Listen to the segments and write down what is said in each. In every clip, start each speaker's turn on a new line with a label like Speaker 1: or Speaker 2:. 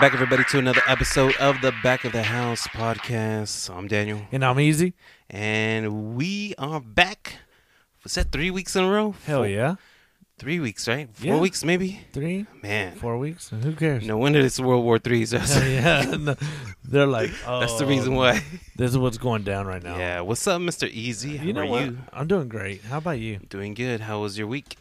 Speaker 1: back, everybody, to another episode of the Back of the House podcast. I'm Daniel,
Speaker 2: And I'm easy.
Speaker 1: and we are back. Was that three weeks in a row?
Speaker 2: Hell
Speaker 1: Four-
Speaker 2: yeah.
Speaker 1: Three weeks, right? Four
Speaker 2: Yeah.
Speaker 1: weeks, maybe.
Speaker 2: Three,
Speaker 1: Man,
Speaker 2: four weeks. Who cares?
Speaker 1: no wonder this World War Three is us.
Speaker 2: Hell yeah. No. They're like, oh,
Speaker 1: That's the reason why.
Speaker 2: This is what's going down right now.
Speaker 1: Yeah. What's up, Mister Easy? How
Speaker 2: You know
Speaker 1: are
Speaker 2: what?
Speaker 1: you?
Speaker 2: I'm doing great. How about you?
Speaker 1: Doing good. How was your week?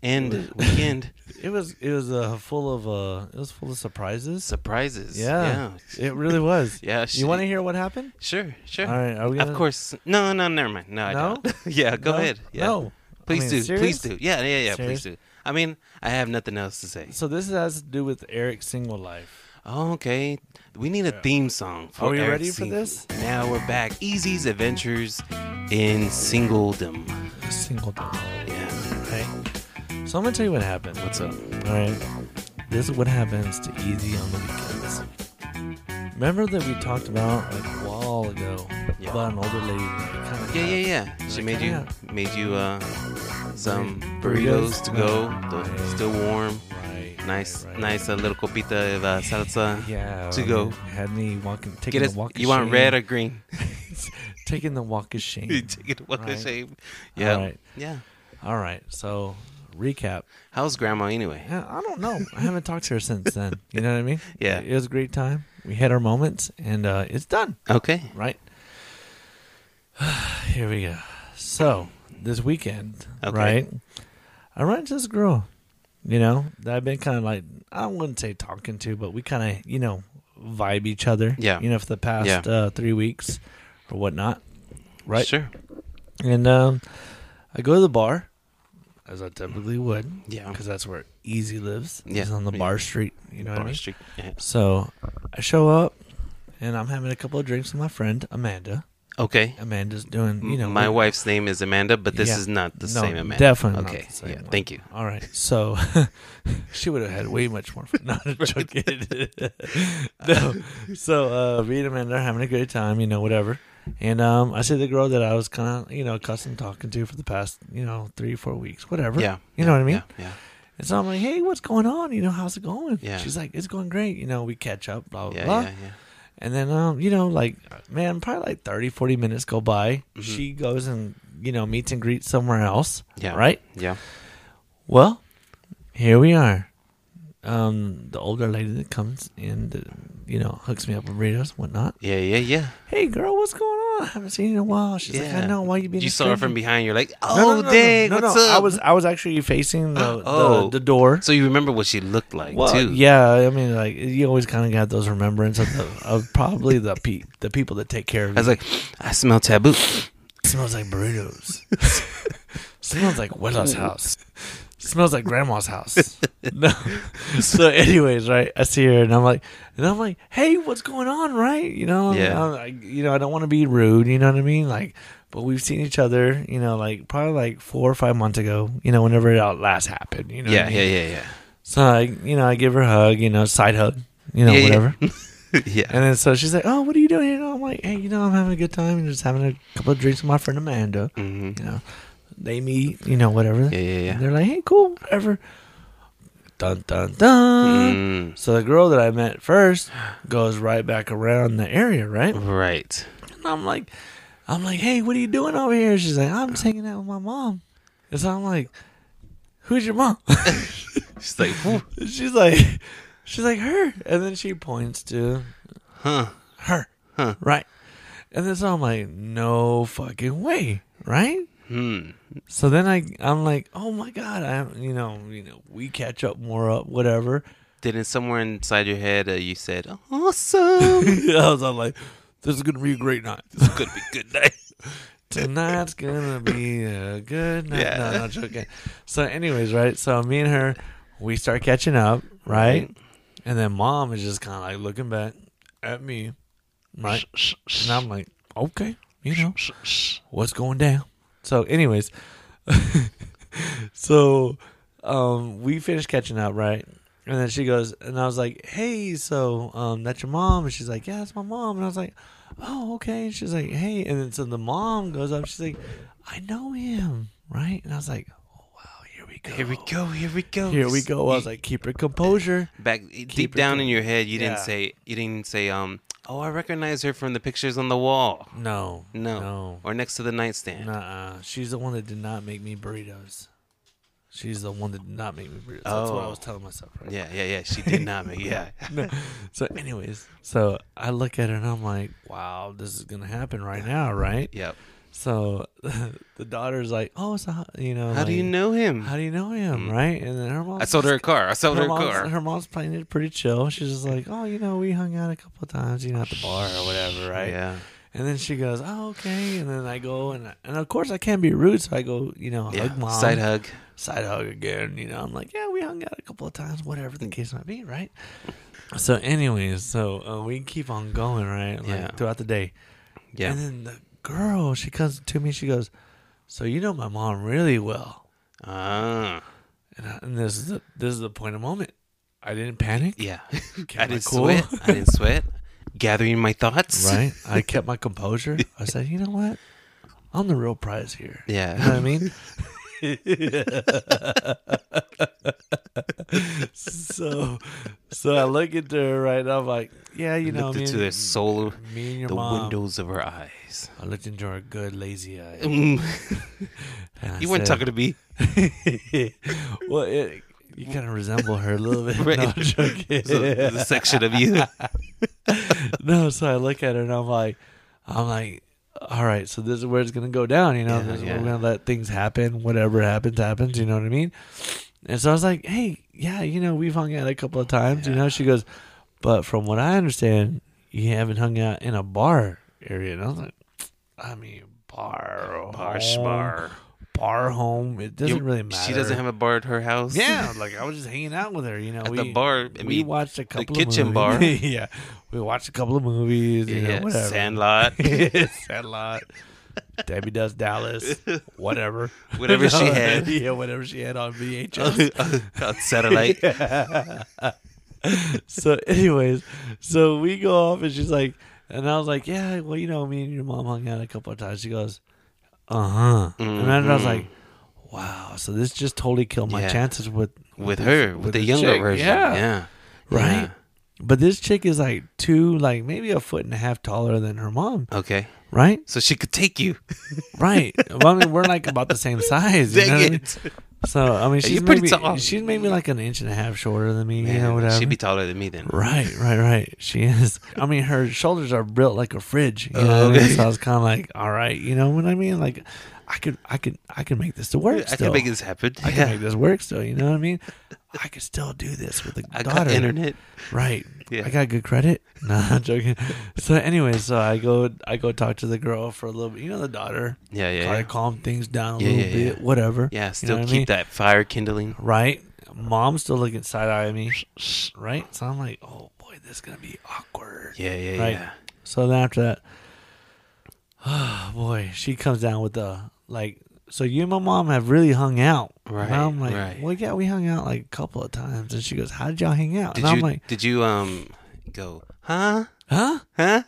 Speaker 1: End weekend
Speaker 2: It was it was uh, full of uh it was full of surprises.
Speaker 1: surprises.
Speaker 2: Yeah,
Speaker 1: Yeah.
Speaker 2: it really was.
Speaker 1: Yeah,
Speaker 2: you want to hear what happened?
Speaker 1: Sure. Sure.
Speaker 2: All right, are we? Gonna,
Speaker 1: Of course. No, no, never mind. No, I
Speaker 2: No?
Speaker 1: don't. yeah, Uh, go
Speaker 2: no?
Speaker 1: ahead. Yeah.
Speaker 2: No, I
Speaker 1: Please
Speaker 2: mean,
Speaker 1: do.
Speaker 2: serious?
Speaker 1: Please do. Yeah, yeah, yeah.
Speaker 2: Serious?
Speaker 1: Please do. I mean, I have nothing else to say.
Speaker 2: So this has to do with Eric's single life.
Speaker 1: Oh, okay. We need a
Speaker 2: Yeah.
Speaker 1: theme song for
Speaker 2: Are we
Speaker 1: Eric
Speaker 2: ready for
Speaker 1: Sing-
Speaker 2: this?
Speaker 1: Now we're back. Easy's Adventures in Singledom.
Speaker 2: Single life.
Speaker 1: Yeah.
Speaker 2: Okay. So I'm gonna tell you what happened.
Speaker 1: What's up?
Speaker 2: All right. This is what happens to Easy on the weekends. Remember that we talked about like a while ago
Speaker 1: Yeah.
Speaker 2: about an older lady that kind of
Speaker 1: Yeah, yeah, yeah. She made you
Speaker 2: Yeah.
Speaker 1: made you uh some burritos
Speaker 2: Burritos?
Speaker 1: to go. They're still warm.
Speaker 2: Right,
Speaker 1: Nice,
Speaker 2: right, right.
Speaker 1: nice uh, little copita of uh, salsa.
Speaker 2: Yeah,
Speaker 1: to
Speaker 2: I
Speaker 1: go.
Speaker 2: mean, Had me walking, taking
Speaker 1: Get us.
Speaker 2: the walk. Of
Speaker 1: You want
Speaker 2: shame.
Speaker 1: red or green?
Speaker 2: taking the walk of shame.
Speaker 1: Take it what they
Speaker 2: Right.
Speaker 1: say. Yeah.
Speaker 2: All right.
Speaker 1: Yeah.
Speaker 2: All right. So recap.
Speaker 1: How's grandma anyway?
Speaker 2: Yeah, I don't know. I haven't talked to her since then. You know what I mean?
Speaker 1: Yeah.
Speaker 2: It was a great time. We had our moments, and uh, it's done.
Speaker 1: Okay.
Speaker 2: right? Here we go. So this weekend,
Speaker 1: Okay.
Speaker 2: right? I run into this girl, you know, that I've been kind of like I wouldn't say talking to, but we kind of you know vibe each other,
Speaker 1: Yeah.
Speaker 2: You know, for the past
Speaker 1: Yeah.
Speaker 2: uh, three weeks or whatnot, right?
Speaker 1: Sure.
Speaker 2: And um, I go to the bar, as I typically would,
Speaker 1: Yeah.
Speaker 2: because that's where Easy lives.
Speaker 1: Yeah.
Speaker 2: He's on the
Speaker 1: Yeah.
Speaker 2: bar street. You know what I
Speaker 1: Bar
Speaker 2: mean?
Speaker 1: Street. Yeah.
Speaker 2: So I show up, and I'm having a couple of drinks with my friend Amanda.
Speaker 1: Okay.
Speaker 2: Amanda's doing, you know,
Speaker 1: my
Speaker 2: we-
Speaker 1: wife's name is Amanda, but this
Speaker 2: Yeah.
Speaker 1: is not the
Speaker 2: No,
Speaker 1: same Amanda.
Speaker 2: definitely not
Speaker 1: Okay.
Speaker 2: the same
Speaker 1: yeah.
Speaker 2: one.
Speaker 1: Thank you.
Speaker 2: All right, so she would have had way much more fun. Not a joke. no, so uh, me and Amanda are having a great time, you know, whatever. And um, I see the girl that I was kind of, you know, accustomed to talking to for the past, you know, three, four weeks, whatever.
Speaker 1: Yeah.
Speaker 2: You know what I mean?
Speaker 1: Yeah. Yeah.
Speaker 2: And so I'm like, hey, what's going on? You know, how's it going?
Speaker 1: Yeah.
Speaker 2: She's like, it's going great. You know, we catch up, blah, blah,
Speaker 1: Yeah.
Speaker 2: blah.
Speaker 1: Yeah. yeah.
Speaker 2: And then, um, you know, like, man, probably like 30, 40 minutes go by.
Speaker 1: Mhm.
Speaker 2: She goes and, you know, meets and greets somewhere else.
Speaker 1: Yeah.
Speaker 2: Right?
Speaker 1: Yeah.
Speaker 2: Well, here we are. Um, the older lady that comes and, uh, you know, hooks me up with burritos and whatnot.
Speaker 1: Yeah. Yeah. Yeah.
Speaker 2: Hey, girl, what's going on? I haven't seen you in a while. She's
Speaker 1: yeah.
Speaker 2: like, I know. Why you being
Speaker 1: You
Speaker 2: a
Speaker 1: saw her from
Speaker 2: stranger?"
Speaker 1: behind. You're like,
Speaker 2: No, no,
Speaker 1: oh,
Speaker 2: no, no,
Speaker 1: dang,
Speaker 2: no, no,
Speaker 1: what's up?
Speaker 2: I was, I was actually facing the,
Speaker 1: Oh.
Speaker 2: the, the door.
Speaker 1: So you remember what she looked like
Speaker 2: Well,
Speaker 1: too?
Speaker 2: yeah, I mean, like you always kind of got those remembrance of, the, of probably the pe- the people that take care of
Speaker 1: I
Speaker 2: you.
Speaker 1: was like, I smell taboo.
Speaker 2: Smells like burritos. Smells like Willa's house. Smells like grandma's house. no. So, anyways, right? I see her and I'm like, and I'm like, hey, what's going on, right? You know, I'm-
Speaker 1: Yeah.
Speaker 2: I'm like- you know, I don't want to be rude. You know what I mean? Like, but we've seen each other, you know, like probably like four or five months ago. You know, whenever it all last happened. You know, what
Speaker 1: Yeah.
Speaker 2: I
Speaker 1: Yeah.
Speaker 2: mean?
Speaker 1: Yeah.
Speaker 2: So, I, you know, I give her a hug. You know, side hug. You know,
Speaker 1: Yeah, yeah.
Speaker 2: whatever.
Speaker 1: Yeah. yeah.
Speaker 2: And then so she's like, "Oh, what are you doing?" here?" And I'm like, "Hey, you know, I'm having a good time and just having a couple of drinks with my friend Amanda.
Speaker 1: hmm
Speaker 2: You know, they meet, you know, whatever.
Speaker 1: Yeah. Yeah.
Speaker 2: And
Speaker 1: Yeah.
Speaker 2: they're like, "Hey, cool, whatever." Dun dun dun.
Speaker 1: Mm.
Speaker 2: So the girl that I met first goes right back around the area, right?
Speaker 1: Mm-hmm. Right.
Speaker 2: And I'm like, I'm like, "Hey, what are you doing over here?" She's like, "I'm just hanging out with my mom." And so I'm like, "Who's your mom?"
Speaker 1: She's like, "Whew,
Speaker 2: she's like, she's like her, and then she points to
Speaker 1: huh?
Speaker 2: her.
Speaker 1: Huh.
Speaker 2: Right. And then so I'm like, no fucking way. Right?
Speaker 1: Hmm.
Speaker 2: So then I I'm like, oh my God, I you know, you know, we catch up more up, whatever.
Speaker 1: Didn't somewhere inside your head uh, you said, "Awesome,
Speaker 2: I was all like, this is gonna be a great night.
Speaker 1: it's gonna be a good night."
Speaker 2: Tonight's gonna be a good night.
Speaker 1: Yeah.
Speaker 2: No, no, joking. So anyways, right? So me and her, we start catching up, right? And then mom is just kinda like looking back at me. Right. And I'm like, okay, you know. what's going down. So, anyways, so um, we finished catching up, right? And then she goes, and I was like, "Hey, so um, that's your mom?" And she's like, "Yeah, that's my mom." And I was like, "Oh, okay." And she's like, "Hey," and then so the mom goes up, she's like, "I know him, right?" And I was like, "Oh wow, here we go.
Speaker 1: Here we go. Here we go.
Speaker 2: Here we go. I was
Speaker 1: You-
Speaker 2: like, keep your composure.
Speaker 1: back deep
Speaker 2: it
Speaker 1: down in
Speaker 2: going.
Speaker 1: your head, you didn't
Speaker 2: Yeah.
Speaker 1: say you didn't say um. Oh, I recognize her from the pictures on the wall.
Speaker 2: No.
Speaker 1: No.
Speaker 2: No.
Speaker 1: Or next to the nightstand.
Speaker 2: Nuh-uh. She's the one that did not make me burritos. She's the one that did not make me burritos. That's what I
Speaker 1: Oh.
Speaker 2: was telling myself. Right?
Speaker 1: Yeah, yeah, yeah. She did not make. Yeah.
Speaker 2: No. So, anyways, so I look at her and I'm like, wow, this is gonna happen right now, right?
Speaker 1: Yep.
Speaker 2: So the daughter's like, oh, so how, you know,
Speaker 1: How do
Speaker 2: like,
Speaker 1: you know him?
Speaker 2: How do you know him, right? And then her mom.
Speaker 1: I sold her a car. I sold her a
Speaker 2: mom's,
Speaker 1: car.
Speaker 2: her mom's playing it pretty chill. She's just like, oh, you know, we hung out a couple of times, you know, at the bar or whatever, right?
Speaker 1: Yeah.
Speaker 2: And then she goes, oh, okay. And then I go, and I, and of course I can't be rude, so I go, you know, hug
Speaker 1: Yeah.
Speaker 2: mom,
Speaker 1: Side hug.
Speaker 2: side hug again. You know, I'm like, yeah, we hung out a couple of times, whatever the case might be, right? So, anyways, so uh, we keep on going, right? Like,
Speaker 1: Yeah.
Speaker 2: Throughout the day,
Speaker 1: Yeah.
Speaker 2: and then the girl, she comes to me, she goes, so you know my mom really well.
Speaker 1: Ah.
Speaker 2: And, I, and this is the, this is the point of moment. I didn't panic.
Speaker 1: Yeah.
Speaker 2: Kept
Speaker 1: I
Speaker 2: my
Speaker 1: didn't
Speaker 2: cool,
Speaker 1: sweat. I didn't sweat. Gathering my thoughts.
Speaker 2: right? I kept my composure. I said, you know what? I'm the real prize here. You know what
Speaker 1: Yeah.
Speaker 2: I mean? so, so I look into her right. and I'm like, yeah, you know,
Speaker 1: Looked
Speaker 2: me
Speaker 1: into
Speaker 2: and-
Speaker 1: their soul,
Speaker 2: me and your
Speaker 1: the
Speaker 2: mom.
Speaker 1: windows of her eyes.
Speaker 2: I looked into her good lazy eye.
Speaker 1: Mm.
Speaker 2: and I
Speaker 1: you weren't
Speaker 2: said-
Speaker 1: talking to me.
Speaker 2: well, it, you kind of resemble her a little bit.
Speaker 1: Right.
Speaker 2: No, I'm joking.
Speaker 1: There's a, there's a section of you.
Speaker 2: no, so I look at her and I'm like, I'm like, all right, so this is where it's gonna go down, you know.
Speaker 1: Yeah,
Speaker 2: this is
Speaker 1: yeah.
Speaker 2: We're gonna let things happen. Whatever happens, happens. You know what I mean? And so I was like, hey, yeah, you know, we've hung out a couple of times. You know, she goes, but from what I understand, you haven't hung out in a bar area. And I was like, I mean, bar,
Speaker 1: Bar,
Speaker 2: home,
Speaker 1: schmar.
Speaker 2: bar home. It doesn't
Speaker 1: You-
Speaker 2: really matter.
Speaker 1: She doesn't have a bar at her house.
Speaker 2: Yeah, like I was just hanging out with her, you know.
Speaker 1: At
Speaker 2: we,
Speaker 1: the bar, I
Speaker 2: we
Speaker 1: mean,
Speaker 2: watched a couple
Speaker 1: kitchen
Speaker 2: of
Speaker 1: bar.
Speaker 2: movies. yeah, we watched a couple of movies.
Speaker 1: Yeah,
Speaker 2: you know,
Speaker 1: yeah.
Speaker 2: whatever.
Speaker 1: Sandlot.
Speaker 2: Sandlot. Debbie Does Dallas. Whatever.
Speaker 1: Whatever she
Speaker 2: No,
Speaker 1: had.
Speaker 2: Yeah, whatever she had on VHS.
Speaker 1: on satellite.
Speaker 2: so, anyways, so we go off, and she's like, and I was like, yeah, well, you know, me and your mom hung out a couple of times. She goes, uh huh. And then I was
Speaker 1: Mhm.
Speaker 2: like, wow. So this just totally killed my
Speaker 1: Yeah.
Speaker 2: chances with
Speaker 1: With her, with, the
Speaker 2: this
Speaker 1: younger
Speaker 2: chick,
Speaker 1: version.
Speaker 2: yeah.
Speaker 1: Yeah. yeah.
Speaker 2: right? But this chick is like two, like maybe a foot and a half taller than her mom,
Speaker 1: Okay.
Speaker 2: right?
Speaker 1: So she could take you.
Speaker 2: Right. well, I mean, we're like about the same size. You know
Speaker 1: Dang
Speaker 2: what I mean?
Speaker 1: it.
Speaker 2: So I mean, she's
Speaker 1: you're pretty
Speaker 2: maybe
Speaker 1: tall.
Speaker 2: she's maybe like an inch and a half shorter than me. you
Speaker 1: Man,
Speaker 2: know what I
Speaker 1: She'd
Speaker 2: mean?
Speaker 1: be taller than me then.
Speaker 2: right, right, right. She is. I mean, her shoulders are built like a fridge. You know
Speaker 1: Oh,
Speaker 2: what I mean?
Speaker 1: okay.
Speaker 2: So I was kind of like, all right, you know what I mean? Like, I could, I could, I could make this to work.
Speaker 1: I
Speaker 2: still.
Speaker 1: can make this happen.
Speaker 2: I can
Speaker 1: yeah.
Speaker 2: make this work still. You know what I mean? I could still do this with a
Speaker 1: I got
Speaker 2: daughter.
Speaker 1: internet.
Speaker 2: Right.
Speaker 1: Yeah.
Speaker 2: I got good credit. No, I'm joking. So anyway, so I go I go talk to the girl for a little bit. You know the daughter.
Speaker 1: Yeah, yeah.
Speaker 2: Try
Speaker 1: yeah.
Speaker 2: to calm things down a
Speaker 1: Yeah,
Speaker 2: little
Speaker 1: yeah,
Speaker 2: bit.
Speaker 1: yeah.
Speaker 2: Whatever.
Speaker 1: Yeah,
Speaker 2: You
Speaker 1: still
Speaker 2: know what I
Speaker 1: keep
Speaker 2: mean?
Speaker 1: that fire kindling.
Speaker 2: Right. Mom's still looking side eye at me. Right. So I'm like, oh boy, this is gonna be awkward.
Speaker 1: Yeah, yeah,
Speaker 2: Right.
Speaker 1: yeah.
Speaker 2: So then after that, oh boy, she comes down with the like. So you and my mom have really hung out.
Speaker 1: Right,
Speaker 2: And I'm like,
Speaker 1: right.
Speaker 2: well, yeah, we hung out like a couple of times. And she goes, how did y'all hang out?
Speaker 1: Did
Speaker 2: and I'm
Speaker 1: you
Speaker 2: like,
Speaker 1: did you um go, huh?
Speaker 2: huh?
Speaker 1: Huh?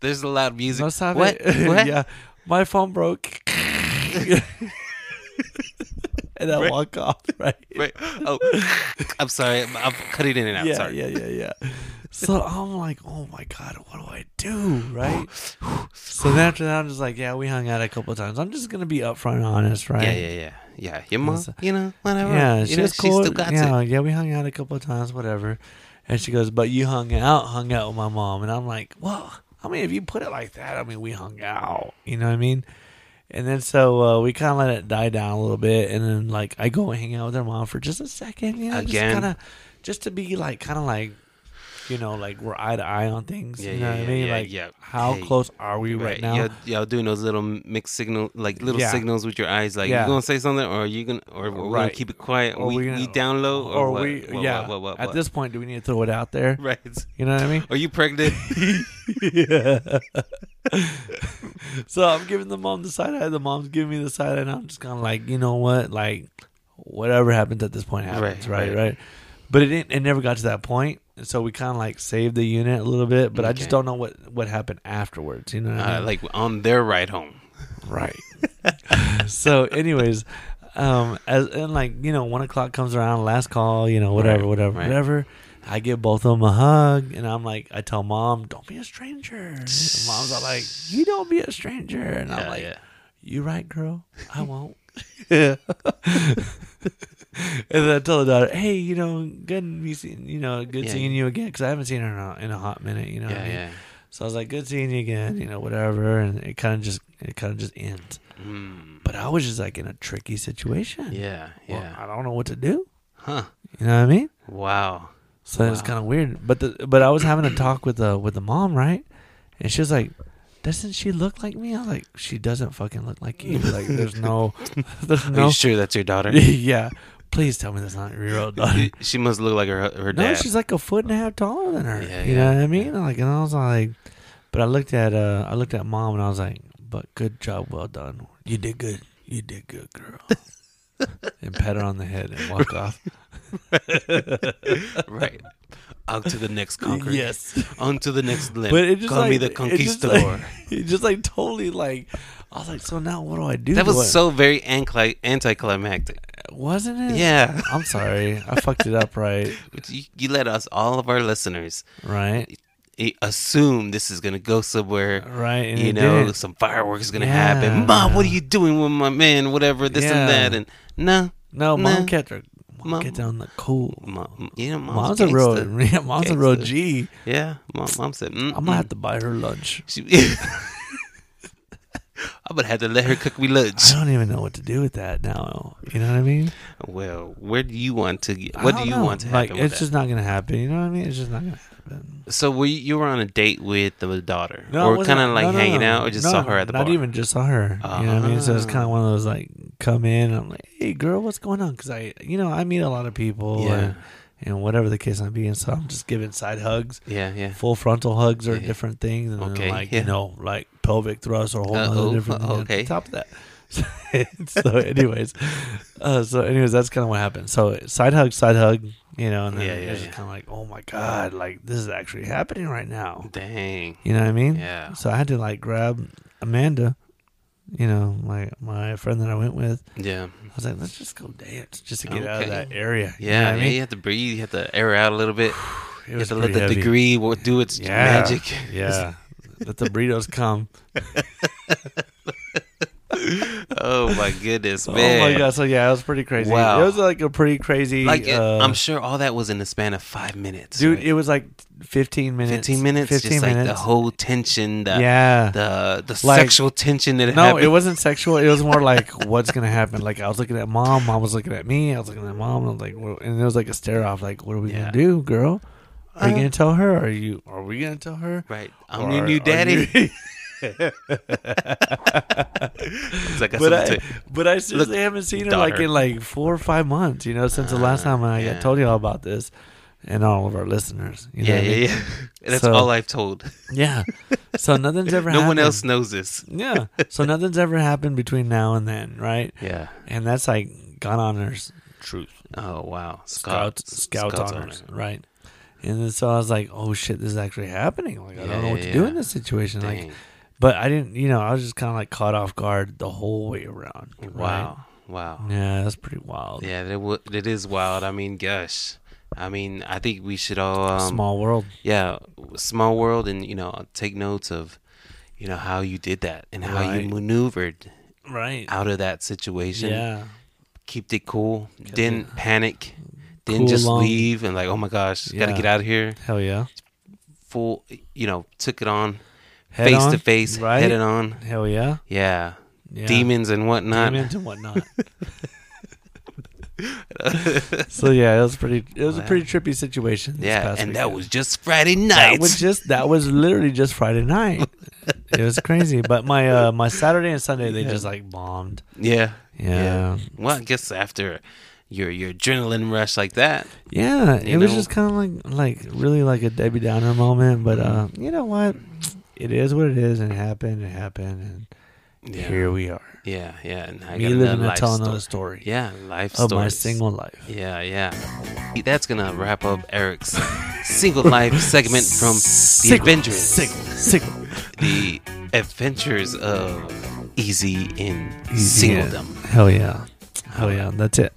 Speaker 1: There's a loud music.
Speaker 2: Let's have
Speaker 1: what?
Speaker 2: it.
Speaker 1: What?
Speaker 2: yeah, my phone broke. and I
Speaker 1: Right.
Speaker 2: walk off, right?
Speaker 1: Right. Oh, I'm sorry. I'm, I'm cutting in and out.
Speaker 2: yeah,
Speaker 1: sorry.
Speaker 2: yeah, yeah, yeah. So I'm like, oh my god, what do I do, right? so then after that, I'm just like, yeah, we hung out a couple of times. I'm just gonna be upfront and honest, right?
Speaker 1: Yeah, yeah, yeah. Yeah, your mom,
Speaker 2: That's-
Speaker 1: you know, whatever.
Speaker 2: Yeah,
Speaker 1: you
Speaker 2: she
Speaker 1: know,
Speaker 2: was cool.
Speaker 1: She still got
Speaker 2: yeah,
Speaker 1: it.
Speaker 2: yeah, we hung out a couple of times, whatever. And she goes, but you hung out, hung out with my mom, and I'm like, well, I mean, if you put it like that, I mean, we hung out. You know what I mean? And then so uh, we kind of let it die down a little bit, and then like I go and hang out with her mom for just a second, you know,
Speaker 1: Again.
Speaker 2: just kind of, just to be like, kind of like, you know, like we're eye to eye on things.
Speaker 1: Yeah,
Speaker 2: you know
Speaker 1: yeah,
Speaker 2: what I
Speaker 1: yeah,
Speaker 2: mean?
Speaker 1: yeah,
Speaker 2: like,
Speaker 1: yeah.
Speaker 2: how
Speaker 1: Hey,
Speaker 2: close are we right, now?
Speaker 1: Y'all, y'all doing those little mixed signal, like little
Speaker 2: Yeah.
Speaker 1: signals with your eyes. Like
Speaker 2: Yeah.
Speaker 1: you gonna say something, or you gonna, or we're gonna
Speaker 2: Right.
Speaker 1: keep it quiet.
Speaker 2: Or
Speaker 1: we,
Speaker 2: we gonna-
Speaker 1: we down low, or,
Speaker 2: or
Speaker 1: what?
Speaker 2: we,
Speaker 1: What,
Speaker 2: yeah.
Speaker 1: What, what, what,
Speaker 2: At
Speaker 1: what?
Speaker 2: this point, do we need to throw it out there?
Speaker 1: right?
Speaker 2: You know what I mean?
Speaker 1: Are you pregnant?
Speaker 2: so I'm giving the mom the side eye. The mom's giving me the side eye, and I'm just kind of like, you know what? Like, whatever happens at this point happens,
Speaker 1: Right,
Speaker 2: right,
Speaker 1: right.
Speaker 2: right? But it didn't, it never got to that point, and so we kind of like saved the unit a little bit. But I just
Speaker 1: Okay.
Speaker 2: don't know what what happened afterwards. You know, what I
Speaker 1: uh,
Speaker 2: mean?
Speaker 1: like on their ride home.
Speaker 2: right. so, anyways, um, as and like you know, one o'clock comes around, last call, you know, whatever,
Speaker 1: Right,
Speaker 2: whatever,
Speaker 1: right.
Speaker 2: whatever. I give both of them a hug, and I'm like, I tell mom, don't be a stranger. And mom's all like, you don't be a stranger, and I'm like, you right, girl, I won't. and then I tell the daughter, hey, you know, good, me seeing, you know, good
Speaker 1: Yeah.
Speaker 2: seeing you again, because I haven't seen her in a, in a hot minute, you know. what I
Speaker 1: yeah,
Speaker 2: mean?
Speaker 1: yeah.
Speaker 2: So I was like, good seeing you again, you know, whatever, and it kind of just, it kind of just ends.
Speaker 1: Mm.
Speaker 2: But I was just like in a tricky situation.
Speaker 1: yeah,
Speaker 2: Well,
Speaker 1: yeah.
Speaker 2: I don't know what to do.
Speaker 1: Huh.
Speaker 2: You know what I mean?
Speaker 1: Wow.
Speaker 2: So it's
Speaker 1: Wow.
Speaker 2: kind of weird. But the but I was having a talk with the with the mom, right? And she was like, "Doesn't she look like me?" I was like, "She doesn't fucking look like you. Like, there's no, there's
Speaker 1: Are
Speaker 2: no."
Speaker 1: you sure that's your daughter?
Speaker 2: yeah. Please tell me that's not your real daughter.
Speaker 1: she must look like her her
Speaker 2: No,
Speaker 1: dad.
Speaker 2: she's like a foot and a half taller than her.
Speaker 1: Yeah,
Speaker 2: you
Speaker 1: yeah,
Speaker 2: know what I mean?
Speaker 1: yeah.
Speaker 2: Like, and I was like, but I looked at uh, I looked at mom and I was like, but good job, well done. You did good. You did good, girl. and pat her on the head and walk off.
Speaker 1: right. On to the next conqueror.
Speaker 2: Yes,
Speaker 1: On to the next limb.
Speaker 2: but it just
Speaker 1: Call
Speaker 2: like,
Speaker 1: me the
Speaker 2: it just,
Speaker 1: conquistador.
Speaker 2: like- It just like totally like I was like, so now what do I do?
Speaker 1: that was
Speaker 2: What-
Speaker 1: so very anti- anticlimactic.
Speaker 2: wasn't it?
Speaker 1: Yeah.
Speaker 2: I'm sorry, I fucked it up. Right,
Speaker 1: You, you let us, all of our listeners,
Speaker 2: right,
Speaker 1: i- assume this is going to go somewhere.
Speaker 2: right. And
Speaker 1: you
Speaker 2: it
Speaker 1: know,
Speaker 2: didn't.
Speaker 1: some fireworks is gonna
Speaker 2: Yeah.
Speaker 1: happen. Mom, what are you doing with my man? Whatever, this
Speaker 2: Yeah.
Speaker 1: and that, and no,
Speaker 2: no, mom
Speaker 1: nah.
Speaker 2: kept her. Mom,
Speaker 1: Mom-
Speaker 2: kept her on the cool.
Speaker 1: mom, you know, mom's,
Speaker 2: Mom's, a real,
Speaker 1: gangsta.
Speaker 2: yeah, mom's a real
Speaker 1: Gangsta.
Speaker 2: G.
Speaker 1: Yeah, mom, mom said, mm,
Speaker 2: I'm gonna have to buy her lunch.
Speaker 1: She, I'm gonna have to let her cook me lunch.
Speaker 2: I don't even know what to do with that now. You know what I mean?
Speaker 1: Well, where do you want to? Get,
Speaker 2: I
Speaker 1: what do
Speaker 2: don't
Speaker 1: you
Speaker 2: know.
Speaker 1: want to
Speaker 2: Like,
Speaker 1: happen?
Speaker 2: it's
Speaker 1: with
Speaker 2: just not gonna happen. You know what I mean? It's just not gonna happen.
Speaker 1: that? So were you, you were on a date with the daughter,
Speaker 2: No, it
Speaker 1: or
Speaker 2: wasn't-
Speaker 1: kind of like
Speaker 2: no, no,
Speaker 1: hanging
Speaker 2: no.
Speaker 1: out, or just
Speaker 2: No,
Speaker 1: saw her at the
Speaker 2: not
Speaker 1: bar? Ah.
Speaker 2: even just saw her. You know what I mean? So it's kind of one of those like come in. And I'm like, hey, girl, what's going on? Because I, you know, I meet a lot of people
Speaker 1: Yeah.
Speaker 2: and, and whatever the case might be, and so I'm just giving side hugs.
Speaker 1: yeah, yeah.
Speaker 2: Full frontal hugs are
Speaker 1: Yeah.
Speaker 2: different things, and then
Speaker 1: Okay,
Speaker 2: like
Speaker 1: yeah.
Speaker 2: you know, like pelvic thrusts or a whole
Speaker 1: Uh,
Speaker 2: other
Speaker 1: oh,
Speaker 2: different. thing
Speaker 1: okay.
Speaker 2: On top of that, so anyways, uh, so anyways, that's kind of what happened. So side hug, side hug, you know, and then
Speaker 1: Yeah,
Speaker 2: it's
Speaker 1: yeah,
Speaker 2: just
Speaker 1: yeah.
Speaker 2: kind of like, oh my god, like this is actually happening right now.
Speaker 1: Dang.
Speaker 2: You know what I mean?
Speaker 1: Yeah.
Speaker 2: So I had to like grab Amanda, you know, my my friend that I went with.
Speaker 1: Yeah.
Speaker 2: I was like, let's just go dance just to get out of
Speaker 1: Okay.
Speaker 2: that area. You know
Speaker 1: Yeah.
Speaker 2: what
Speaker 1: yeah, You have to breathe. You have to air out a little bit.
Speaker 2: I mean? It
Speaker 1: You have
Speaker 2: was
Speaker 1: to let
Speaker 2: pretty
Speaker 1: the
Speaker 2: heavy.
Speaker 1: degree wo- do its
Speaker 2: Yeah.
Speaker 1: magic.
Speaker 2: Yeah. let the burritos come.
Speaker 1: Oh my goodness, man!
Speaker 2: Oh my god. So yeah, it was pretty crazy.
Speaker 1: Wow.
Speaker 2: It was like a pretty crazy
Speaker 1: Like it-
Speaker 2: uh,
Speaker 1: I'm sure all that was in the span of five minutes,
Speaker 2: dude,
Speaker 1: right?
Speaker 2: it was like fifteen minutes.
Speaker 1: Fifteen minutes, just like the whole tension, the
Speaker 2: yeah.
Speaker 1: the the
Speaker 2: Like-
Speaker 1: sexual tension that
Speaker 2: no,
Speaker 1: happened.
Speaker 2: it wasn't sexual. It was more like what's gonna happen. Like I was looking at mom, mom was looking at me, I was looking at mom, and I was like, what- and there was like a stare off. Like, what are we
Speaker 1: Yeah.
Speaker 2: gonna do, girl? Are you
Speaker 1: Uh,
Speaker 2: gonna tell her? Are you? Are we gonna tell her?
Speaker 1: Right. I'm
Speaker 2: Or
Speaker 1: your
Speaker 2: are
Speaker 1: new daddy.
Speaker 2: you-
Speaker 1: It's like I
Speaker 2: but
Speaker 1: said
Speaker 2: I,
Speaker 1: to-
Speaker 2: but I seriously haven't seen her like
Speaker 1: daughter.
Speaker 2: in like four or five months. You know, since the last
Speaker 1: Ah,
Speaker 2: time I
Speaker 1: yeah.
Speaker 2: told you all about this, and all of our listeners. You know
Speaker 1: yeah,
Speaker 2: what I
Speaker 1: yeah,
Speaker 2: mean?
Speaker 1: yeah. That's
Speaker 2: So-
Speaker 1: all I've told.
Speaker 2: yeah. So nothing's ever.
Speaker 1: No one
Speaker 2: happened.
Speaker 1: else knows this.
Speaker 2: Yeah. So nothing's ever happened between now and then, right?
Speaker 1: Yeah.
Speaker 2: And that's like gun honors truth.
Speaker 1: Oh wow.
Speaker 2: Scout, scout
Speaker 1: Scout's
Speaker 2: honors, right? And then so I was like, oh shit, this is actually happening. Like I
Speaker 1: Yeah,
Speaker 2: don't know
Speaker 1: yeah,
Speaker 2: what to do
Speaker 1: yeah.
Speaker 2: in this situation. Like
Speaker 1: Dang.
Speaker 2: But I didn't, you know, I was just kind of like caught off guard the whole way around. right?
Speaker 1: wow. Wow.
Speaker 2: Yeah, that's pretty wild.
Speaker 1: Yeah, that w- that is wild. I mean, gosh. I mean, I think we should all um,
Speaker 2: Small world.
Speaker 1: yeah, w- small world, and you know, take notes of, you know, how you did that and how you
Speaker 2: Right.
Speaker 1: maneuvered
Speaker 2: Right.
Speaker 1: out of that situation.
Speaker 2: Yeah.
Speaker 1: Kept it cool.
Speaker 2: Kept
Speaker 1: didn't panic. Didn't
Speaker 2: cool
Speaker 1: just
Speaker 2: long-
Speaker 1: leave and like, oh my gosh, gotta
Speaker 2: Yeah.
Speaker 1: get out of here.
Speaker 2: Hell yeah.
Speaker 1: Full, you know, took it on
Speaker 2: Head
Speaker 1: face
Speaker 2: on,
Speaker 1: to face,
Speaker 2: right?
Speaker 1: headed on.
Speaker 2: Hell yeah.
Speaker 1: Yeah.
Speaker 2: yeah.
Speaker 1: Demons and whatnot.
Speaker 2: Demons and whatnot. so yeah, it was pretty. It was a
Speaker 1: Wow.
Speaker 2: pretty trippy situation. This
Speaker 1: Yeah,
Speaker 2: past
Speaker 1: and that
Speaker 2: weekend.
Speaker 1: was just Friday
Speaker 2: that
Speaker 1: night.
Speaker 2: was just that was literally just Friday night. it was crazy, but my uh my Saturday and Sunday they
Speaker 1: Yeah.
Speaker 2: just like bombed.
Speaker 1: yeah.
Speaker 2: Yeah,
Speaker 1: Well, I guess after your your adrenaline rush like that,
Speaker 2: Yeah, it
Speaker 1: You
Speaker 2: was
Speaker 1: know?
Speaker 2: just kind of like like really like a Debbie Downer moment, but uh,
Speaker 1: Mm-hmm.
Speaker 2: you know what? It is what it is, and it happened. It happened, and
Speaker 1: yeah,
Speaker 2: here we are.
Speaker 1: yeah, yeah. And I
Speaker 2: Me
Speaker 1: got
Speaker 2: living
Speaker 1: another
Speaker 2: to
Speaker 1: life
Speaker 2: tell
Speaker 1: story.
Speaker 2: another story
Speaker 1: Yeah, life
Speaker 2: of my
Speaker 1: stories.
Speaker 2: single life.
Speaker 1: Yeah, yeah. That's gonna wrap up Eric's single life segment from the
Speaker 2: Adventures,
Speaker 1: Adventures,
Speaker 2: Single, single,
Speaker 1: the Adventures of Easy in
Speaker 2: Easy
Speaker 1: Singledom.
Speaker 2: in. Hell yeah! Hell yeah, that's it.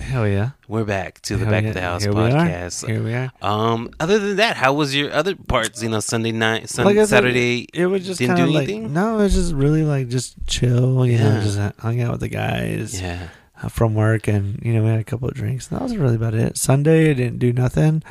Speaker 2: Hell yeah.
Speaker 1: We're back to the
Speaker 2: Hell
Speaker 1: Back
Speaker 2: yeah.
Speaker 1: of the House
Speaker 2: Here we are.
Speaker 1: podcast.
Speaker 2: Here we are.
Speaker 1: Um, other than that, how was your other parts? You know, Sunday night, sun,
Speaker 2: Like I said,
Speaker 1: Saturday.
Speaker 2: It was just
Speaker 1: Didn't
Speaker 2: kind of
Speaker 1: do
Speaker 2: like
Speaker 1: anything?
Speaker 2: no, it was just really like just chill. You know,
Speaker 1: Yeah.
Speaker 2: just hung out with the guys
Speaker 1: yeah,
Speaker 2: uh, from work, and you know we had a couple of drinks. And that was really about it. Sunday, I didn't do nothing.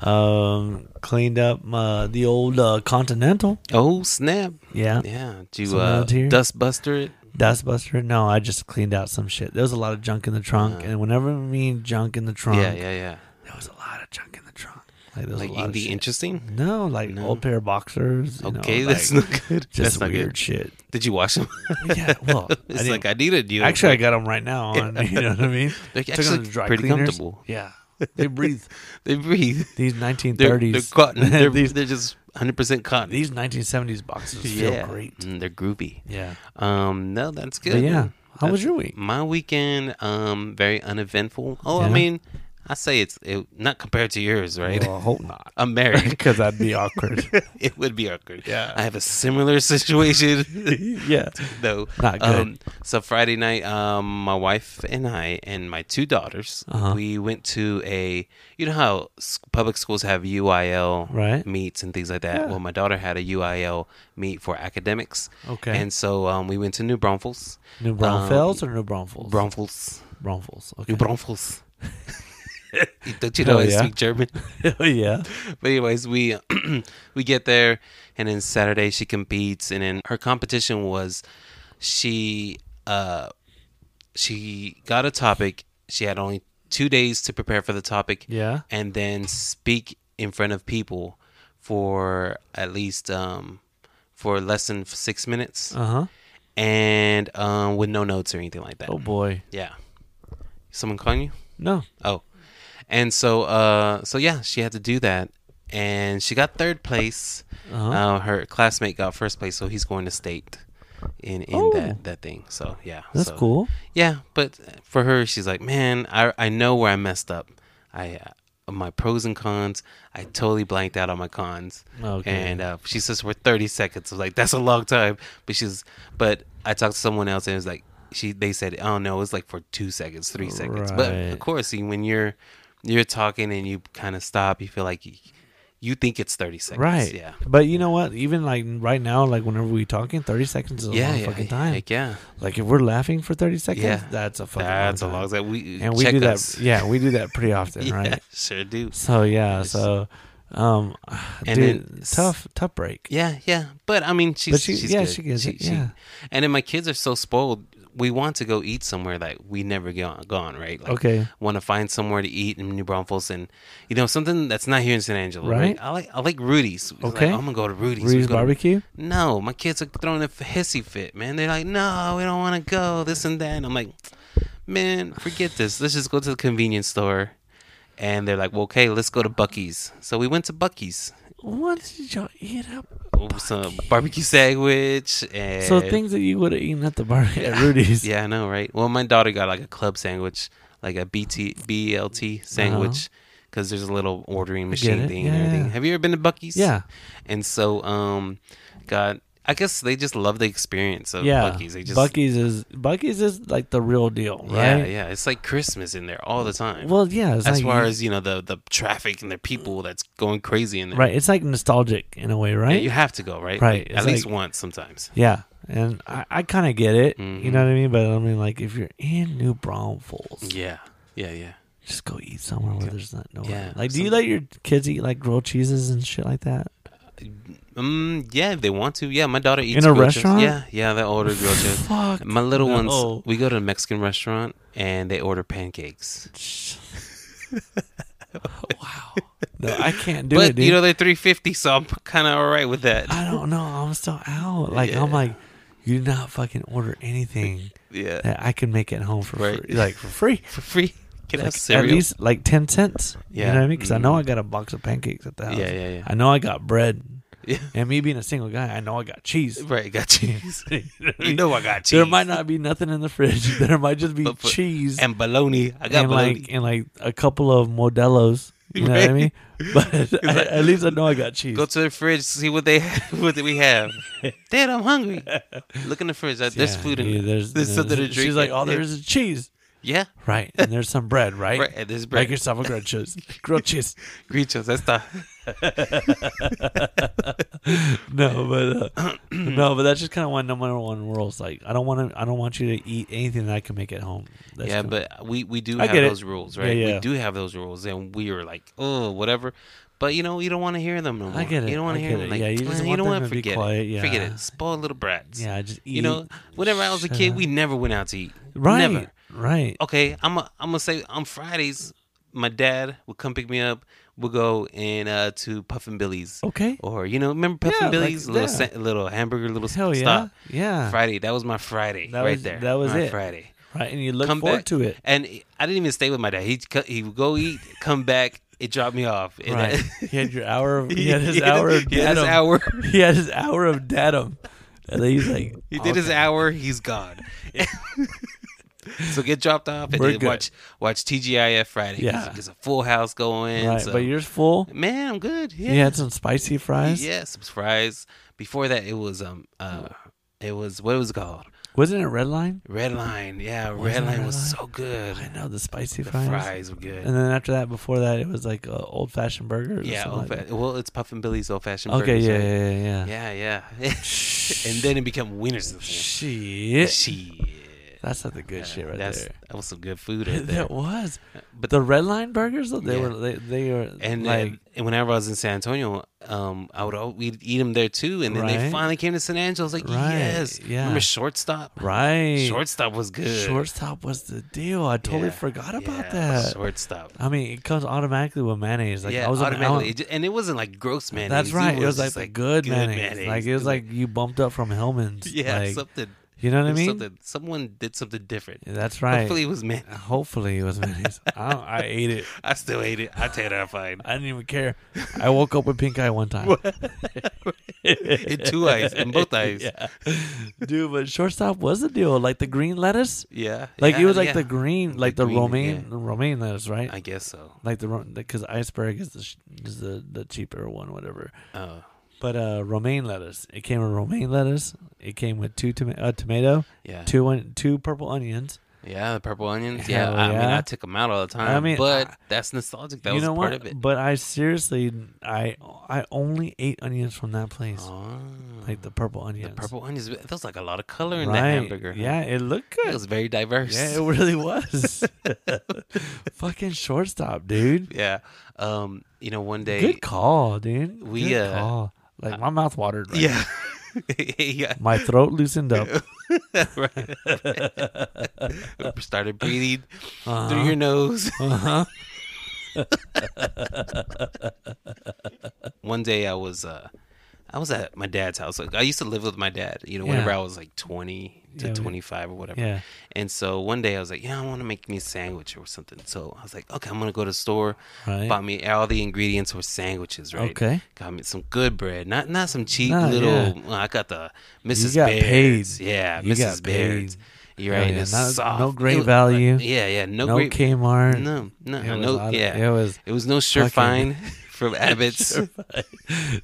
Speaker 2: Um, cleaned up uh, the old uh, Continental.
Speaker 1: oh snap,
Speaker 2: Yeah,
Speaker 1: yeah. Did you
Speaker 2: Some
Speaker 1: uh,
Speaker 2: volunteer?
Speaker 1: dust buster it?
Speaker 2: Dustbuster. No, I just cleaned out some shit. There was a lot of junk in the trunk,
Speaker 1: Uh-huh.
Speaker 2: and whenever I mean junk in the trunk,
Speaker 1: Yeah, yeah, yeah.
Speaker 2: there was a lot of junk in the trunk. Like there was
Speaker 1: Like
Speaker 2: a lot of
Speaker 1: indie
Speaker 2: shit.
Speaker 1: interesting.
Speaker 2: no, like
Speaker 1: No.
Speaker 2: old pair of boxers. you know,
Speaker 1: Okay,
Speaker 2: like,
Speaker 1: that's not good.
Speaker 2: just
Speaker 1: that's not
Speaker 2: weird
Speaker 1: good.
Speaker 2: shit.
Speaker 1: Did you wash them?
Speaker 2: Yeah, well, I
Speaker 1: it's
Speaker 2: didn't-
Speaker 1: like I needed you.
Speaker 2: Actually, I got them right now. On,
Speaker 1: Yeah.
Speaker 2: You know what I mean?
Speaker 1: they're
Speaker 2: Took 'em
Speaker 1: actually
Speaker 2: to dry
Speaker 1: pretty
Speaker 2: cleaners.
Speaker 1: comfortable.
Speaker 2: Yeah, they breathe.
Speaker 1: They breathe.
Speaker 2: These
Speaker 1: They're, they're
Speaker 2: 1930s,
Speaker 1: cotton. They're,
Speaker 2: These-
Speaker 1: they're just 100 percent cotton.
Speaker 2: these 1970s boxes
Speaker 1: yeah,
Speaker 2: feel great.
Speaker 1: Mm, they're groovy.
Speaker 2: Yeah,
Speaker 1: Um, no, that's
Speaker 2: But
Speaker 1: good.
Speaker 2: yeah.
Speaker 1: man.
Speaker 2: How was
Speaker 1: That's-
Speaker 2: your week?
Speaker 1: My weekend, um, very uneventful. Oh, I
Speaker 2: Yeah.
Speaker 1: mean, I say it's it, not compared to yours, right?
Speaker 2: Well, I hope not,
Speaker 1: I'm married.
Speaker 2: because that'd be awkward.
Speaker 1: it would be awkward.
Speaker 2: Yeah.
Speaker 1: I have a similar situation,
Speaker 2: yeah,
Speaker 1: though.
Speaker 2: Not good.
Speaker 1: Um, so Friday night, um, my wife and I and my two daughters,
Speaker 2: Uh-huh.
Speaker 1: we went to a. You know how s- public schools have UIL
Speaker 2: Right.
Speaker 1: meets and things like that.
Speaker 2: Yeah.
Speaker 1: Well, my daughter had a UIL meet for academics.
Speaker 2: Okay.
Speaker 1: And so um, we went to New Braunfels.
Speaker 2: New Braunfels or New Braunfels?
Speaker 1: Braunfels.
Speaker 2: Braunfels. Okay.
Speaker 1: Um, New Braunfels. Don't you know
Speaker 2: Hell
Speaker 1: I
Speaker 2: yeah.
Speaker 1: speak German?
Speaker 2: Oh, yeah.
Speaker 1: But anyways, we we get there, and then Saturday she competes, and then her competition was she uh she got a topic. She had only two days to prepare for the topic,
Speaker 2: Yeah.
Speaker 1: and then speak in front of people for at least um for less than six minutes,
Speaker 2: Uh huh.
Speaker 1: and um with no notes or anything like that.
Speaker 2: Oh boy.
Speaker 1: Yeah, someone calling you.
Speaker 2: No.
Speaker 1: Oh. And so uh so yeah, she had to do that and she got third place.
Speaker 2: Uh-huh.
Speaker 1: Uh, her classmate got first place, so he's going to state in in
Speaker 2: Oh.
Speaker 1: that that thing. So yeah.
Speaker 2: That's
Speaker 1: so-
Speaker 2: cool.
Speaker 1: Yeah, but for her she's like, "Man, I I know where I messed up. I uh, my pros and cons. I totally blanked out on my cons."
Speaker 2: Okay.
Speaker 1: And uh, she says we're 30 seconds. I was like, that's a long time. But she's, but I talked to someone else and it was like, she, they said, oh no, it was like for two seconds, three seconds. But of
Speaker 2: Right.
Speaker 1: course, you- when you're, you're talking and you kind of stop, you feel like you, you think it's 30 seconds.
Speaker 2: right.
Speaker 1: Yeah.
Speaker 2: But you know what? Even like right now, like whenever we talking, thirty seconds is a
Speaker 1: Yeah.
Speaker 2: long
Speaker 1: yeah
Speaker 2: fucking time.
Speaker 1: Like, yeah.
Speaker 2: Like if we're laughing for thirty seconds,
Speaker 1: Yeah.
Speaker 2: that's a fucking
Speaker 1: That's a
Speaker 2: long time.
Speaker 1: long time. We,
Speaker 2: And we
Speaker 1: check
Speaker 2: do that.
Speaker 1: us.
Speaker 2: Yeah, we do that pretty often,
Speaker 1: Yeah,
Speaker 2: right?
Speaker 1: Sure do.
Speaker 2: So yeah,
Speaker 1: Yes.
Speaker 2: so um,
Speaker 1: And
Speaker 2: dude,
Speaker 1: then-
Speaker 2: tough, tough break.
Speaker 1: Yeah, yeah. But I mean, she's,
Speaker 2: But she-
Speaker 1: she's
Speaker 2: yeah,
Speaker 1: good.
Speaker 2: she gets it, yeah.
Speaker 1: And then my kids are so spoiled. We want to go eat somewhere like we never gone, gone right? Like,
Speaker 2: Okay.
Speaker 1: Want to find somewhere to eat in New Braunfels and you know something that's not here in San Angelo, right?
Speaker 2: Right.
Speaker 1: I like I like Rudy's. It's like, "Oh,
Speaker 2: Okay.
Speaker 1: I'm gonna go to Rudy's. We
Speaker 2: Rudy's
Speaker 1: go to-
Speaker 2: barbecue.
Speaker 1: no, my kids are throwing a f- hissy fit, man. They're like, no, we don't want to go, this and that. And I'm like, man, forget this. Let's just go to the convenience store. And they're like, well, okay, let's go to Bucky's. So we went to Bucky's.
Speaker 2: What did y'all eat up?
Speaker 1: Some barbecue sandwich and
Speaker 2: So things that you would have eaten at the bar at Rudy's.
Speaker 1: Yeah, I know, right? Well, my daughter got like a club sandwich, like a BT BLT E sandwich, because there's a little ordering machine
Speaker 2: Uh-huh. it.
Speaker 1: thing
Speaker 2: Yeah,
Speaker 1: and everything.
Speaker 2: yeah.
Speaker 1: Have you ever been to Bucky's?
Speaker 2: Yeah.
Speaker 1: And so, um, got I guess they just love the experience of
Speaker 2: yeah.
Speaker 1: Bucky's. They just
Speaker 2: Bucky's is Bucky's is like the real deal,
Speaker 1: yeah,
Speaker 2: right?
Speaker 1: yeah. It's like Christmas in there all the time.
Speaker 2: Well, yeah, it's
Speaker 1: as
Speaker 2: like,
Speaker 1: far as you know, the the traffic and the people that's going crazy in there.
Speaker 2: right, it's like nostalgic in a way,
Speaker 1: Yeah,
Speaker 2: right?
Speaker 1: You
Speaker 2: Yeah,
Speaker 1: have to go, right?
Speaker 2: Right,
Speaker 1: Like,
Speaker 2: it's
Speaker 1: at least
Speaker 2: like-
Speaker 1: once sometimes.
Speaker 2: and I, I kind of get it, you
Speaker 1: Mhm.
Speaker 2: know what I mean. But I mean, like if you're in New Braunfels,
Speaker 1: Yeah. Yeah. Yeah.
Speaker 2: just go eat somewhere where there's not no.
Speaker 1: Yeah,
Speaker 2: like, do you
Speaker 1: some-
Speaker 2: let your kids eat like grilled cheeses and shit like that?
Speaker 1: Um. Yeah, they want to. Yeah, my daughter eats
Speaker 2: a
Speaker 1: grilled chips.
Speaker 2: restaurant? Oh.
Speaker 1: Yeah, yeah, they order grilled chips.
Speaker 2: Fuck,
Speaker 1: My little
Speaker 2: No.
Speaker 1: ones, we go to a Mexican restaurant and they order pancakes.
Speaker 2: wow, no, I can't do
Speaker 1: but
Speaker 2: it, dude.
Speaker 1: you know they're three fifty, so I'm kind of all right with that.
Speaker 2: I don't know. I'm still out. Like I'm
Speaker 1: Yeah.
Speaker 2: like, you did not fucking order anything
Speaker 1: yeah,
Speaker 2: that I can make at home for
Speaker 1: Right.
Speaker 2: free, like for free.
Speaker 1: for free. Can I have
Speaker 2: Like, at
Speaker 1: cereal?
Speaker 2: least like ten cents. Yeah.
Speaker 1: Yeah.
Speaker 2: You know what I mean? Because I know
Speaker 1: Mhm.
Speaker 2: I got a box of pancakes at the house.
Speaker 1: yeah, yeah, yeah.
Speaker 2: I know I got bread,
Speaker 1: yeah.
Speaker 2: and me being a single guy, I know I got cheese.
Speaker 1: Right, got cheese. you know I got cheese.
Speaker 2: There might not be nothing in the fridge. There might just be
Speaker 1: But for-
Speaker 2: cheese
Speaker 1: and bologna. I got
Speaker 2: and
Speaker 1: bologna.
Speaker 2: like and like a couple of Modelo's. You know what I mean? But
Speaker 1: like-
Speaker 2: at least I know I got cheese.
Speaker 1: Go to the fridge, see what they what we have. Dad, I'm hungry. Look in the fridge. There's
Speaker 2: Yeah,
Speaker 1: food in
Speaker 2: dude,
Speaker 1: there. There's,
Speaker 2: there's
Speaker 1: something to
Speaker 2: She's
Speaker 1: drink.
Speaker 2: like,
Speaker 1: in
Speaker 2: oh,
Speaker 1: there."
Speaker 2: there's a cheese.
Speaker 1: Yeah.
Speaker 2: Right. And there's some bread, right?
Speaker 1: Right, and there's
Speaker 2: Make
Speaker 1: bread.
Speaker 2: yourself a grilled cheese. Grilled cheese.
Speaker 1: Grichos. That's the.
Speaker 2: No, but uh, no, but that's just kind of one number one rules. Like, I don't want to. I don't want you to eat anything that I can make at home. That's
Speaker 1: yeah,
Speaker 2: kinda-
Speaker 1: but we we do
Speaker 2: I
Speaker 1: have
Speaker 2: get it.
Speaker 1: those rules, right?
Speaker 2: Yeah, yeah.
Speaker 1: We do have those rules, and we were like, oh, whatever. But you know, you don't want to hear them no more.
Speaker 2: I get it.
Speaker 1: You don't want
Speaker 2: I
Speaker 1: to hear
Speaker 2: get
Speaker 1: them.
Speaker 2: it.
Speaker 1: Like,
Speaker 2: Yeah, you just
Speaker 1: "Man,
Speaker 2: want
Speaker 1: don't
Speaker 2: them
Speaker 1: wanna
Speaker 2: to be
Speaker 1: forget
Speaker 2: quiet,
Speaker 1: It. Forget
Speaker 2: yeah.
Speaker 1: it. Spoiled little brats.
Speaker 2: yeah, just eat.
Speaker 1: You know, whenever I was a
Speaker 2: Shut
Speaker 1: kid,
Speaker 2: up.
Speaker 1: we never went out to eat.
Speaker 2: right,
Speaker 1: Never. Oh,
Speaker 2: right.
Speaker 1: okay, I'm a, I'm gonna say on Fridays, my dad would come pick me up. We'll go and uh, to Puffin Billy's,
Speaker 2: Okay.
Speaker 1: or you know, remember Puffin
Speaker 2: Yeah, like-
Speaker 1: Billy's, little
Speaker 2: yeah.
Speaker 1: sa- little hamburger, little
Speaker 2: Hell yeah,
Speaker 1: stop.
Speaker 2: yeah.
Speaker 1: Friday, that was my Friday
Speaker 2: That
Speaker 1: right
Speaker 2: was-
Speaker 1: there.
Speaker 2: that was
Speaker 1: my
Speaker 2: it.
Speaker 1: Friday.
Speaker 2: Right, and you look forward
Speaker 1: back
Speaker 2: to it.
Speaker 1: and I didn't even stay with my dad. He he would go eat, come back, it dropped me off. And
Speaker 2: Right.
Speaker 1: I-
Speaker 2: he had your hour. Of, he had his hour. Of
Speaker 1: He had his
Speaker 2: datum.
Speaker 1: hour.
Speaker 2: He had his hour of datum. And then he's like,
Speaker 1: He did his
Speaker 2: "Okay,
Speaker 1: hour. He's gone. so get dropped off and
Speaker 2: We're
Speaker 1: then
Speaker 2: good.
Speaker 1: watch watch TGIF Friday. 'cause
Speaker 2: Yeah.
Speaker 1: there's a full house going.
Speaker 2: Right,
Speaker 1: so-
Speaker 2: but you're full.
Speaker 1: man, I'm good.
Speaker 2: You
Speaker 1: Yeah,
Speaker 2: had some spicy fries.
Speaker 1: yeah, some fries. Before that, it was um uh, it was what it was called
Speaker 2: Wasn't it red line?
Speaker 1: Red Line. Yeah, Red
Speaker 2: Wasn't it
Speaker 1: Line
Speaker 2: Red
Speaker 1: was
Speaker 2: Line?
Speaker 1: so good.
Speaker 2: I know the spicy
Speaker 1: The
Speaker 2: fries.
Speaker 1: fries were good.
Speaker 2: And then after that, before that, it was like uh, old fashioned burgers.
Speaker 1: yeah,
Speaker 2: old
Speaker 1: old fa- well, it's Puffin Billy's old fashioned.
Speaker 2: Okay,
Speaker 1: burgers,
Speaker 2: yeah,
Speaker 1: right?
Speaker 2: yeah, yeah, yeah.
Speaker 1: Yeah, yeah. and then it became winners.
Speaker 2: Shit,
Speaker 1: Shit.
Speaker 2: that's not the good shit right
Speaker 1: That's,
Speaker 2: there.
Speaker 1: That was some good food right there.
Speaker 2: That was,
Speaker 1: But
Speaker 2: but the red line burgers though they
Speaker 1: Yeah.
Speaker 2: were they they were
Speaker 1: and,
Speaker 2: like
Speaker 1: and and whenever I was in San Antonio, um, I would al- we'd eat them there too. And then they
Speaker 2: Right.
Speaker 1: finally came to San Angelo. I was like,
Speaker 2: Right,
Speaker 1: yes.
Speaker 2: yeah.
Speaker 1: Remember shortstop?
Speaker 2: right
Speaker 1: Shortstop was good.
Speaker 2: Shortstop was the deal. I totally
Speaker 1: Yeah,
Speaker 2: forgot about
Speaker 1: yeah,
Speaker 2: that.
Speaker 1: Shortstop.
Speaker 2: I mean, it comes automatically with mayonnaise. Like
Speaker 1: yeah,
Speaker 2: I was on- I
Speaker 1: automatically.
Speaker 2: was-
Speaker 1: It ju- and it wasn't like gross mayonnaise.
Speaker 2: that's right. It was
Speaker 1: just,
Speaker 2: like, the good, mayonnaise. Like it was
Speaker 1: It
Speaker 2: like you bumped up from Hellman's.
Speaker 1: yeah,
Speaker 2: like,
Speaker 1: something.
Speaker 2: you know what I
Speaker 1: it was
Speaker 2: mean?
Speaker 1: something- Someone did something different.
Speaker 2: That's right.
Speaker 1: Hopefully
Speaker 2: Hopefully,
Speaker 1: it was man.
Speaker 2: it was mayonnaise. I, don't- I ate it.
Speaker 1: I still ate it. I terrified.
Speaker 2: I didn't even care. I woke up with pink eye one time.
Speaker 1: in two eyes, in both eyes.
Speaker 2: yeah. Dude, but shortstop was the deal. Like the green lettuce.
Speaker 1: Yeah.
Speaker 2: Like
Speaker 1: yeah,
Speaker 2: it was like
Speaker 1: yeah.
Speaker 2: the green, like the,
Speaker 1: green,
Speaker 2: romaine,
Speaker 1: yeah.
Speaker 2: the romaine lettuce, right?
Speaker 1: I guess so.
Speaker 2: like the because iceberg is the sh- is the, the cheaper one, whatever.
Speaker 1: Oh,
Speaker 2: But uh, romaine lettuce. It came with romaine lettuce. It came with two toma- uh, tomato,
Speaker 1: yeah.
Speaker 2: two on- two purple onions.
Speaker 1: Yeah, the purple onions. Yeah,
Speaker 2: Hell
Speaker 1: I mean,
Speaker 2: yeah.
Speaker 1: I took them out all the time.
Speaker 2: mean,
Speaker 1: but
Speaker 2: I-
Speaker 1: that's nostalgic. That
Speaker 2: you
Speaker 1: was
Speaker 2: know
Speaker 1: part
Speaker 2: what?
Speaker 1: of it.
Speaker 2: But I seriously, I I only ate onions from that place,
Speaker 1: Oh,
Speaker 2: like the purple
Speaker 1: the
Speaker 2: onions.
Speaker 1: purple onions. There was like a lot of color in
Speaker 2: right?
Speaker 1: that hamburger. huh?
Speaker 2: Yeah, it looked
Speaker 1: it
Speaker 2: good.
Speaker 1: was very diverse.
Speaker 2: Yeah, it really was. Fucking shortstop, dude.
Speaker 1: Yeah. Um, you know, one day.
Speaker 2: Good call, dude.
Speaker 1: we,
Speaker 2: Good
Speaker 1: uh,
Speaker 2: call. Like my mouth watered. Right
Speaker 1: Yeah. yeah.
Speaker 2: My throat loosened up.
Speaker 1: right. Started breathing through
Speaker 2: Uh-huh.
Speaker 1: your nose.
Speaker 2: Uh-huh.
Speaker 1: one day I was uh I was at my dad's house. Like, I used to live with my dad, you know, whenever
Speaker 2: Yeah.
Speaker 1: I was like 20 to
Speaker 2: Yeah, we-
Speaker 1: 25 or whatever.
Speaker 2: Yeah.
Speaker 1: And so one day I was like, yeah, I want to make me a sandwich or something. So I was like, okay, I'm going to go to the store.
Speaker 2: Right.
Speaker 1: Bought me all the ingredients for sandwiches, right?
Speaker 2: Okay.
Speaker 1: Got me some good bread. Not not some cheap
Speaker 2: Nah,
Speaker 1: little.
Speaker 2: yeah.
Speaker 1: well, I got the Mrs.
Speaker 2: got
Speaker 1: Baird's.
Speaker 2: paid.
Speaker 1: Yeah,
Speaker 2: You got
Speaker 1: Mrs. Baird's.
Speaker 2: paid.
Speaker 1: You're
Speaker 2: Oh,
Speaker 1: right.
Speaker 2: yeah.
Speaker 1: It's
Speaker 2: Not-
Speaker 1: soft.
Speaker 2: no great
Speaker 1: It was- uh,
Speaker 2: value.
Speaker 1: Yeah, yeah. No,
Speaker 2: no
Speaker 1: great.
Speaker 2: Kmart.
Speaker 1: No, no,
Speaker 2: It was
Speaker 1: no.
Speaker 2: out of-
Speaker 1: Yeah.
Speaker 2: It was.
Speaker 1: It was no sure
Speaker 2: Fucking-
Speaker 1: fine from Abbott's.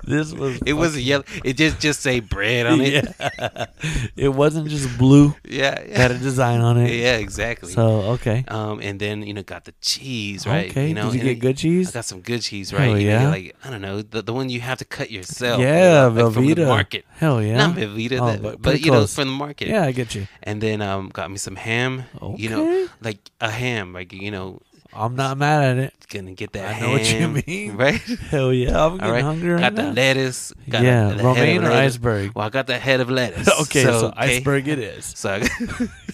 Speaker 2: This was.
Speaker 1: It was yellow. It just just say bread on it. Yeah,
Speaker 2: Yeah. it wasn't just blue.
Speaker 1: yeah,
Speaker 2: It had a design on it.
Speaker 1: yeah, exactly.
Speaker 2: So okay.
Speaker 1: um, and then you know got the cheese right.
Speaker 2: okay.
Speaker 1: you know,
Speaker 2: Did you
Speaker 1: and
Speaker 2: get
Speaker 1: it-
Speaker 2: good
Speaker 1: I
Speaker 2: cheese?
Speaker 1: got some good cheese right.
Speaker 2: Hell
Speaker 1: you know,
Speaker 2: yeah.
Speaker 1: like I don't know the, the one you have to cut yourself.
Speaker 2: yeah,
Speaker 1: you know, like, from
Speaker 2: Velveeta.
Speaker 1: the market.
Speaker 2: Hell yeah.
Speaker 1: Not Velveeta,
Speaker 2: Oh,
Speaker 1: that- but,
Speaker 2: but pretty
Speaker 1: you know
Speaker 2: close.
Speaker 1: from the market.
Speaker 2: Yeah, I get you.
Speaker 1: And then um, got me some ham. You know,
Speaker 2: Okay.
Speaker 1: like a ham, like you know,
Speaker 2: I'm not mad at it.
Speaker 1: gonna get that.
Speaker 2: I know what you
Speaker 1: ham,
Speaker 2: mean.
Speaker 1: right?
Speaker 2: Hell yeah. I'm
Speaker 1: All
Speaker 2: getting
Speaker 1: right.
Speaker 2: hungry right
Speaker 1: got
Speaker 2: now.
Speaker 1: the lettuce. Got
Speaker 2: yeah,
Speaker 1: the, the head
Speaker 2: romaine or
Speaker 1: of lettuce.
Speaker 2: iceberg.
Speaker 1: Well, I got the head of lettuce.
Speaker 2: okay, so,
Speaker 1: okay.
Speaker 2: iceberg it is.
Speaker 1: So I,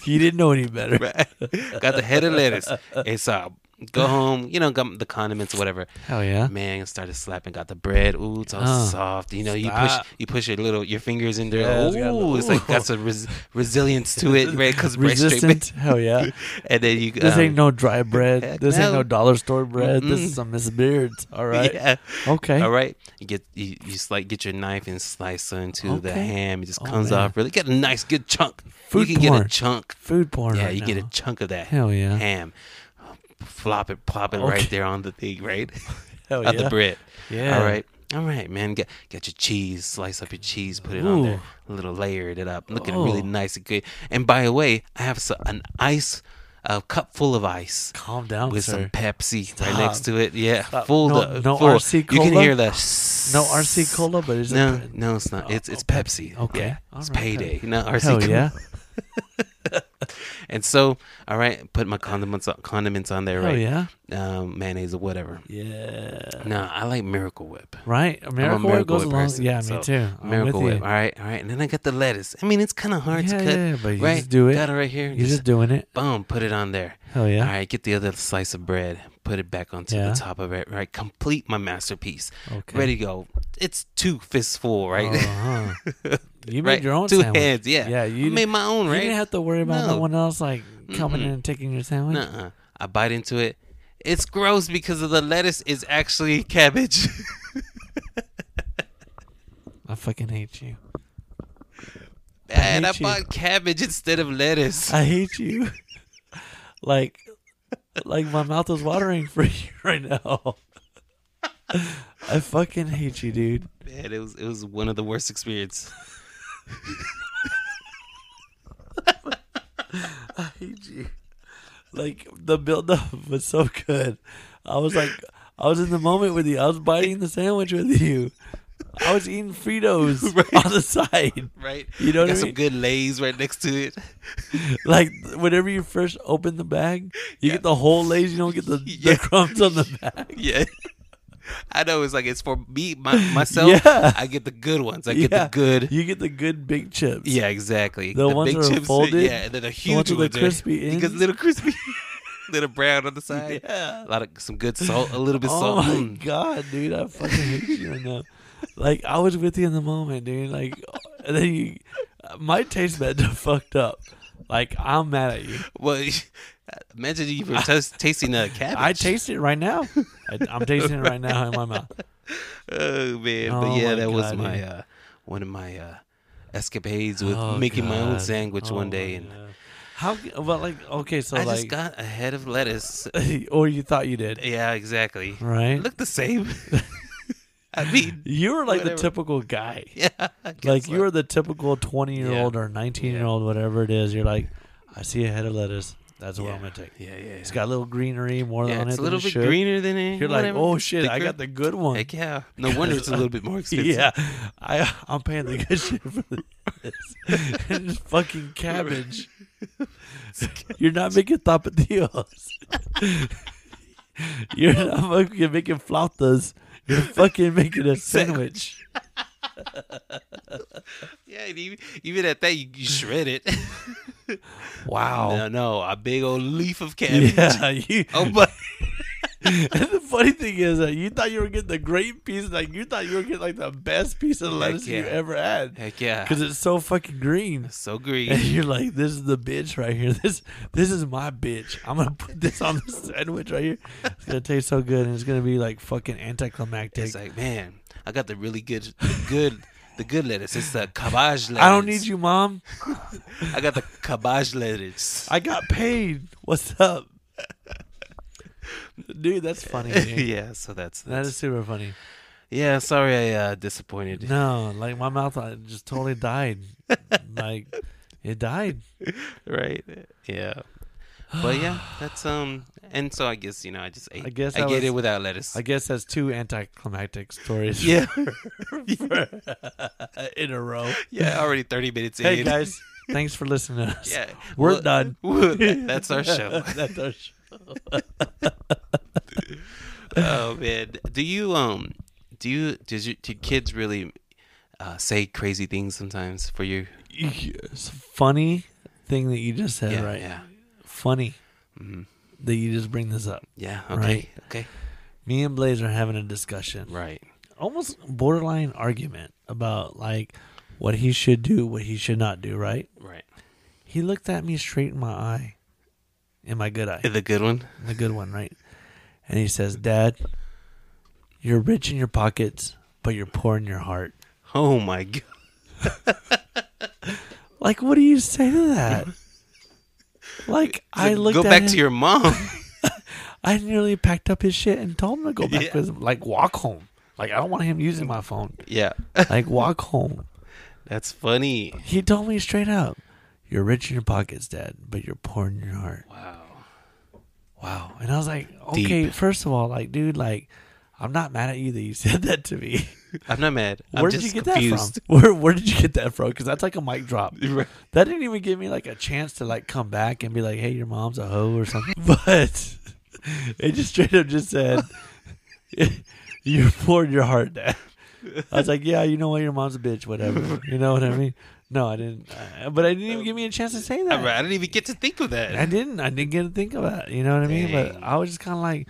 Speaker 2: He didn't know any better.
Speaker 1: Right. got the head of lettuce. It's uh, go home, you know, got the condiments, whatever.
Speaker 2: Hell yeah.
Speaker 1: Man, I started slapping. Got the bread. Ooh, it's all
Speaker 2: Uh,
Speaker 1: soft. You know,
Speaker 2: stop.
Speaker 1: you push, you push your little, your fingers in there.
Speaker 2: Yeah, it's got a
Speaker 1: ooh,
Speaker 2: little-
Speaker 1: it's like got some res- resilience to it, right? Because
Speaker 2: Resistant. Hell yeah.
Speaker 1: And then you.
Speaker 2: This
Speaker 1: um,
Speaker 2: ain't no dry bread.
Speaker 1: heck
Speaker 2: This ain't
Speaker 1: no.
Speaker 2: no dollar store bread. This
Speaker 1: Mm-mm.
Speaker 2: is some Miss Beards. All right.
Speaker 1: Yeah.
Speaker 2: Okay.
Speaker 1: All right. You get you, you like get your knife and slice into the
Speaker 2: Okay.
Speaker 1: ham. It just
Speaker 2: Oh,
Speaker 1: comes
Speaker 2: man.
Speaker 1: off really. Get a nice good chunk.
Speaker 2: Food
Speaker 1: you can get
Speaker 2: porn.
Speaker 1: a chunk.
Speaker 2: Food porn.
Speaker 1: Yeah,
Speaker 2: right
Speaker 1: you get a
Speaker 2: now.
Speaker 1: chunk of that
Speaker 2: Hell yeah.
Speaker 1: ham. Flop it, plop it
Speaker 2: Okay.
Speaker 1: right there on the thing, right?
Speaker 2: Hell
Speaker 1: on
Speaker 2: yeah.
Speaker 1: the bread.
Speaker 2: Yeah.
Speaker 1: All right. All right, man. Get get your cheese. Slice up your cheese. Put it on there. A little layered it up. Looking really
Speaker 2: Oh.
Speaker 1: nice and good. And by the way, I have so, an ice. a cup full of ice
Speaker 2: Calm down,
Speaker 1: with
Speaker 2: sir.
Speaker 1: some Pepsi right
Speaker 2: Stop.
Speaker 1: next to it. Yeah,
Speaker 2: Stop.
Speaker 1: full.
Speaker 2: No-
Speaker 1: the,
Speaker 2: no
Speaker 1: full.
Speaker 2: RC
Speaker 1: You can
Speaker 2: cola?
Speaker 1: hear the
Speaker 2: no RC cola, but it's
Speaker 1: No,
Speaker 2: a,
Speaker 1: no, it's not. It's it's
Speaker 2: oh,
Speaker 1: Pepsi.
Speaker 2: Okay.
Speaker 1: Yeah,
Speaker 2: All
Speaker 1: it's
Speaker 2: right,
Speaker 1: payday. No RC
Speaker 2: hell
Speaker 1: cola.
Speaker 2: yeah,
Speaker 1: And so, all right, put my condiments on, condiments on there,
Speaker 2: hell
Speaker 1: right?
Speaker 2: yeah,
Speaker 1: Um, mayonnaise or whatever.
Speaker 2: yeah.
Speaker 1: No, I like Miracle Whip.
Speaker 2: Right, a miracle, Whip
Speaker 1: Miracle
Speaker 2: goes
Speaker 1: Whip
Speaker 2: along.
Speaker 1: person,
Speaker 2: yeah, me
Speaker 1: so
Speaker 2: too. I'm
Speaker 1: Miracle
Speaker 2: with
Speaker 1: Whip.
Speaker 2: you.
Speaker 1: All right, all right. And then I got the lettuce. I mean, it's kind of hard
Speaker 2: yeah,
Speaker 1: to cut.
Speaker 2: yeah, yeah, but you
Speaker 1: right,
Speaker 2: just do it.
Speaker 1: Got it right here.
Speaker 2: You're
Speaker 1: Just,
Speaker 2: just doing it.
Speaker 1: boom, put it on there.
Speaker 2: Hell yeah.
Speaker 1: All right, get the other slice of bread, put it back onto
Speaker 2: Yeah.
Speaker 1: the top of it. Right, complete my masterpiece.
Speaker 2: Okay. Oh,
Speaker 1: Ready to go. It's two fists full, right?
Speaker 2: Uh-huh. You made
Speaker 1: right?
Speaker 2: your own
Speaker 1: two
Speaker 2: sandwich.
Speaker 1: hands. Yeah,
Speaker 2: Yeah,
Speaker 1: I
Speaker 2: you,
Speaker 1: made my own.
Speaker 2: you
Speaker 1: Right?
Speaker 2: didn't have to worry about
Speaker 1: No.
Speaker 2: no one else like coming in and taking your sandwich.
Speaker 1: Nuh-uh. I bite into it. It's gross because of the lettuce is actually cabbage.
Speaker 2: I fucking hate you.
Speaker 1: and I
Speaker 2: hate you.
Speaker 1: bought cabbage instead of lettuce.
Speaker 2: I hate you. like, like my mouth is watering for you right now. I fucking hate you, dude.
Speaker 1: Man, it was it was one of the worst experiences.
Speaker 2: I hate you. Like the build up was so good. I was like, I was in the moment with you. I was biting the sandwich with you. I was eating Fritos on the side.
Speaker 1: Right?
Speaker 2: You know what
Speaker 1: got
Speaker 2: I
Speaker 1: some
Speaker 2: mean?
Speaker 1: good lays right next to it.
Speaker 2: Like whenever you first open the bag, you get the whole lays. You don't get the,
Speaker 1: Yeah.
Speaker 2: the crumbs on the bag.
Speaker 1: yeah. I know it's like it's for me, my, myself.
Speaker 2: Yeah.
Speaker 1: I get the good ones. I get
Speaker 2: Yeah.
Speaker 1: the good.
Speaker 2: You get the good big chips.
Speaker 1: Yeah, exactly.
Speaker 2: The ones that are folded?
Speaker 1: Yeah, and then a huge
Speaker 2: ones with the
Speaker 1: one there.
Speaker 2: crispy
Speaker 1: You got
Speaker 2: ends?
Speaker 1: little crispy, little brown on the side.
Speaker 2: Yeah.
Speaker 1: A lot of some good salt, a little bit
Speaker 2: Oh
Speaker 1: salt.
Speaker 2: my
Speaker 1: Mm.
Speaker 2: god, dude! I fucking hate you right now. Like I was with you in the moment, dude. Like, and then you, my taste buds are fucked up. Like I'm mad at you.
Speaker 1: Well, imagine you were tas- tasting a cabbage.
Speaker 2: I taste it right now. I, I'm tasting it right now in my mouth.
Speaker 1: Oh man,
Speaker 2: Oh,
Speaker 1: but yeah,
Speaker 2: my
Speaker 1: that was
Speaker 2: God,
Speaker 1: my
Speaker 2: dude.
Speaker 1: uh, one of my uh, escapades with
Speaker 2: Oh,
Speaker 1: making my own
Speaker 2: God.
Speaker 1: sandwich
Speaker 2: Oh,
Speaker 1: one day,
Speaker 2: my
Speaker 1: and
Speaker 2: God. how? c- Well, like okay, so
Speaker 1: I just
Speaker 2: like,
Speaker 1: got a head of lettuce.
Speaker 2: or you thought you did,
Speaker 1: yeah, exactly.
Speaker 2: right?
Speaker 1: It looked the same. I mean,
Speaker 2: you were like
Speaker 1: whatever.
Speaker 2: the typical guy.
Speaker 1: yeah, I guess
Speaker 2: like
Speaker 1: so.
Speaker 2: you were the typical 20 year
Speaker 1: Yeah.
Speaker 2: old or 19 year old whatever it is you're like i see a head of lettuce that's what
Speaker 1: Yeah.
Speaker 2: i'm gonna take
Speaker 1: Yeah, yeah, yeah.
Speaker 2: it's got a little greenery more
Speaker 1: Yeah,
Speaker 2: on it
Speaker 1: it's a
Speaker 2: than
Speaker 1: little
Speaker 2: it
Speaker 1: bit
Speaker 2: should.
Speaker 1: greener than it.
Speaker 2: you're like oh shit i got the good one
Speaker 1: Heck yeah! No wonder it's a little bit more expensive.
Speaker 2: yeah i i'm paying the good shit for this And it's fucking cabbage you're not making tapatios you're not fucking making flautas you're fucking making a sandwich
Speaker 1: yeah. And even, even at that, you, you shred it.
Speaker 2: wow
Speaker 1: No, no, a big old leaf of cabbage.
Speaker 2: Oh. yeah you
Speaker 1: Oh my!
Speaker 2: And the funny thing is that you thought you were getting the great piece, like you thought you were getting like the best piece of lettuce
Speaker 1: yeah.
Speaker 2: you ever had,
Speaker 1: Heck yeah!
Speaker 2: because it's so fucking green.
Speaker 1: so
Speaker 2: And
Speaker 1: green.
Speaker 2: you're like, this is the bitch right here. This this is my bitch. I'm gonna put this on the sandwich right here. It's gonna taste so good, and it's gonna be like fucking anticlimactic.
Speaker 1: It's like, man, I got the really good, the good, the good lettuce. It's the cabbage lettuce.
Speaker 2: I don't need you, mom.
Speaker 1: I got the cabbage lettuce.
Speaker 2: I got paid. What's up, dude? That's funny. dude.
Speaker 1: yeah, so that's,
Speaker 2: That
Speaker 1: that's
Speaker 2: is super funny.
Speaker 1: yeah. Sorry, I uh, disappointed.
Speaker 2: No, like my mouth I just totally died. like it died.
Speaker 1: right yeah but yeah that's um and so i guess you know i just ate
Speaker 2: I guess
Speaker 1: i
Speaker 2: that
Speaker 1: get
Speaker 2: was-
Speaker 1: it without lettuce
Speaker 2: I guess that's two anticlimactic stories
Speaker 1: yeah
Speaker 2: in a row.
Speaker 1: yeah already 30 minutes
Speaker 2: Hey
Speaker 1: in
Speaker 2: guys, thanks for listening to us.
Speaker 1: yeah
Speaker 2: We're
Speaker 1: Well,
Speaker 2: done.
Speaker 1: well, that- that's our show
Speaker 2: that's our show.
Speaker 1: oh man do you um do you does your do kids really uh, say crazy things sometimes for you
Speaker 2: Yes. Funny thing that you just said,
Speaker 1: yeah
Speaker 2: right?
Speaker 1: yeah
Speaker 2: Funny
Speaker 1: Mhm.
Speaker 2: that you just bring this up.
Speaker 1: yeah okay
Speaker 2: Right.
Speaker 1: okay
Speaker 2: Me and Blaze are having a discussion,
Speaker 1: right
Speaker 2: almost borderline argument about like what he should do, what he should not do, right?
Speaker 1: right
Speaker 2: He looked at me straight in my eye, in my good eye.
Speaker 1: the good one
Speaker 2: the good one, right? And he says, "Dad, you're rich in your pockets, but you're poor in your heart."
Speaker 1: oh my god
Speaker 2: Like, what do you say to that? Like, I
Speaker 1: Like,
Speaker 2: looked
Speaker 1: go
Speaker 2: at
Speaker 1: back
Speaker 2: him,
Speaker 1: to your mom
Speaker 2: I nearly packed up his shit and told him to go back
Speaker 1: Yeah.
Speaker 2: with him. Like, walk home. Like, I don't want him using my phone.
Speaker 1: yeah
Speaker 2: Like, walk home.
Speaker 1: that's funny
Speaker 2: He told me straight up, "You're rich in your pockets, Dad, but you're poor in your heart."
Speaker 1: wow
Speaker 2: wow. And I was like,
Speaker 1: Deep.
Speaker 2: okay, first of all, like, dude, like, I'm not mad at you that you said that to me.
Speaker 1: I'm not mad. I'm
Speaker 2: Where did
Speaker 1: just
Speaker 2: you get
Speaker 1: confused.
Speaker 2: that from? Where Where did you get that from? Because that's like a mic drop.
Speaker 1: Right.
Speaker 2: That didn't even give me like a chance to like come back and be like, "Hey, your mom's a hoe" or something. But it just straight up just said, "You poured your heart down." I was like, "Yeah, you know what? Your mom's a bitch. Whatever. You know what I mean?" No, I didn't. Uh, but I didn't even give me a chance to say
Speaker 1: All
Speaker 2: that.
Speaker 1: right, I didn't even get to think of that.
Speaker 2: I didn't. I didn't get to think about it. You know what I mean? But
Speaker 1: Dang.
Speaker 2: I was just kind of like,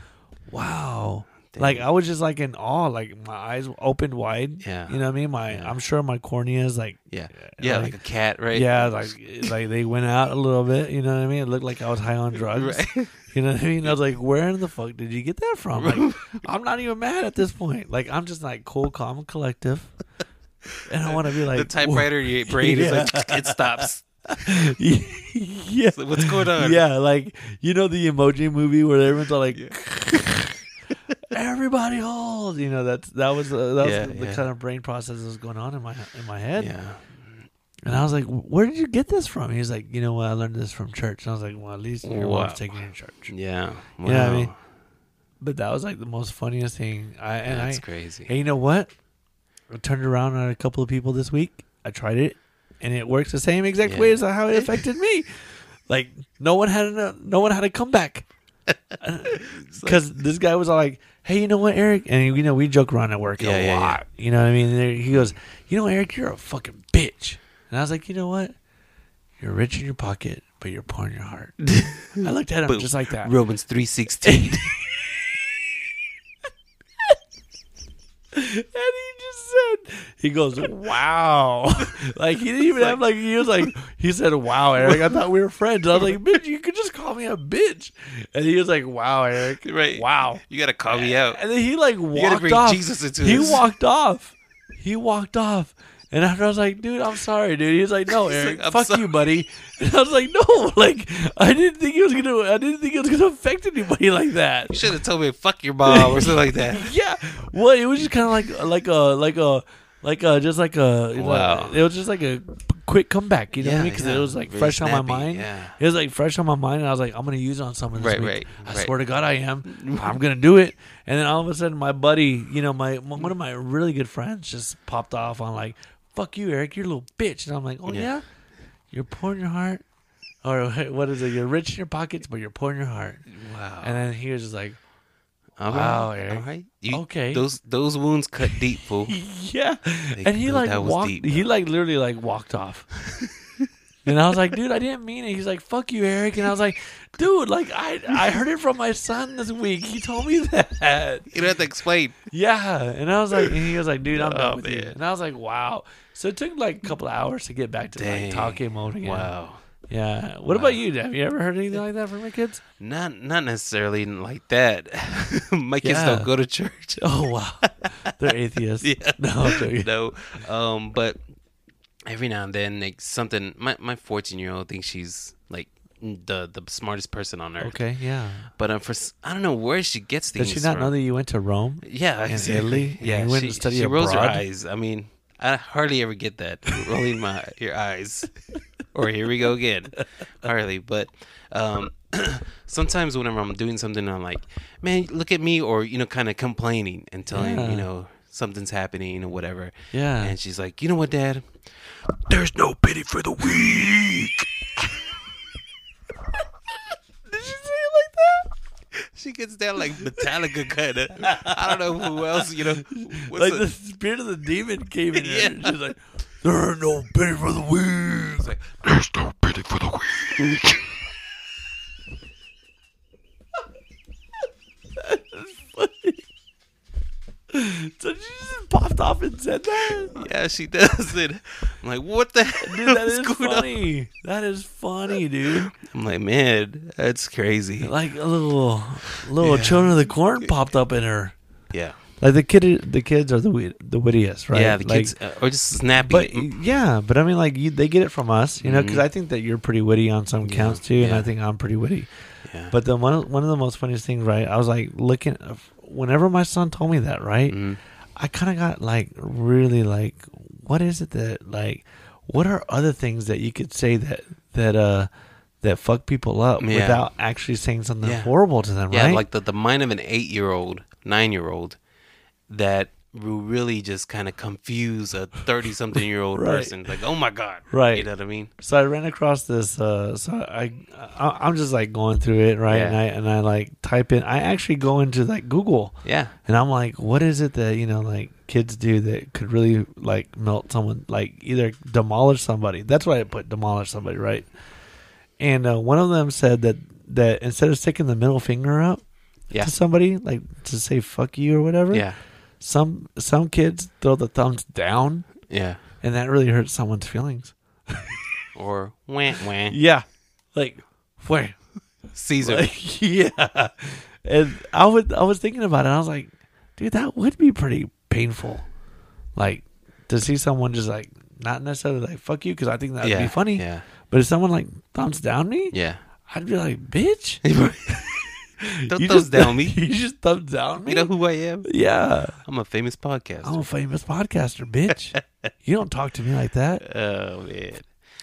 Speaker 2: wow.
Speaker 1: Dang.
Speaker 2: Like I was just like in awe. Like my eyes opened wide.
Speaker 1: Yeah.
Speaker 2: You know what I mean? My
Speaker 1: Yeah.
Speaker 2: I'm sure my corneas like
Speaker 1: yeah. Yeah, like,
Speaker 2: like-
Speaker 1: a cat, right?
Speaker 2: yeah like like they went out a little bit. You know what I mean? It looked like I was high on drugs.
Speaker 1: Right.
Speaker 2: You know what I mean? I was like, where in the fuck did you get that from? Like I'm not even mad at this point. Like I'm just like cool, calm, and collective. And I want to be like
Speaker 1: the typewriter in your brain is like it stops.
Speaker 2: yeah.
Speaker 1: So what's going on?
Speaker 2: Yeah, like you know the emoji movie where everyone's all like,
Speaker 1: Yeah.
Speaker 2: "Everybody hold," you know that's that was uh, that
Speaker 1: Yeah,
Speaker 2: was the
Speaker 1: yeah.
Speaker 2: kind of brain process that was going on in my in my head.
Speaker 1: Yeah.
Speaker 2: And I was like, "Where did you get this from?" He was like, "You know what? I learned this from church." And I was like, "Well, at least your
Speaker 1: Wow.
Speaker 2: mom's taking you to church."
Speaker 1: Yeah. Wow.
Speaker 2: You know what I mean? But that was like the most funniest thing. I and
Speaker 1: That's
Speaker 2: I
Speaker 1: crazy.
Speaker 2: and you know what? I turned around on a couple of people this week. I tried it, and it works the same exact way
Speaker 1: Yeah.
Speaker 2: as how it affected me. Like no one had a no one had a comeback because this guy was all like, "Hey, you know what, Eric?" And you know we joke around at work
Speaker 1: Yeah,
Speaker 2: a
Speaker 1: yeah,
Speaker 2: lot. You know what I mean? And there- he goes, "You know, Eric, you're a fucking bitch." And I was like, "You know what? You're rich in your pocket, but you're poor in your heart." I looked at him
Speaker 1: Boom.
Speaker 2: just like that.
Speaker 1: Romans three sixteen.
Speaker 2: And he just said, he goes, wow. like, he didn't even have, like, he was like, he said, wow, Eric. I thought we were friends. I was like, bitch, you could just call me a bitch. And he was like, wow, Eric.
Speaker 1: right.
Speaker 2: Wow.
Speaker 1: You gotta call me out.
Speaker 2: And then he, like,
Speaker 1: You gotta
Speaker 2: walked
Speaker 1: bring
Speaker 2: off.
Speaker 1: Jesus into
Speaker 2: he
Speaker 1: this.
Speaker 2: walked off. He walked off. And after I was like, dude, I'm sorry, dude. He was like, no,
Speaker 1: He's
Speaker 2: Eric,
Speaker 1: like, "I'm
Speaker 2: fuck you,
Speaker 1: sorry."
Speaker 2: buddy. And I was like, no, like, I didn't think it was gonna, I didn't think it was gonna affect anybody like that.
Speaker 1: You should have told me fuck your mom or something like that.
Speaker 2: yeah. Well, it was just kind of like like a like a like a just like a
Speaker 1: Wow.
Speaker 2: it was just like a quick comeback. You know what I
Speaker 1: Yeah,
Speaker 2: mean? Because
Speaker 1: yeah.
Speaker 2: it was like
Speaker 1: Very
Speaker 2: fresh on
Speaker 1: snappy,
Speaker 2: my mind.
Speaker 1: yeah.
Speaker 2: It was like fresh on my mind, and I was like, I'm gonna use it on someone this
Speaker 1: Right,
Speaker 2: week.
Speaker 1: right,
Speaker 2: I
Speaker 1: right.
Speaker 2: swear to God, I am. I'm gonna do it. And then all of a sudden, my buddy, you know, my one of my really good friends, just popped off on like, "Fuck you, Eric. You're a little bitch." And I'm like, "Oh yeah,
Speaker 1: Yeah.
Speaker 2: you're poor in your heart." Or what is it? You're rich in your pockets, but you're poor in your heart.
Speaker 1: Wow.
Speaker 2: And then he was just like,
Speaker 1: All
Speaker 2: Wow,
Speaker 1: right.
Speaker 2: Eric.
Speaker 1: All right. You,
Speaker 2: Okay.
Speaker 1: Those those wounds cut deep, fool.
Speaker 2: yeah and he
Speaker 1: that
Speaker 2: like
Speaker 1: was
Speaker 2: walked
Speaker 1: deep.
Speaker 2: he like literally like walked off and i was like dude i didn't mean it he's like fuck you eric and i was like dude like i i heard it from my son this week he told me that
Speaker 1: You don't have to explain.
Speaker 2: yeah and i was like and he was like dude i'm done
Speaker 1: Oh,
Speaker 2: with you
Speaker 1: man.
Speaker 2: and i was like wow so it took like a couple of hours to get back to
Speaker 1: Dang.
Speaker 2: like talking mode again
Speaker 1: Wow.
Speaker 2: yeah what about you have you ever heard anything like that from your kids
Speaker 1: Not not necessarily like that. My kids
Speaker 2: Yeah.
Speaker 1: don't go to church.
Speaker 2: oh wow they're atheists
Speaker 1: Yeah.
Speaker 2: no I'm joking.
Speaker 1: no. Um, but every now and then, like something. My my fourteen year old thinks she's like the the smartest person on earth.
Speaker 2: okay yeah
Speaker 1: But um, for s- I don't know where she gets things.
Speaker 2: did she not
Speaker 1: from.
Speaker 2: know that you went to rome
Speaker 1: Yeah,
Speaker 2: in
Speaker 1: exactly.
Speaker 2: Italy?
Speaker 1: Yeah,
Speaker 2: You went
Speaker 1: she,
Speaker 2: to study
Speaker 1: she rolls her
Speaker 2: abroad?
Speaker 1: eyes. I mean, I hardly ever get that rolling my your eyes, or here we go again, hardly. But um, sometimes whenever I'm doing something, I'm like, man, look at me, or you know, kind of complaining and telling
Speaker 2: Yeah.
Speaker 1: you know something's happening or whatever.
Speaker 2: Yeah.
Speaker 1: and she's like, you know what, Dad? There's no pity for the weak.
Speaker 2: did she say it like that
Speaker 1: She gets down like Metallica kind of. I don't know who else, you know. What's
Speaker 2: like
Speaker 1: the-
Speaker 2: the spirit of the demon came in.
Speaker 1: Yeah.
Speaker 2: and She's like, there are no pity for the weak.
Speaker 1: It's like,
Speaker 3: There's no pity for the weak.
Speaker 2: So she just popped off and said that.
Speaker 1: Yeah, she does it. I'm like, what the hell
Speaker 2: Dude, that
Speaker 1: is
Speaker 2: is
Speaker 1: going on?
Speaker 2: funny. That is funny, dude.
Speaker 1: I'm like, man, that's crazy.
Speaker 2: Like a little, little children of the corn popped up in her.
Speaker 1: Yeah,
Speaker 2: Like the kid, the kids are the wit- the wittiest, right?
Speaker 1: yeah, the
Speaker 2: Like,
Speaker 1: kids uh, are just snappy. Mm,
Speaker 2: But yeah, but I mean, like you, they get it from us, you know, because I think that you're pretty witty on some counts too, and I
Speaker 1: yeah.
Speaker 2: think I'm pretty witty.
Speaker 1: yeah.
Speaker 2: But the one of- one of the most funniest things, right? I was like looking whenever my son told me that, right?
Speaker 1: Mm-hmm.
Speaker 2: I kind of got like really like, what is it that like? What are other things that you could say that that uh that fuck people up
Speaker 1: Yeah.
Speaker 2: without actually saying something
Speaker 1: Yeah.
Speaker 2: horrible to them,
Speaker 1: Yeah,
Speaker 2: right?
Speaker 1: like the, the mind of an eight year old, nine year old that will really just kind of confuse a 30 something year old
Speaker 2: Right.
Speaker 1: person. Like, oh my God.
Speaker 2: Right.
Speaker 1: You know what I mean?
Speaker 2: so I ran across this. Uh, so I, I, I'm just like going through it, right?
Speaker 1: Yeah.
Speaker 2: And I and I like type in. I actually go into like Google,
Speaker 1: Yeah.
Speaker 2: and I'm like, what is it that you know like kids do that could really like melt someone, like either demolish somebody. That's why I put demolish somebody, right? And uh, one of them said that that instead of sticking the middle finger up
Speaker 1: Yeah.
Speaker 2: to somebody, like to say fuck you or whatever,
Speaker 1: Yeah.
Speaker 2: some some kids throw the thumbs down,
Speaker 1: Yeah.
Speaker 2: and that really hurts someone's feelings.
Speaker 1: Or wah, wah.
Speaker 2: Yeah, like where
Speaker 1: Caesar.
Speaker 2: Like, yeah. And I would I was thinking about it. I was like, dude, that would be pretty painful. Like to see someone just like not necessarily like fuck you because I think that'd
Speaker 1: yeah.
Speaker 2: be funny.
Speaker 1: Yeah.
Speaker 2: But if someone like thumbs down me,
Speaker 1: Yeah.
Speaker 2: I'd be like, bitch,
Speaker 1: Don't
Speaker 2: you
Speaker 1: thumbs
Speaker 2: just-
Speaker 1: down me.
Speaker 2: you just thumbs down me.
Speaker 1: You know who I am?
Speaker 2: yeah,
Speaker 1: I'm a famous podcaster.
Speaker 2: I'm a famous podcaster, bitch. you don't talk to me like that.
Speaker 1: Oh, man.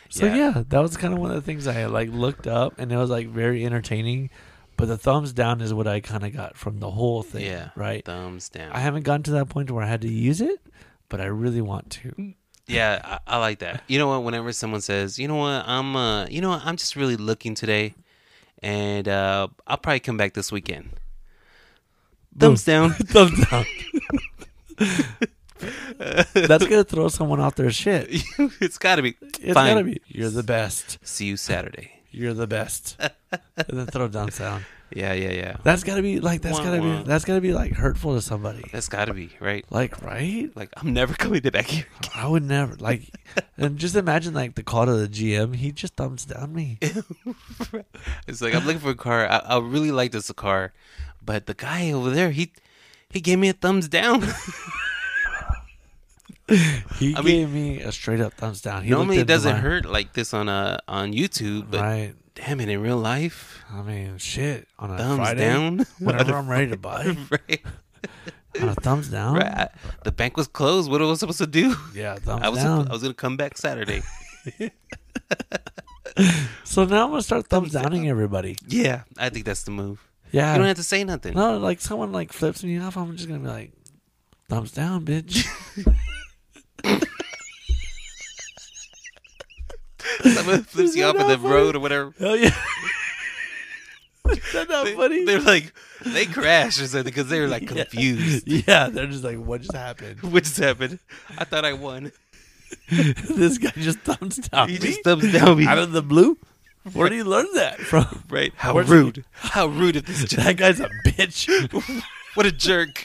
Speaker 2: So yeah. that was kind of one of the things I had like looked up, and it was like very entertaining. But the thumbs down is what I kind of got from the whole thing.
Speaker 1: Yeah.
Speaker 2: right.
Speaker 1: Thumbs down.
Speaker 2: I haven't gotten to that point where I had to use it, but I really want to.
Speaker 1: Yeah, I, I like that. You know what? Whenever someone says, "You know what? I'm uh, you know what? I'm just really looking today, and uh, I'll probably come back this weekend." Thumbs down.
Speaker 2: Thumbs down. That's gonna throw someone off their shit. It's
Speaker 1: it's got to be. Fine.
Speaker 2: gotta be. You're the best.
Speaker 1: See you Saturday.
Speaker 2: You're the best. and then throw down sound.
Speaker 1: Yeah, yeah, yeah.
Speaker 2: That's gotta be like that's
Speaker 1: Wah,
Speaker 2: gotta
Speaker 1: wah.
Speaker 2: be that's gotta be like hurtful to somebody.
Speaker 1: That's got to be right.
Speaker 2: Like right?
Speaker 1: Like I'm never coming to back here.
Speaker 2: I would never like. and just imagine like the call to the GM. He just thumbs down me.
Speaker 1: It's like I'm looking for a car. I, I really like this car, but the guy over there, he he gave me a thumbs down.
Speaker 2: He
Speaker 1: I mean-
Speaker 2: gave me a straight up thumbs down. He looked
Speaker 1: Normally, it
Speaker 2: into
Speaker 1: doesn't
Speaker 2: my-
Speaker 1: hurt like this on uh on YouTube, but
Speaker 2: Right.
Speaker 1: damn it, in real life,
Speaker 2: I mean, shit. On a
Speaker 1: thumbs
Speaker 2: Friday,
Speaker 1: down.
Speaker 2: whenever I'm ready to buy,
Speaker 1: right.
Speaker 2: on a thumbs down.
Speaker 1: Right. I- the bank was closed. What was I supposed to do?
Speaker 2: Yeah, thumbs
Speaker 1: I was
Speaker 2: down.
Speaker 1: I was gonna come back Saturday.
Speaker 2: so now I'm gonna start thumbs downing everybody.
Speaker 1: yeah, I think that's the move.
Speaker 2: Yeah.
Speaker 1: You don't have to say nothing.
Speaker 2: no, like someone like flips me off, I'm just gonna be like, thumbs down, bitch.
Speaker 1: Someone flips you
Speaker 2: that
Speaker 1: off in the
Speaker 2: not funny?
Speaker 1: road or whatever.
Speaker 2: Hell yeah. Is that not
Speaker 1: They,
Speaker 2: funny?
Speaker 1: are like they crashed or something because they were like confused.
Speaker 2: yeah, they're just like, what just happened?
Speaker 1: What just happened? I thought I won.
Speaker 2: this guy just thumbs down.
Speaker 1: He
Speaker 2: Uh, me
Speaker 1: just thumbs down me.
Speaker 2: out of the blue. Where did he learn that from?
Speaker 1: Right? How
Speaker 2: Where's-
Speaker 1: rude! How rude of this
Speaker 2: That
Speaker 1: jerk!
Speaker 2: guy's a bitch.
Speaker 1: What a jerk!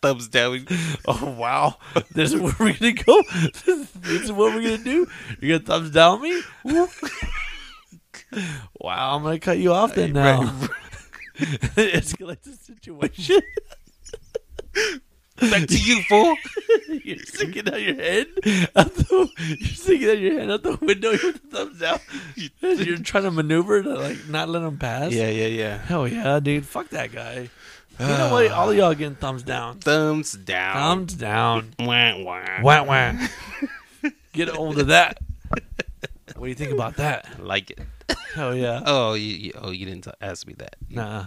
Speaker 1: Thumbs down.
Speaker 2: Oh wow! This is where we're gonna go. This, this is what we're gonna do. You're gonna thumbs down me. wow! I'm gonna cut you off then. Now
Speaker 1: Right.
Speaker 2: escalate the situation.
Speaker 1: Back to you, fool.
Speaker 2: You're sticking out your head. Out the, you're sticking out your head out the window with the thumbs down. You're trying to maneuver to like not let him pass.
Speaker 1: Yeah, yeah, yeah.
Speaker 2: Hell yeah, dude! Fuck that guy. You know what? All of y'all getting thumbs down.
Speaker 1: Thumbs down.
Speaker 2: Thumbs down.
Speaker 1: Wah, wah.
Speaker 2: Wah wah. Get hold of that. What do you think about that?
Speaker 1: Like it.
Speaker 2: Hell yeah.
Speaker 1: Oh, you, you oh you didn't t- ask me that.
Speaker 2: Nah.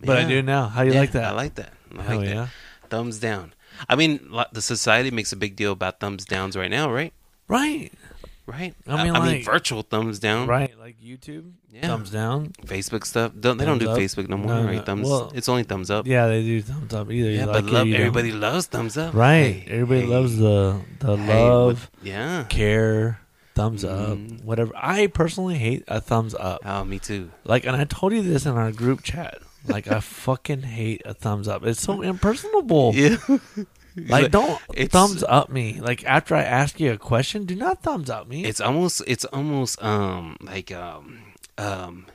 Speaker 2: But I
Speaker 1: Yeah.
Speaker 2: do now. How you
Speaker 1: Yeah,
Speaker 2: like that?
Speaker 1: I like that. I like
Speaker 2: Hell
Speaker 1: that.
Speaker 2: yeah.
Speaker 1: Thumbs down. I mean, lo- the society makes a big deal about thumbs downs right now, right?
Speaker 2: Right.
Speaker 1: Right.
Speaker 2: I mean, like-
Speaker 1: virtual thumbs down.
Speaker 2: Right. Like YouTube.
Speaker 1: Yeah.
Speaker 2: Thumbs down.
Speaker 1: Facebook stuff. Don't, they don't do
Speaker 2: Thumbs up.
Speaker 1: Facebook no more,
Speaker 2: No,
Speaker 1: right?
Speaker 2: no.
Speaker 1: Thumbs.
Speaker 2: Well-
Speaker 1: it's only thumbs up. Yeah,
Speaker 2: Yeah, they do thumbs up either. You
Speaker 1: but
Speaker 2: like it or
Speaker 1: love.
Speaker 2: you don't.
Speaker 1: Everybody loves thumbs up.
Speaker 2: Right.
Speaker 1: Hey,
Speaker 2: everybody
Speaker 1: hey,
Speaker 2: loves the the
Speaker 1: hey,
Speaker 2: love,
Speaker 1: what- yeah.
Speaker 2: care, thumbs
Speaker 1: Mhm.
Speaker 2: up, whatever. I personally hate a thumbs up.
Speaker 1: Oh, me too.
Speaker 2: Like, and I told you this in our group chat. Like, I fucking hate a thumbs up. It's so impersonable.
Speaker 1: Yeah.
Speaker 2: Like, don't
Speaker 1: it's-
Speaker 2: thumbs up me. Like, after I ask you a question, do not thumbs up me.
Speaker 1: It's almost. It's almost. Um. Like. Um. Um.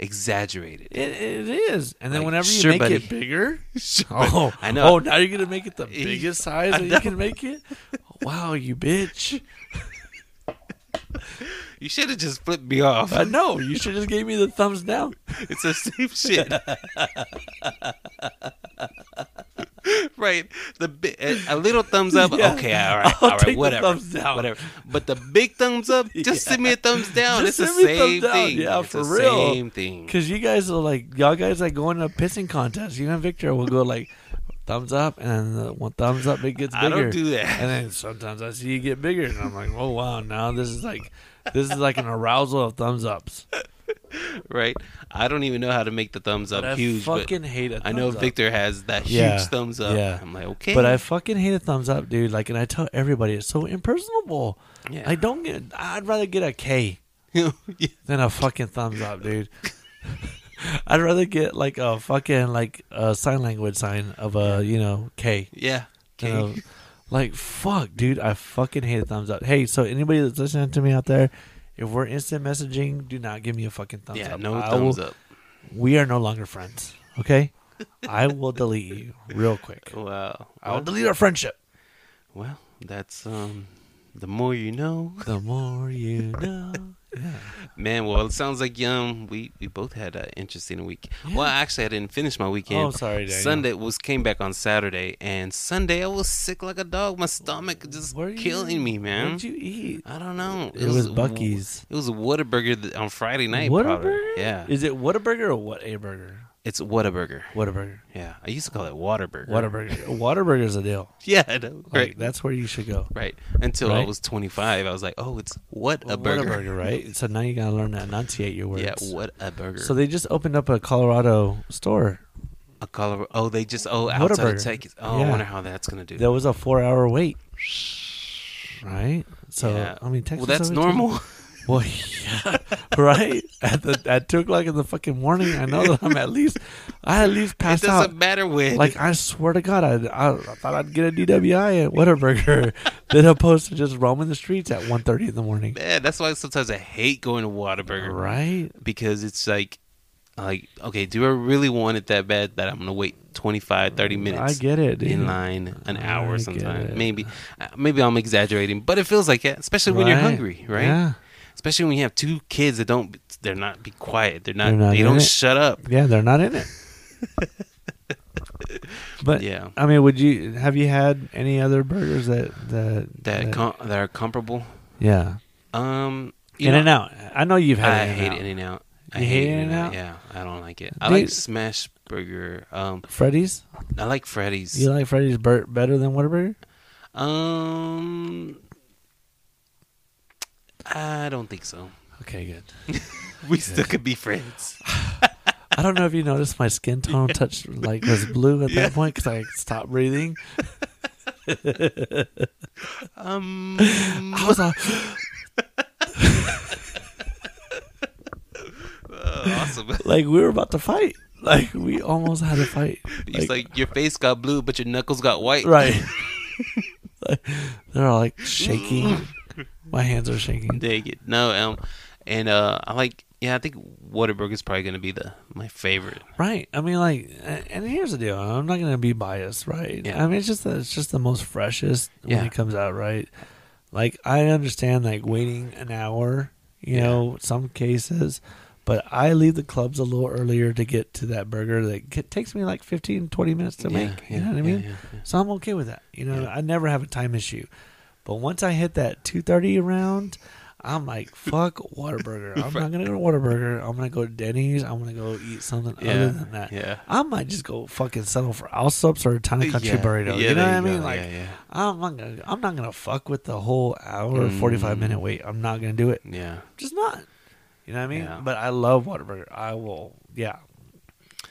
Speaker 1: Exaggerated.
Speaker 2: It, it is. And then
Speaker 1: Like,
Speaker 2: whenever you
Speaker 1: sure,
Speaker 2: make
Speaker 1: buddy.
Speaker 2: it bigger,
Speaker 1: buddy.
Speaker 2: oh,
Speaker 1: I know.
Speaker 2: Oh, now you're gonna make it the biggest size that you can make it. Wow, you bitch!
Speaker 1: You should have just flipped me off.
Speaker 2: I know. You should just gave me the thumbs down.
Speaker 1: It's the same shit. right. The bi- a, a little thumbs up.
Speaker 2: Yeah.
Speaker 1: Okay, all right,
Speaker 2: I'll
Speaker 1: all
Speaker 2: take
Speaker 1: right,
Speaker 2: the
Speaker 1: whatever,
Speaker 2: thumbs down.
Speaker 1: whatever. But the big thumbs up, just
Speaker 2: Yeah.
Speaker 1: send me a thumbs down.
Speaker 2: Just
Speaker 1: it's the
Speaker 2: send me thumbs
Speaker 1: same
Speaker 2: down.
Speaker 1: thing.
Speaker 2: Yeah,
Speaker 1: it's
Speaker 2: for
Speaker 1: the
Speaker 2: real.
Speaker 1: Same thing.
Speaker 2: Because you guys are like, y'all guys like going to a pissing contest. You and Victor will go like, thumbs up, and then the one thumbs up, it gets bigger.
Speaker 1: I don't do that.
Speaker 2: And then sometimes I see you get bigger, and I'm like, oh wow, now this is like, this is like an arousal of thumbs ups.
Speaker 1: right? I don't even know how to make the thumbs up
Speaker 2: But I
Speaker 1: huge.
Speaker 2: fucking hate a
Speaker 1: but I know
Speaker 2: thumbs up.
Speaker 1: Victor has that huge
Speaker 2: Yeah,
Speaker 1: thumbs up.
Speaker 2: yeah.
Speaker 1: I'm like, okay,
Speaker 2: But I fucking hate a thumbs up, dude. Like, and I tell everybody it's so impersonable.
Speaker 1: Yeah.
Speaker 2: I don't get. I'd rather get a K
Speaker 1: Yeah.
Speaker 2: than a fucking thumbs up, dude. I'd rather get like a fucking like a sign language sign of a you know K.
Speaker 1: yeah,
Speaker 2: You
Speaker 1: okay.
Speaker 2: know, like fuck, dude. I fucking hate a thumbs up. Hey, so anybody that's listening to me out there, if we're instant messaging, do not give me a fucking thumbs
Speaker 1: yeah,
Speaker 2: up.
Speaker 1: no
Speaker 2: I
Speaker 1: thumbs
Speaker 2: will-
Speaker 1: up.
Speaker 2: We are no longer friends. Okay, I will delete you real quick.
Speaker 1: Wow.
Speaker 2: I will
Speaker 1: Well,
Speaker 2: delete our friendship.
Speaker 1: well, that's um, the more you know,
Speaker 2: The more you know. Yeah.
Speaker 1: man. Well, it sounds like um, we we both had an interesting week. Well, actually, I didn't finish my weekend.
Speaker 2: Oh, sorry, Daniel.
Speaker 1: Sunday was came back on Saturday, and Sunday I was sick like a dog. My stomach just
Speaker 2: What are you-
Speaker 1: killing me, man.
Speaker 2: What'd you eat?
Speaker 1: I don't know.
Speaker 2: It was Buc-ee's.
Speaker 1: It was a Whataburger th- on Friday night. probably.
Speaker 2: Whataburger?
Speaker 1: Yeah.
Speaker 2: Is it Whataburger or what a burger?
Speaker 1: It's Whataburger.
Speaker 2: Whataburger.
Speaker 1: Yeah, I used to call it Waterburger.
Speaker 2: Whataburger. Whataburger's a deal.
Speaker 1: Yeah, I know.
Speaker 2: Like,
Speaker 1: right.
Speaker 2: That's where you should go.
Speaker 1: right. Until I
Speaker 2: Right.
Speaker 1: was 25, I was like, oh, it's what a burger.
Speaker 2: Whataburger, right? So now you gotta learn to enunciate your words.
Speaker 1: Yeah, what a burger.
Speaker 2: So they just opened up a Colorado store.
Speaker 1: a color. Oh, they just oh outside
Speaker 2: Whataburger.
Speaker 1: of Texas. Oh, I
Speaker 2: Yeah.
Speaker 1: wonder how that's gonna do.
Speaker 2: There was a four-hour wait. Right. So
Speaker 1: Yeah.
Speaker 2: I mean, Texas.
Speaker 1: well, that's
Speaker 2: over
Speaker 1: normal.
Speaker 2: to- Well, yeah, right. At the at two o'clock in the fucking morning, I know that I'm at least I at least
Speaker 1: it
Speaker 2: passed
Speaker 1: doesn't
Speaker 2: out.
Speaker 1: matter when.
Speaker 2: Like I swear to God, I, I, I thought I'd get a DWI at Whataburger, then opposed to just roaming the streets at 1.30 in the morning.
Speaker 1: man, that's why sometimes I hate going to Whataburger
Speaker 2: Right?
Speaker 1: because it's like, like okay, do I really want it that bad that I'm gonna wait 25, 30 minutes?
Speaker 2: Mm, I get it, dude.
Speaker 1: in line an
Speaker 2: I
Speaker 1: hour
Speaker 2: get
Speaker 1: sometimes.
Speaker 2: it.
Speaker 1: Maybe uh, maybe I'm exaggerating, but it feels like it, especially when you're
Speaker 2: Right.
Speaker 1: hungry, right?
Speaker 2: Yeah,
Speaker 1: Especially when you have two kids that don't they're not be quiet. They're not,
Speaker 2: They're not
Speaker 1: they
Speaker 2: in
Speaker 1: don't
Speaker 2: it.
Speaker 1: shut up.
Speaker 2: yeah, they're not in it. but
Speaker 1: Yeah.
Speaker 2: I mean, would you have you had any other burgers that that
Speaker 1: That com- that are comparable.
Speaker 2: yeah
Speaker 1: Um you
Speaker 2: In
Speaker 1: know,
Speaker 2: and Out? I know you've
Speaker 1: I
Speaker 2: had.
Speaker 1: hate
Speaker 2: In-N-Out.
Speaker 1: In and Out. I
Speaker 2: You hate In-N-Out?
Speaker 1: Yeah, I don't like it. I
Speaker 2: Dude.
Speaker 1: like Smash Burger. Um
Speaker 2: Freddy's.
Speaker 1: I like Freddy's.
Speaker 2: You like Freddy's bur- better than Whataburger?
Speaker 1: Um I don't think so.
Speaker 2: Okay, good.
Speaker 1: We still could be friends.
Speaker 2: I don't know if you noticed my skin tone touched like was blue at that point because I stopped breathing.
Speaker 1: Um
Speaker 2: I was uh, like,
Speaker 1: oh, awesome.
Speaker 2: like we were about to fight. Like we almost had a fight.
Speaker 1: He's like, your face got blue, but your knuckles got white.
Speaker 2: right. Like, they're all like shaking. My hands are shaking.
Speaker 1: Dig it. No, um, and uh, I like. Yeah, I think Whataburger is probably gonna be the my favorite.
Speaker 2: Right. I mean, like, a- and here's the deal. I'm not gonna be biased, right?
Speaker 1: Yeah.
Speaker 2: I mean, it's just that it's just the most freshest
Speaker 1: Yeah.
Speaker 2: when it comes out, right? Like, I understand like waiting an hour, you know, some cases, but I leave the clubs a little earlier to get to that burger that get, takes me like 15, 20 minutes to
Speaker 1: Yeah,
Speaker 2: make.
Speaker 1: yeah,
Speaker 2: you know what I
Speaker 1: yeah,
Speaker 2: mean?
Speaker 1: yeah, yeah.
Speaker 2: So I'm okay with that. You know,
Speaker 1: Yeah.
Speaker 2: I never have a time issue. But once I hit that 2:30 around, I'm like, fuck Whataburger. I'm not gonna go to Whataburger. I'm gonna go to Denny's. I'm gonna go eat something
Speaker 1: Yeah,
Speaker 2: other than that.
Speaker 1: yeah.
Speaker 2: I might just go fucking settle for Alsop's or a ton of country
Speaker 1: Yeah,
Speaker 2: burrito.
Speaker 1: yeah,
Speaker 2: you know
Speaker 1: there
Speaker 2: what I
Speaker 1: you go.
Speaker 2: mean? Like,
Speaker 1: Yeah, yeah.
Speaker 2: I'm not gonna. I'm not gonna fuck with the whole hour or
Speaker 1: Mm.
Speaker 2: 45 minute wait. I'm not gonna do it.
Speaker 1: Yeah,
Speaker 2: Just not. You know what I mean?
Speaker 1: Yeah.
Speaker 2: But I love Whataburger. I will. Yeah.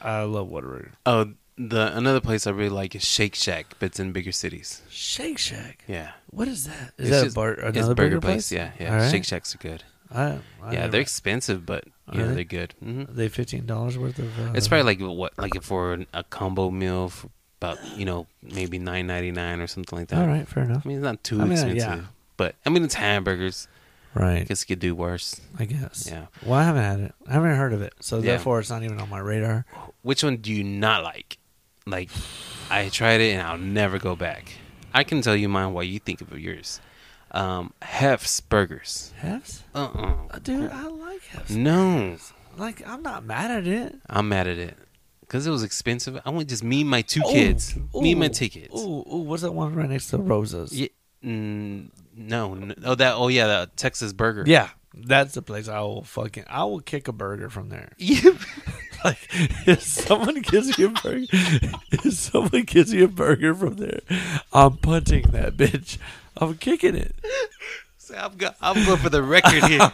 Speaker 2: I love Whataburger.
Speaker 1: Oh, the another place I really like is Shake Shack, but it's in bigger cities.
Speaker 2: Shake Shack.
Speaker 1: Yeah,
Speaker 2: What is that?
Speaker 1: It's
Speaker 2: Is that
Speaker 1: just-
Speaker 2: a bar,
Speaker 1: it's
Speaker 2: another
Speaker 1: a
Speaker 2: burger, place?
Speaker 1: Yeah,
Speaker 2: All
Speaker 1: yeah.
Speaker 2: right.
Speaker 1: Shake Shacks are good.
Speaker 2: I, I
Speaker 1: yeah,
Speaker 2: never-
Speaker 1: they're expensive, but you
Speaker 2: Are
Speaker 1: know
Speaker 2: they?
Speaker 1: they're good. hmm
Speaker 2: they fifteen dollars worth of. Uh,
Speaker 1: It's probably like what, like for an- a combo meal for about you know maybe nine ninety nine or something like that.
Speaker 2: all right. Fair enough.
Speaker 1: I mean, it's not too
Speaker 2: I mean, uh,
Speaker 1: expensive,
Speaker 2: yeah.
Speaker 1: but I mean, it's hamburgers. I
Speaker 2: Right.
Speaker 1: guess you could do worse.
Speaker 2: I guess.
Speaker 1: Yeah.
Speaker 2: Well, I haven't had it. I haven't heard of it, so
Speaker 1: Yeah.
Speaker 2: therefore it's not even on my radar.
Speaker 1: Which one do you not like? Like, I tried it and I'll never go back. I can tell you mine while you think of yours. Um, Hef's Burgers.
Speaker 2: Hefs,
Speaker 1: Uh-uh.
Speaker 2: dude, I Uh, like Hefs.
Speaker 1: No,
Speaker 2: Like I'm not mad at it.
Speaker 1: I'm mad at it because it was expensive. I went just me and my two kids, me and my two kids.
Speaker 2: Ooh, ooh, what's that one right next to Rosa's?
Speaker 1: Yeah, mm, no, n oh that, oh yeah, the Texas burger.
Speaker 2: Yeah, that's the place I will fucking I will kick a burger from there.
Speaker 1: Yeah.
Speaker 2: Like if someone gives you a burger, if someone gives you a burger from there, I'm punting that bitch. I'm kicking it.
Speaker 1: See, I'm, go- I'm going for the record here.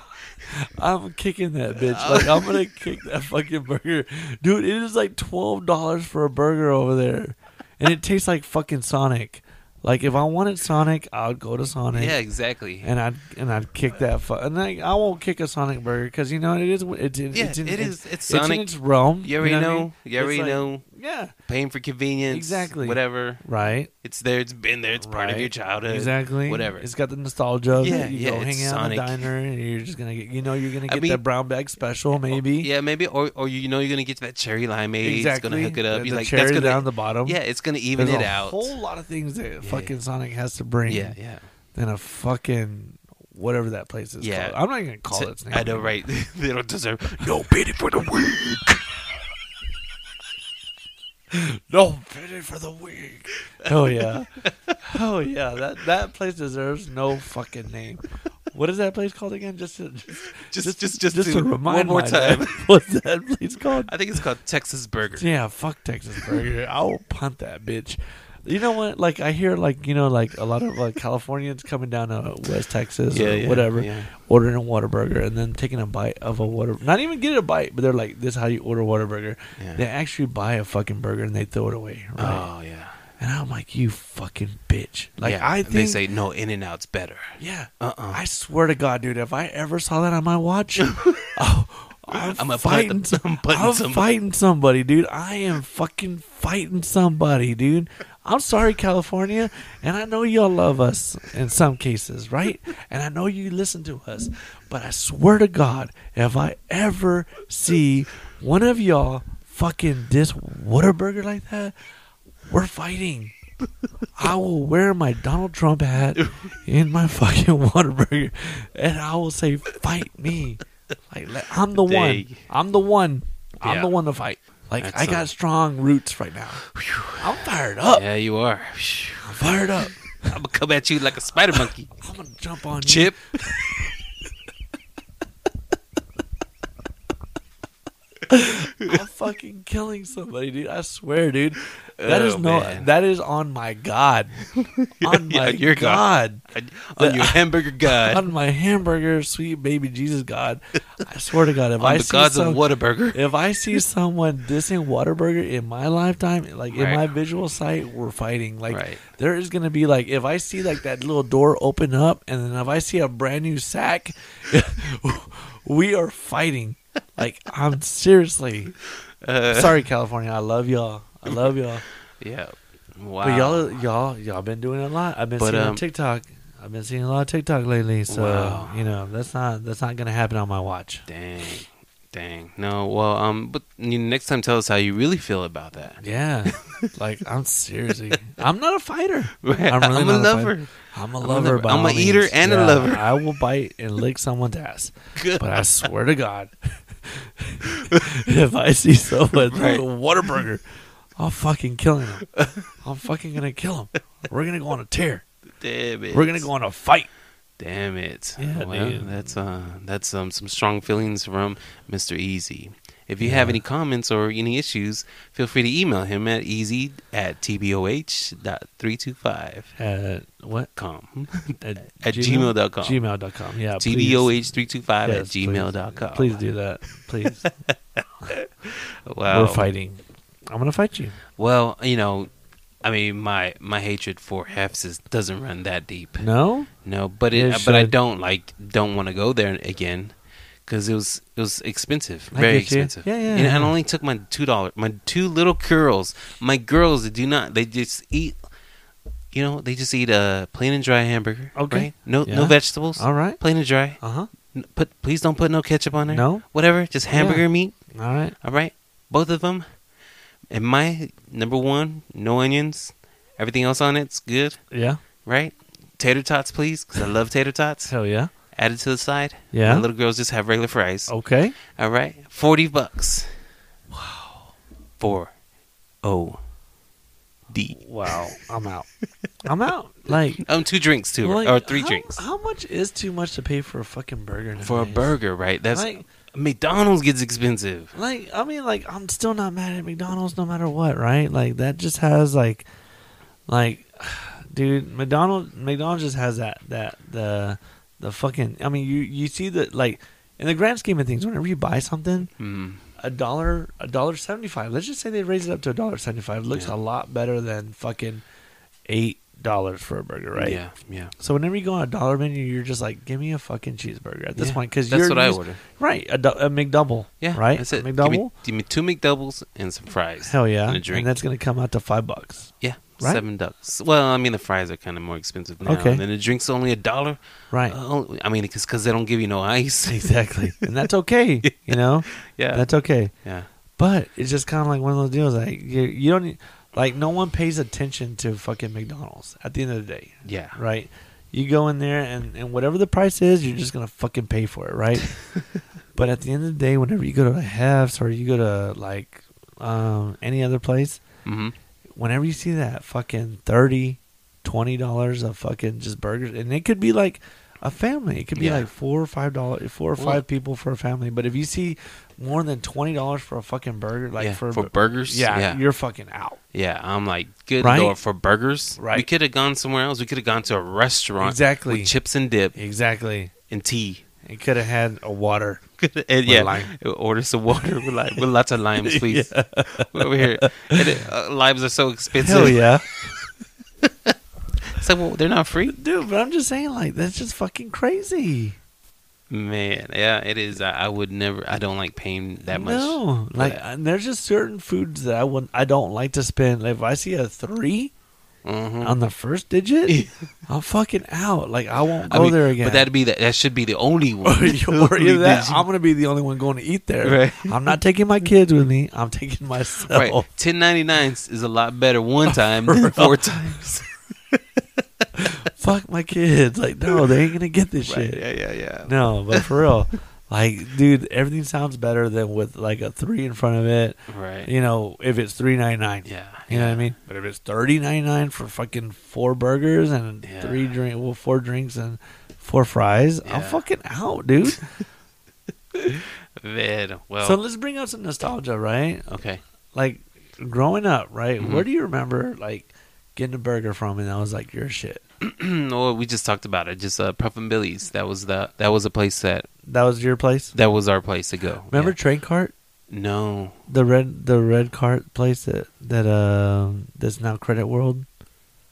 Speaker 2: I'm kicking that bitch. Like I'm gonna kick that fucking burger, dude. It is like twelve dollars for a burger over there, and it tastes like fucking Sonic. Like if I wanted Sonic, I'd go to Sonic.
Speaker 1: yeah, exactly.
Speaker 2: and I'd and I'd kick that fu- and I, I won't kick a Sonic burger because you know it is it's in,
Speaker 1: Yeah,
Speaker 2: it's in,
Speaker 1: it
Speaker 2: it's-
Speaker 1: is- it's
Speaker 2: in
Speaker 1: Sonic.
Speaker 2: its realm.
Speaker 1: You already
Speaker 2: what I
Speaker 1: know.
Speaker 2: mean?
Speaker 1: You already
Speaker 2: It's like-
Speaker 1: know.
Speaker 2: Yeah,
Speaker 1: Paying for convenience,
Speaker 2: Exactly.
Speaker 1: Whatever.
Speaker 2: right.
Speaker 1: It's there. It's been there. It's part of
Speaker 2: Right.
Speaker 1: your childhood.
Speaker 2: exactly.
Speaker 1: Whatever.
Speaker 2: It's got the nostalgia. of it.
Speaker 1: Yeah,
Speaker 2: you
Speaker 1: yeah,
Speaker 2: Go
Speaker 1: it's
Speaker 2: hang out in the
Speaker 1: Sonic.
Speaker 2: diner and you're just gonna get you know you're gonna
Speaker 1: I
Speaker 2: get
Speaker 1: mean- oh,
Speaker 2: that brown bag special maybe.
Speaker 1: yeah, maybe, or or you know you're gonna get to that cherry limeade.
Speaker 2: exactly.
Speaker 1: It's gonna hook it up.
Speaker 2: The,
Speaker 1: you're
Speaker 2: the
Speaker 1: like
Speaker 2: cherry
Speaker 1: that's gonna
Speaker 2: down the bottom.
Speaker 1: yeah, it's gonna even
Speaker 2: There's
Speaker 1: it
Speaker 2: a
Speaker 1: out.
Speaker 2: whole lot of things that fucking Sonic has to bring.
Speaker 1: yeah, yeah.
Speaker 2: Than a fucking whatever that place is
Speaker 1: Yeah.
Speaker 2: called. I'm not even gonna call it. its name.
Speaker 1: I know, right? they don't deserve.
Speaker 3: No pity for the weak.
Speaker 2: No pity for the weak. Oh yeah. oh yeah. That that place deserves no fucking name. What is that place called again? Just to, just,
Speaker 1: Just, just, just,
Speaker 2: just to
Speaker 1: do one
Speaker 2: remind
Speaker 1: more
Speaker 2: my
Speaker 1: time.
Speaker 2: dad What's that place called?
Speaker 1: I think it's called Texas Burger.
Speaker 2: Yeah, fuck Texas Burger. I will punt that bitch. You know what? Like I hear, like you know, like a lot of like Californians coming down to West Texas
Speaker 1: Yeah,
Speaker 2: or
Speaker 1: yeah,
Speaker 2: whatever,
Speaker 1: yeah.
Speaker 2: ordering a Whataburger and then taking a bite of a water. Not even get a bite, but they're like, "This is how you order Whataburger."
Speaker 1: Yeah.
Speaker 2: They actually buy a fucking burger and they throw it away. Right?
Speaker 1: Oh yeah.
Speaker 2: And I'm like, you fucking bitch. Like
Speaker 1: yeah.
Speaker 2: I
Speaker 1: And
Speaker 2: think,
Speaker 1: they say no. In and out's better.
Speaker 2: yeah.
Speaker 1: Uh-uh.
Speaker 2: I swear to God, dude, if I ever saw that on my watch, oh, I'm,
Speaker 1: I'm a
Speaker 2: fighting.
Speaker 1: punt- I'm punting
Speaker 2: I'm
Speaker 1: somebody.
Speaker 2: fighting somebody, dude. I am fucking fighting somebody, dude. I'm sorry, California, and I know y'all love us in some cases, right? And I know you listen to us, but I swear to God, if I ever see one of y'all fucking this Whataburger like that, we're fighting. I will wear my Donald Trump hat in my fucking Whataburger, and I will say, "Fight me!" Like let- I'm the
Speaker 1: Dang.
Speaker 2: one. I'm the one. I'm
Speaker 1: Yeah.
Speaker 2: the one to fight. Like I got
Speaker 1: Excellent.
Speaker 2: strong roots right now. I'm fired up.
Speaker 1: Yeah, you are.
Speaker 2: I'm fired up.
Speaker 1: I'm gonna come at you like a spider monkey.
Speaker 2: I'm gonna jump on you.
Speaker 1: Chip.
Speaker 2: I'm fucking killing somebody, dude. I swear, dude. That is
Speaker 1: Oh,
Speaker 2: no.
Speaker 1: man.
Speaker 2: That is on my God. on
Speaker 1: Yeah,
Speaker 2: my
Speaker 1: your God.
Speaker 2: God.
Speaker 1: on your hamburger god.
Speaker 2: On my hamburger, sweet baby Jesus God. I swear to God, if I
Speaker 1: On the
Speaker 2: see
Speaker 1: gods
Speaker 2: some,
Speaker 1: of Whataburger.
Speaker 2: if I see someone dissing Whataburger in my lifetime, like in
Speaker 1: Right.
Speaker 2: my visual sight, we're fighting. Like
Speaker 1: Right.
Speaker 2: there is gonna be like if I see like that little door open up, and then if I see a brand new sack, we are fighting. Like I'm seriously sorry, California. I love y'all. I love y'all.
Speaker 1: uh, Yeah. Wow.
Speaker 2: But y'all, y'all, y'all been doing a lot. I've been
Speaker 1: But,
Speaker 2: seeing
Speaker 1: um,
Speaker 2: on TikTok. I've been seeing a lot of TikTok lately. So
Speaker 1: Wow.
Speaker 2: you know that's not that's not gonna happen on my watch.
Speaker 1: Dang. Dang. No, well, um, but you know, next time tell us how you really feel about that.
Speaker 2: Yeah. like I'm seriously I'm not a fighter.
Speaker 1: Right.
Speaker 2: really
Speaker 1: I'm a
Speaker 2: not
Speaker 1: lover.
Speaker 2: fighter. I'm
Speaker 1: a
Speaker 2: a lover.
Speaker 1: lover.
Speaker 2: by
Speaker 1: I'm
Speaker 2: all
Speaker 1: a eater
Speaker 2: means.
Speaker 1: and a lover.
Speaker 2: I will bite and lick someone's ass.
Speaker 1: Good.
Speaker 2: But I swear to God if I see someone
Speaker 1: Right.
Speaker 2: right. a Whataburger, I'm fucking killing him. I'm fucking gonna kill him. We're gonna go on a tear.
Speaker 1: Damn it.
Speaker 2: We're gonna go on a fight.
Speaker 1: Damn it.
Speaker 2: Yeah,
Speaker 1: well,
Speaker 2: dude.
Speaker 1: that's uh that's um some strong feelings from Mr. Easy. If you have any comments or any issues, feel free to email him at easy at tboh.325
Speaker 2: Uh, what?
Speaker 1: com.
Speaker 2: At,
Speaker 1: At gmail dot com.
Speaker 2: Gmail dot com. Yeah. Uh, please.
Speaker 1: tboh325 at
Speaker 2: Yes, please.
Speaker 1: gmail.com.
Speaker 2: Please do that. Please.
Speaker 1: Wow.
Speaker 2: We're fighting. I'm gonna fight you.
Speaker 1: Well, you know, I mean, my my hatred for Hefs is, doesn't run that deep.
Speaker 2: No?
Speaker 1: No, but it,
Speaker 2: It
Speaker 1: but I
Speaker 2: should.
Speaker 1: don't like don't want to go there again because it was it was expensive,
Speaker 2: I
Speaker 1: very
Speaker 2: get you.
Speaker 1: expensive.
Speaker 2: Yeah, yeah,
Speaker 1: And I
Speaker 2: yeah.
Speaker 1: only took my two dollar, my two little girls, my girls. They do not. They just eat. You know, they just eat a plain and dry hamburger.
Speaker 2: Okay.
Speaker 1: right? No, no
Speaker 2: Yeah.
Speaker 1: vegetables.
Speaker 2: All right.
Speaker 1: Plain and dry.
Speaker 2: Uh huh.
Speaker 1: N- Put please don't put no ketchup on there.
Speaker 2: No.
Speaker 1: Whatever. Just hamburger meat.
Speaker 2: All right.
Speaker 1: All right, both of them. And my number one, no onions. Everything else on it's good,
Speaker 2: Yeah.
Speaker 1: right? Tater tots, please, because I love tater tots.
Speaker 2: Hell yeah.
Speaker 1: Add it to the side.
Speaker 2: Yeah. Oh.
Speaker 1: My little girls just have regular fries.
Speaker 2: Okay.
Speaker 1: All right, forty bucks. Wow. for O D.
Speaker 2: Wow, I'm out. I'm out. Like,
Speaker 1: Um, two drinks too, right?
Speaker 2: like,
Speaker 1: or three
Speaker 2: how-
Speaker 1: drinks
Speaker 2: How much is too much to pay for a fucking burger?
Speaker 1: for a
Speaker 2: nowadays?
Speaker 1: burger, right? That's
Speaker 2: Like-
Speaker 1: McDonald's gets expensive.
Speaker 2: Like, I mean, like, I'm still not mad at McDonald's no matter what, right? Like, that just has like, like, dude, McDonald McDonald's just has that that the the fucking. I mean, you you see the like in the grand scheme of things, whenever you buy something,
Speaker 1: Mm.
Speaker 2: a dollar a dollar seventy five. Let's just say they raise it up to a dollar seventy five. Looks
Speaker 1: Yeah.
Speaker 2: a lot better than fucking eight dollars for a burger, right?
Speaker 1: Yeah, yeah.
Speaker 2: So whenever you go on a dollar menu, you're just like, give me a fucking cheeseburger at this
Speaker 1: Yeah,
Speaker 2: point because
Speaker 1: that's
Speaker 2: you're
Speaker 1: what I
Speaker 2: used-
Speaker 1: order.
Speaker 2: Right, a, do- a McDouble.
Speaker 1: Yeah,
Speaker 2: right.
Speaker 1: That's it.
Speaker 2: A
Speaker 1: Give me,
Speaker 2: McDouble.
Speaker 1: give me two McDoubles and some fries.
Speaker 2: Hell yeah,
Speaker 1: and a drink.
Speaker 2: and that's gonna come out to five bucks.
Speaker 1: yeah,
Speaker 2: right?
Speaker 1: seven ducks. Well, I mean the fries are kind of more expensive now.
Speaker 2: Okay.
Speaker 1: And then the drinks only a dollar.
Speaker 2: Right,
Speaker 1: Oh, I mean, because they don't give you no ice.
Speaker 2: exactly, and that's okay. You know,
Speaker 1: yeah,
Speaker 2: that's okay.
Speaker 1: yeah,
Speaker 2: But it's just kind of like one of those deals. Like you, you don't need- like no one pays attention to fucking McDonald's at the end of the day,
Speaker 1: yeah.
Speaker 2: right? You go in there and and whatever the price is, you're just gonna fucking pay for it, right? but at the end of the day, whenever you go to Hef's or you go to like um, any other place,
Speaker 1: hmm
Speaker 2: whenever you see that fucking 30 20 dollars of fucking just burgers and it could be like a family it could be
Speaker 1: Yeah.
Speaker 2: like four or five dollars four or
Speaker 1: Well-
Speaker 2: five people for a family but if you see more than 20 dollars for a fucking burger like
Speaker 1: yeah.
Speaker 2: for,
Speaker 1: For, burgers,
Speaker 2: yeah,
Speaker 1: yeah,
Speaker 2: you're fucking out
Speaker 1: Yeah, I'm like, good
Speaker 2: Right?
Speaker 1: lord, for burgers, We
Speaker 2: Right.
Speaker 1: could have gone somewhere else. We could have gone to a restaurant,
Speaker 2: Exactly.
Speaker 1: with chips and dip
Speaker 2: exactly
Speaker 1: and tea.
Speaker 2: it could have had a water
Speaker 1: and yeah,
Speaker 2: lime.
Speaker 1: order some water with, like, with lots of limes, please. We're over here, and it, uh, limes are so expensive.
Speaker 2: hell yeah
Speaker 1: It's like, well, they're not free,
Speaker 2: dude but i'm just saying like that's just fucking crazy
Speaker 1: man. Yeah, it is. I, I would never. I don't like paying that much.
Speaker 2: no
Speaker 1: for
Speaker 2: like
Speaker 1: that.
Speaker 2: and there's just certain foods that i wouldn't i don't like to spend like if i see a three
Speaker 1: Mhm.
Speaker 2: on the first digit, I'm fucking out. Like I won't
Speaker 1: I
Speaker 2: go
Speaker 1: mean,
Speaker 2: there again.
Speaker 1: But that'd be the, that should be the only one.
Speaker 2: or either that,
Speaker 1: Digit.
Speaker 2: I'm gonna be the only one going to eat there.
Speaker 1: Right.
Speaker 2: I'm not taking my kids with me. I'm taking myself.
Speaker 1: Right, ten ninety nine is a lot better one time than four times.
Speaker 2: Fuck my kids. Like no, they ain't gonna get this shit.
Speaker 1: yeah, yeah.
Speaker 2: No, but for real, like dude, everything sounds better than with like a three in front of it.
Speaker 1: Right.
Speaker 2: You know, if it's three ninety nine.
Speaker 1: Yeah.
Speaker 2: You know what I mean? But if it's thirty ninety nine for fucking four burgers and
Speaker 1: Yeah.
Speaker 2: three drink, well, four drinks and four fries, I'm
Speaker 1: Yeah.
Speaker 2: fucking out, dude.
Speaker 1: Man, well,
Speaker 2: So let's bring up some nostalgia, right?
Speaker 1: okay.
Speaker 2: Like growing up, right?
Speaker 1: Mhm.
Speaker 2: Where do you remember like getting a burger from and that was like your shit?
Speaker 1: well, we just talked about it. Just uh, Puff and Billy's. That was the that was a place that
Speaker 2: That was your place?
Speaker 1: that was our place to go.
Speaker 2: Remember
Speaker 1: Yeah.
Speaker 2: Train Cart?
Speaker 1: No.
Speaker 2: The red the red cart place that that um that's now Credit World.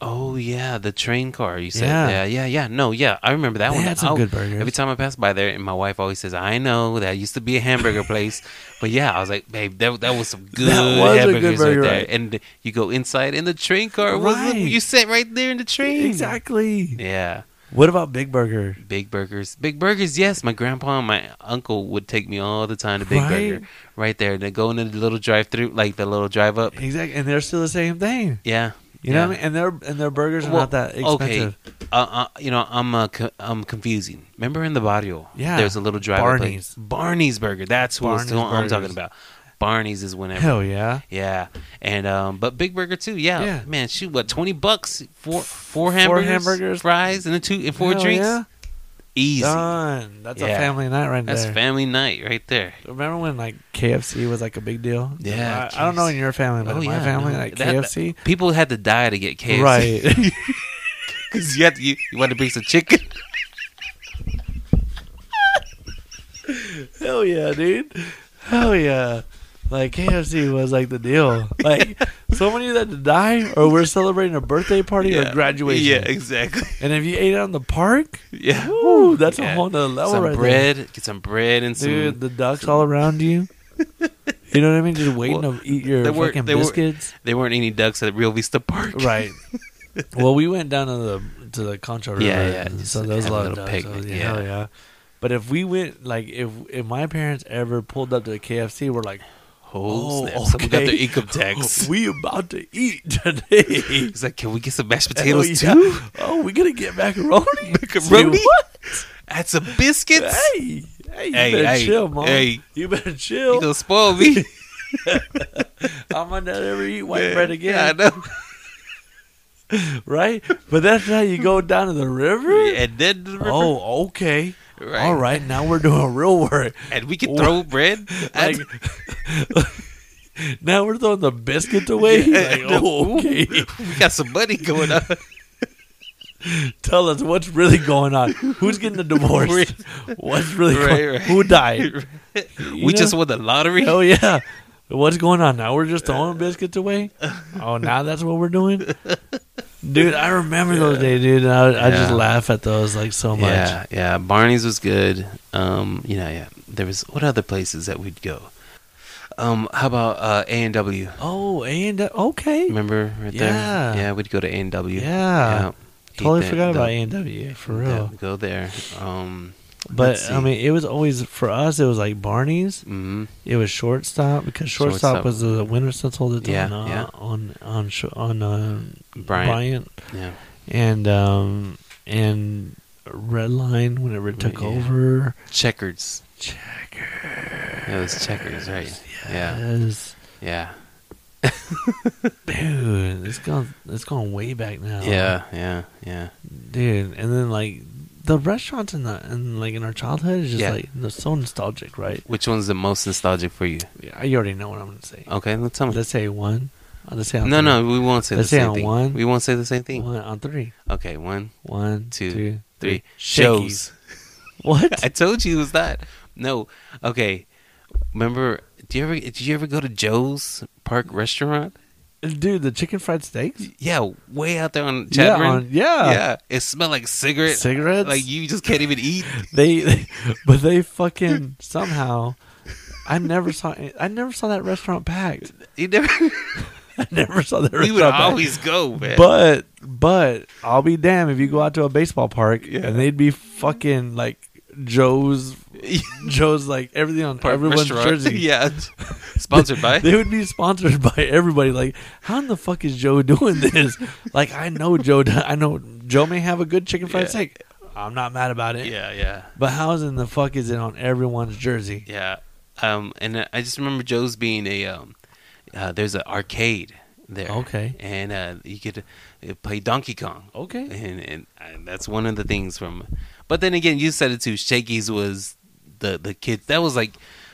Speaker 1: Oh yeah, the train car. You said
Speaker 2: Yeah.
Speaker 1: yeah, yeah, yeah. No, yeah, I remember that
Speaker 2: They
Speaker 1: one.
Speaker 2: had some
Speaker 1: I'll-
Speaker 2: good burgers.
Speaker 1: Every time I pass by there, and my wife always says, "I know that used to be a hamburger place," but yeah, I was like, "Babe, that that was some good
Speaker 2: was a good
Speaker 1: hamburgers
Speaker 2: burger,
Speaker 1: right there."
Speaker 2: right.
Speaker 1: And you go inside, and the train car was
Speaker 2: Right.
Speaker 1: you sat right there in the train.
Speaker 2: Exactly.
Speaker 1: Yeah.
Speaker 2: What about Big Burger?
Speaker 1: Big burgers, big burgers. Yes, my grandpa and my uncle would take me all the time to Big
Speaker 2: Right.
Speaker 1: Burger, right there. They go into the little drive-through, like the little drive-up.
Speaker 2: Exactly. And they're still the same thing.
Speaker 1: Yeah,
Speaker 2: You know what I mean? And their and their burgers are
Speaker 1: Well,
Speaker 2: not that expensive.
Speaker 1: Okay, uh, uh, you know I'm uh, co- I'm confusing. Remember in the barrio,
Speaker 2: Yeah.
Speaker 1: there's a little drive-up place.
Speaker 2: Barney's.
Speaker 1: Barney's Burger. That's what
Speaker 2: Barney's
Speaker 1: it's- I'm
Speaker 2: Burgers.
Speaker 1: talking about. Barney's is whenever.
Speaker 2: Hell yeah.
Speaker 1: Yeah, and um, but Big Burger too. Yeah,
Speaker 2: Yeah.
Speaker 1: man, shoot, what twenty bucks for four
Speaker 2: Four
Speaker 1: hamburgers,
Speaker 2: hamburgers.
Speaker 1: fries, and the two and four
Speaker 2: Hell
Speaker 1: drinks.
Speaker 2: yeah.
Speaker 1: Easy.
Speaker 2: Done. That's a
Speaker 1: Yeah.
Speaker 2: family night right
Speaker 1: That's
Speaker 2: there.
Speaker 1: family night right there.
Speaker 2: Remember when like KFC was like a big deal?
Speaker 1: Yeah,
Speaker 2: I, I don't know in your family, but
Speaker 1: Oh
Speaker 2: in
Speaker 1: yeah,
Speaker 2: my family,
Speaker 1: no,
Speaker 2: like
Speaker 1: that- that-
Speaker 2: KFC,
Speaker 1: people had to die to get KFC,
Speaker 2: right?
Speaker 1: Because you had to, you, you wanted to bring some chicken.
Speaker 2: Hell yeah, dude! Hell yeah! Like KFC was like the deal. Like someone either had to die, or we're celebrating a birthday party or graduation.
Speaker 1: Yeah, exactly.
Speaker 2: And if you ate out in the park,
Speaker 1: Yeah.
Speaker 2: ooh, that's
Speaker 1: Yeah.
Speaker 2: a whole nother level
Speaker 1: some
Speaker 2: right
Speaker 1: bread, get some bread and
Speaker 2: there, dude.
Speaker 1: some.
Speaker 2: The ducks all around you. You know what I mean? Just waiting
Speaker 1: Well,
Speaker 2: to eat your
Speaker 1: there were-
Speaker 2: fucking
Speaker 1: there were-
Speaker 2: biscuits.
Speaker 1: There weren't any ducks at Real Vista Park.
Speaker 2: Right. well, we went down to the to the Contra River.
Speaker 1: Yeah, yeah,
Speaker 2: and
Speaker 1: just
Speaker 2: So
Speaker 1: like
Speaker 2: there was a
Speaker 1: have a
Speaker 2: lot of
Speaker 1: little
Speaker 2: ducks.
Speaker 1: picnic,
Speaker 2: so, yeah, hell
Speaker 1: yeah.
Speaker 2: yeah. But if we went, like, if if my parents ever pulled up to the KFC, we're like,
Speaker 1: Oh,
Speaker 2: Oh,
Speaker 1: snap. Someone got their
Speaker 2: okay. Oh,
Speaker 1: income tax.
Speaker 2: we about to eat today.
Speaker 1: He's like, can we get some mashed
Speaker 2: Hell
Speaker 1: potatoes
Speaker 2: yeah.
Speaker 1: too?
Speaker 2: Oh, we gonna get macaroni.
Speaker 1: Macaroni?
Speaker 2: Say what?
Speaker 1: Add some biscuits?
Speaker 2: Hey, hey, you
Speaker 1: Hey,
Speaker 2: better
Speaker 1: hey,
Speaker 2: chill, mom.
Speaker 1: hey.
Speaker 2: you better
Speaker 1: You
Speaker 2: chill.
Speaker 1: gonna spoil me?
Speaker 2: I might not ever eat white bread again,
Speaker 1: Yeah, I know.
Speaker 2: right? But that's how you go down to the river.
Speaker 1: and then the river-
Speaker 2: Oh, okay.
Speaker 1: Right.
Speaker 2: All right, now we're doing real work.
Speaker 1: and we can throw bread. at-
Speaker 2: Like, now we're throwing the biscuit away. Like, oh, okay.
Speaker 1: we got some money going on.
Speaker 2: Tell us what's really going on. Who's getting the divorce? what's really
Speaker 1: Right,
Speaker 2: going
Speaker 1: right.
Speaker 2: Who died?
Speaker 1: we
Speaker 2: You
Speaker 1: just
Speaker 2: know?
Speaker 1: won the lottery.
Speaker 2: Oh yeah. What's going on now? We're just
Speaker 1: Uh,
Speaker 2: throwing biscuits away. Oh, now that's what we're doing, dude. I remember those days, dude. And I, I just
Speaker 1: Yeah.
Speaker 2: laugh at those like so much.
Speaker 1: Yeah, yeah. Barney's was good. Um, you know, yeah. There was what other places that we'd go. Um, how about uh A and W?
Speaker 2: Oh, and uh, okay,
Speaker 1: Remember right
Speaker 2: Yeah.
Speaker 1: there? Yeah, we'd go to A and W.
Speaker 2: Yeah.
Speaker 1: Eat
Speaker 2: totally
Speaker 1: that-
Speaker 2: forgot about A
Speaker 1: the-
Speaker 2: and W for
Speaker 1: that-
Speaker 2: real.
Speaker 1: Go there. Um,
Speaker 2: But
Speaker 1: let's
Speaker 2: I
Speaker 1: see.
Speaker 2: mean, it was always for us. It was like Barney's.
Speaker 1: mhm.
Speaker 2: It was shortstop because shortstop,
Speaker 1: Shortstop.
Speaker 2: was the winner since all the time
Speaker 1: Yeah,
Speaker 2: uh,
Speaker 1: yeah.
Speaker 2: on on sh- on uh, Bryant.
Speaker 1: Bryant. Yeah,
Speaker 2: and um and Red Line whenever it took
Speaker 1: Yeah.
Speaker 2: over.
Speaker 1: checkers. Yeah, it was checkers, right? Yeah,
Speaker 2: Yes.
Speaker 1: yeah,
Speaker 2: Dude, it's gone it's gone way back now.
Speaker 1: yeah, yeah, yeah.
Speaker 2: Dude, and then like the restaurants in the in like in our childhood is just
Speaker 1: Yeah.
Speaker 2: like they're so nostalgic, right?
Speaker 1: Which one's the most nostalgic for you?
Speaker 2: Yeah, you already know what I'm gonna say.
Speaker 1: Okay, let's tell me.
Speaker 2: Let's say one. I'll just say on
Speaker 1: Uh, No,
Speaker 2: three.
Speaker 1: no, we won't say
Speaker 2: Let's
Speaker 1: the
Speaker 2: say
Speaker 1: same
Speaker 2: on
Speaker 1: thing.
Speaker 2: one.
Speaker 1: We won't say the same thing.
Speaker 2: One on three.
Speaker 1: Okay, one,
Speaker 2: One,
Speaker 1: Two,
Speaker 2: two,
Speaker 1: three. Shows.
Speaker 2: Shakey's. What?
Speaker 1: I told you it was that. No. Okay. Remember? Do you ever? Did you ever go to Joe's Park Restaurant?
Speaker 2: Dude, the chicken fried steaks?
Speaker 1: Yeah, way out there on
Speaker 2: Yeah,
Speaker 1: Chadron.
Speaker 2: on- yeah.
Speaker 1: It smelled like cigarette.
Speaker 2: Cigarettes?
Speaker 1: Like you just can't even eat.
Speaker 2: they, they but they fucking somehow I never saw I never saw that restaurant packed.
Speaker 1: You never.
Speaker 2: I never saw that
Speaker 1: we
Speaker 2: restaurant
Speaker 1: would
Speaker 2: packed.
Speaker 1: always go, man.
Speaker 2: But but I'll be damned if you go out to a baseball park
Speaker 1: Yeah.
Speaker 2: and they'd be fucking like Joe's Joe's like everything on
Speaker 1: Park
Speaker 2: everyone's
Speaker 1: Restaurant.
Speaker 2: jersey.
Speaker 1: yeah. Sponsored by.
Speaker 2: They would be sponsored by everybody. Like, how in the fuck is Joe doing this? like, I know Joe. do- I know Joe may have a good chicken fried
Speaker 1: Yeah.
Speaker 2: steak. I'm not mad about it.
Speaker 1: yeah, yeah,
Speaker 2: But how in the fuck is it on everyone's jersey?
Speaker 1: yeah. Um, and I just remember Joe's being a um, uh, there's an arcade there.
Speaker 2: Okay.
Speaker 1: And uh, you could uh, play Donkey Kong.
Speaker 2: Okay.
Speaker 1: and and I, that's one of the things from. But then again, you said it too. Shakey's was the the kids. That was like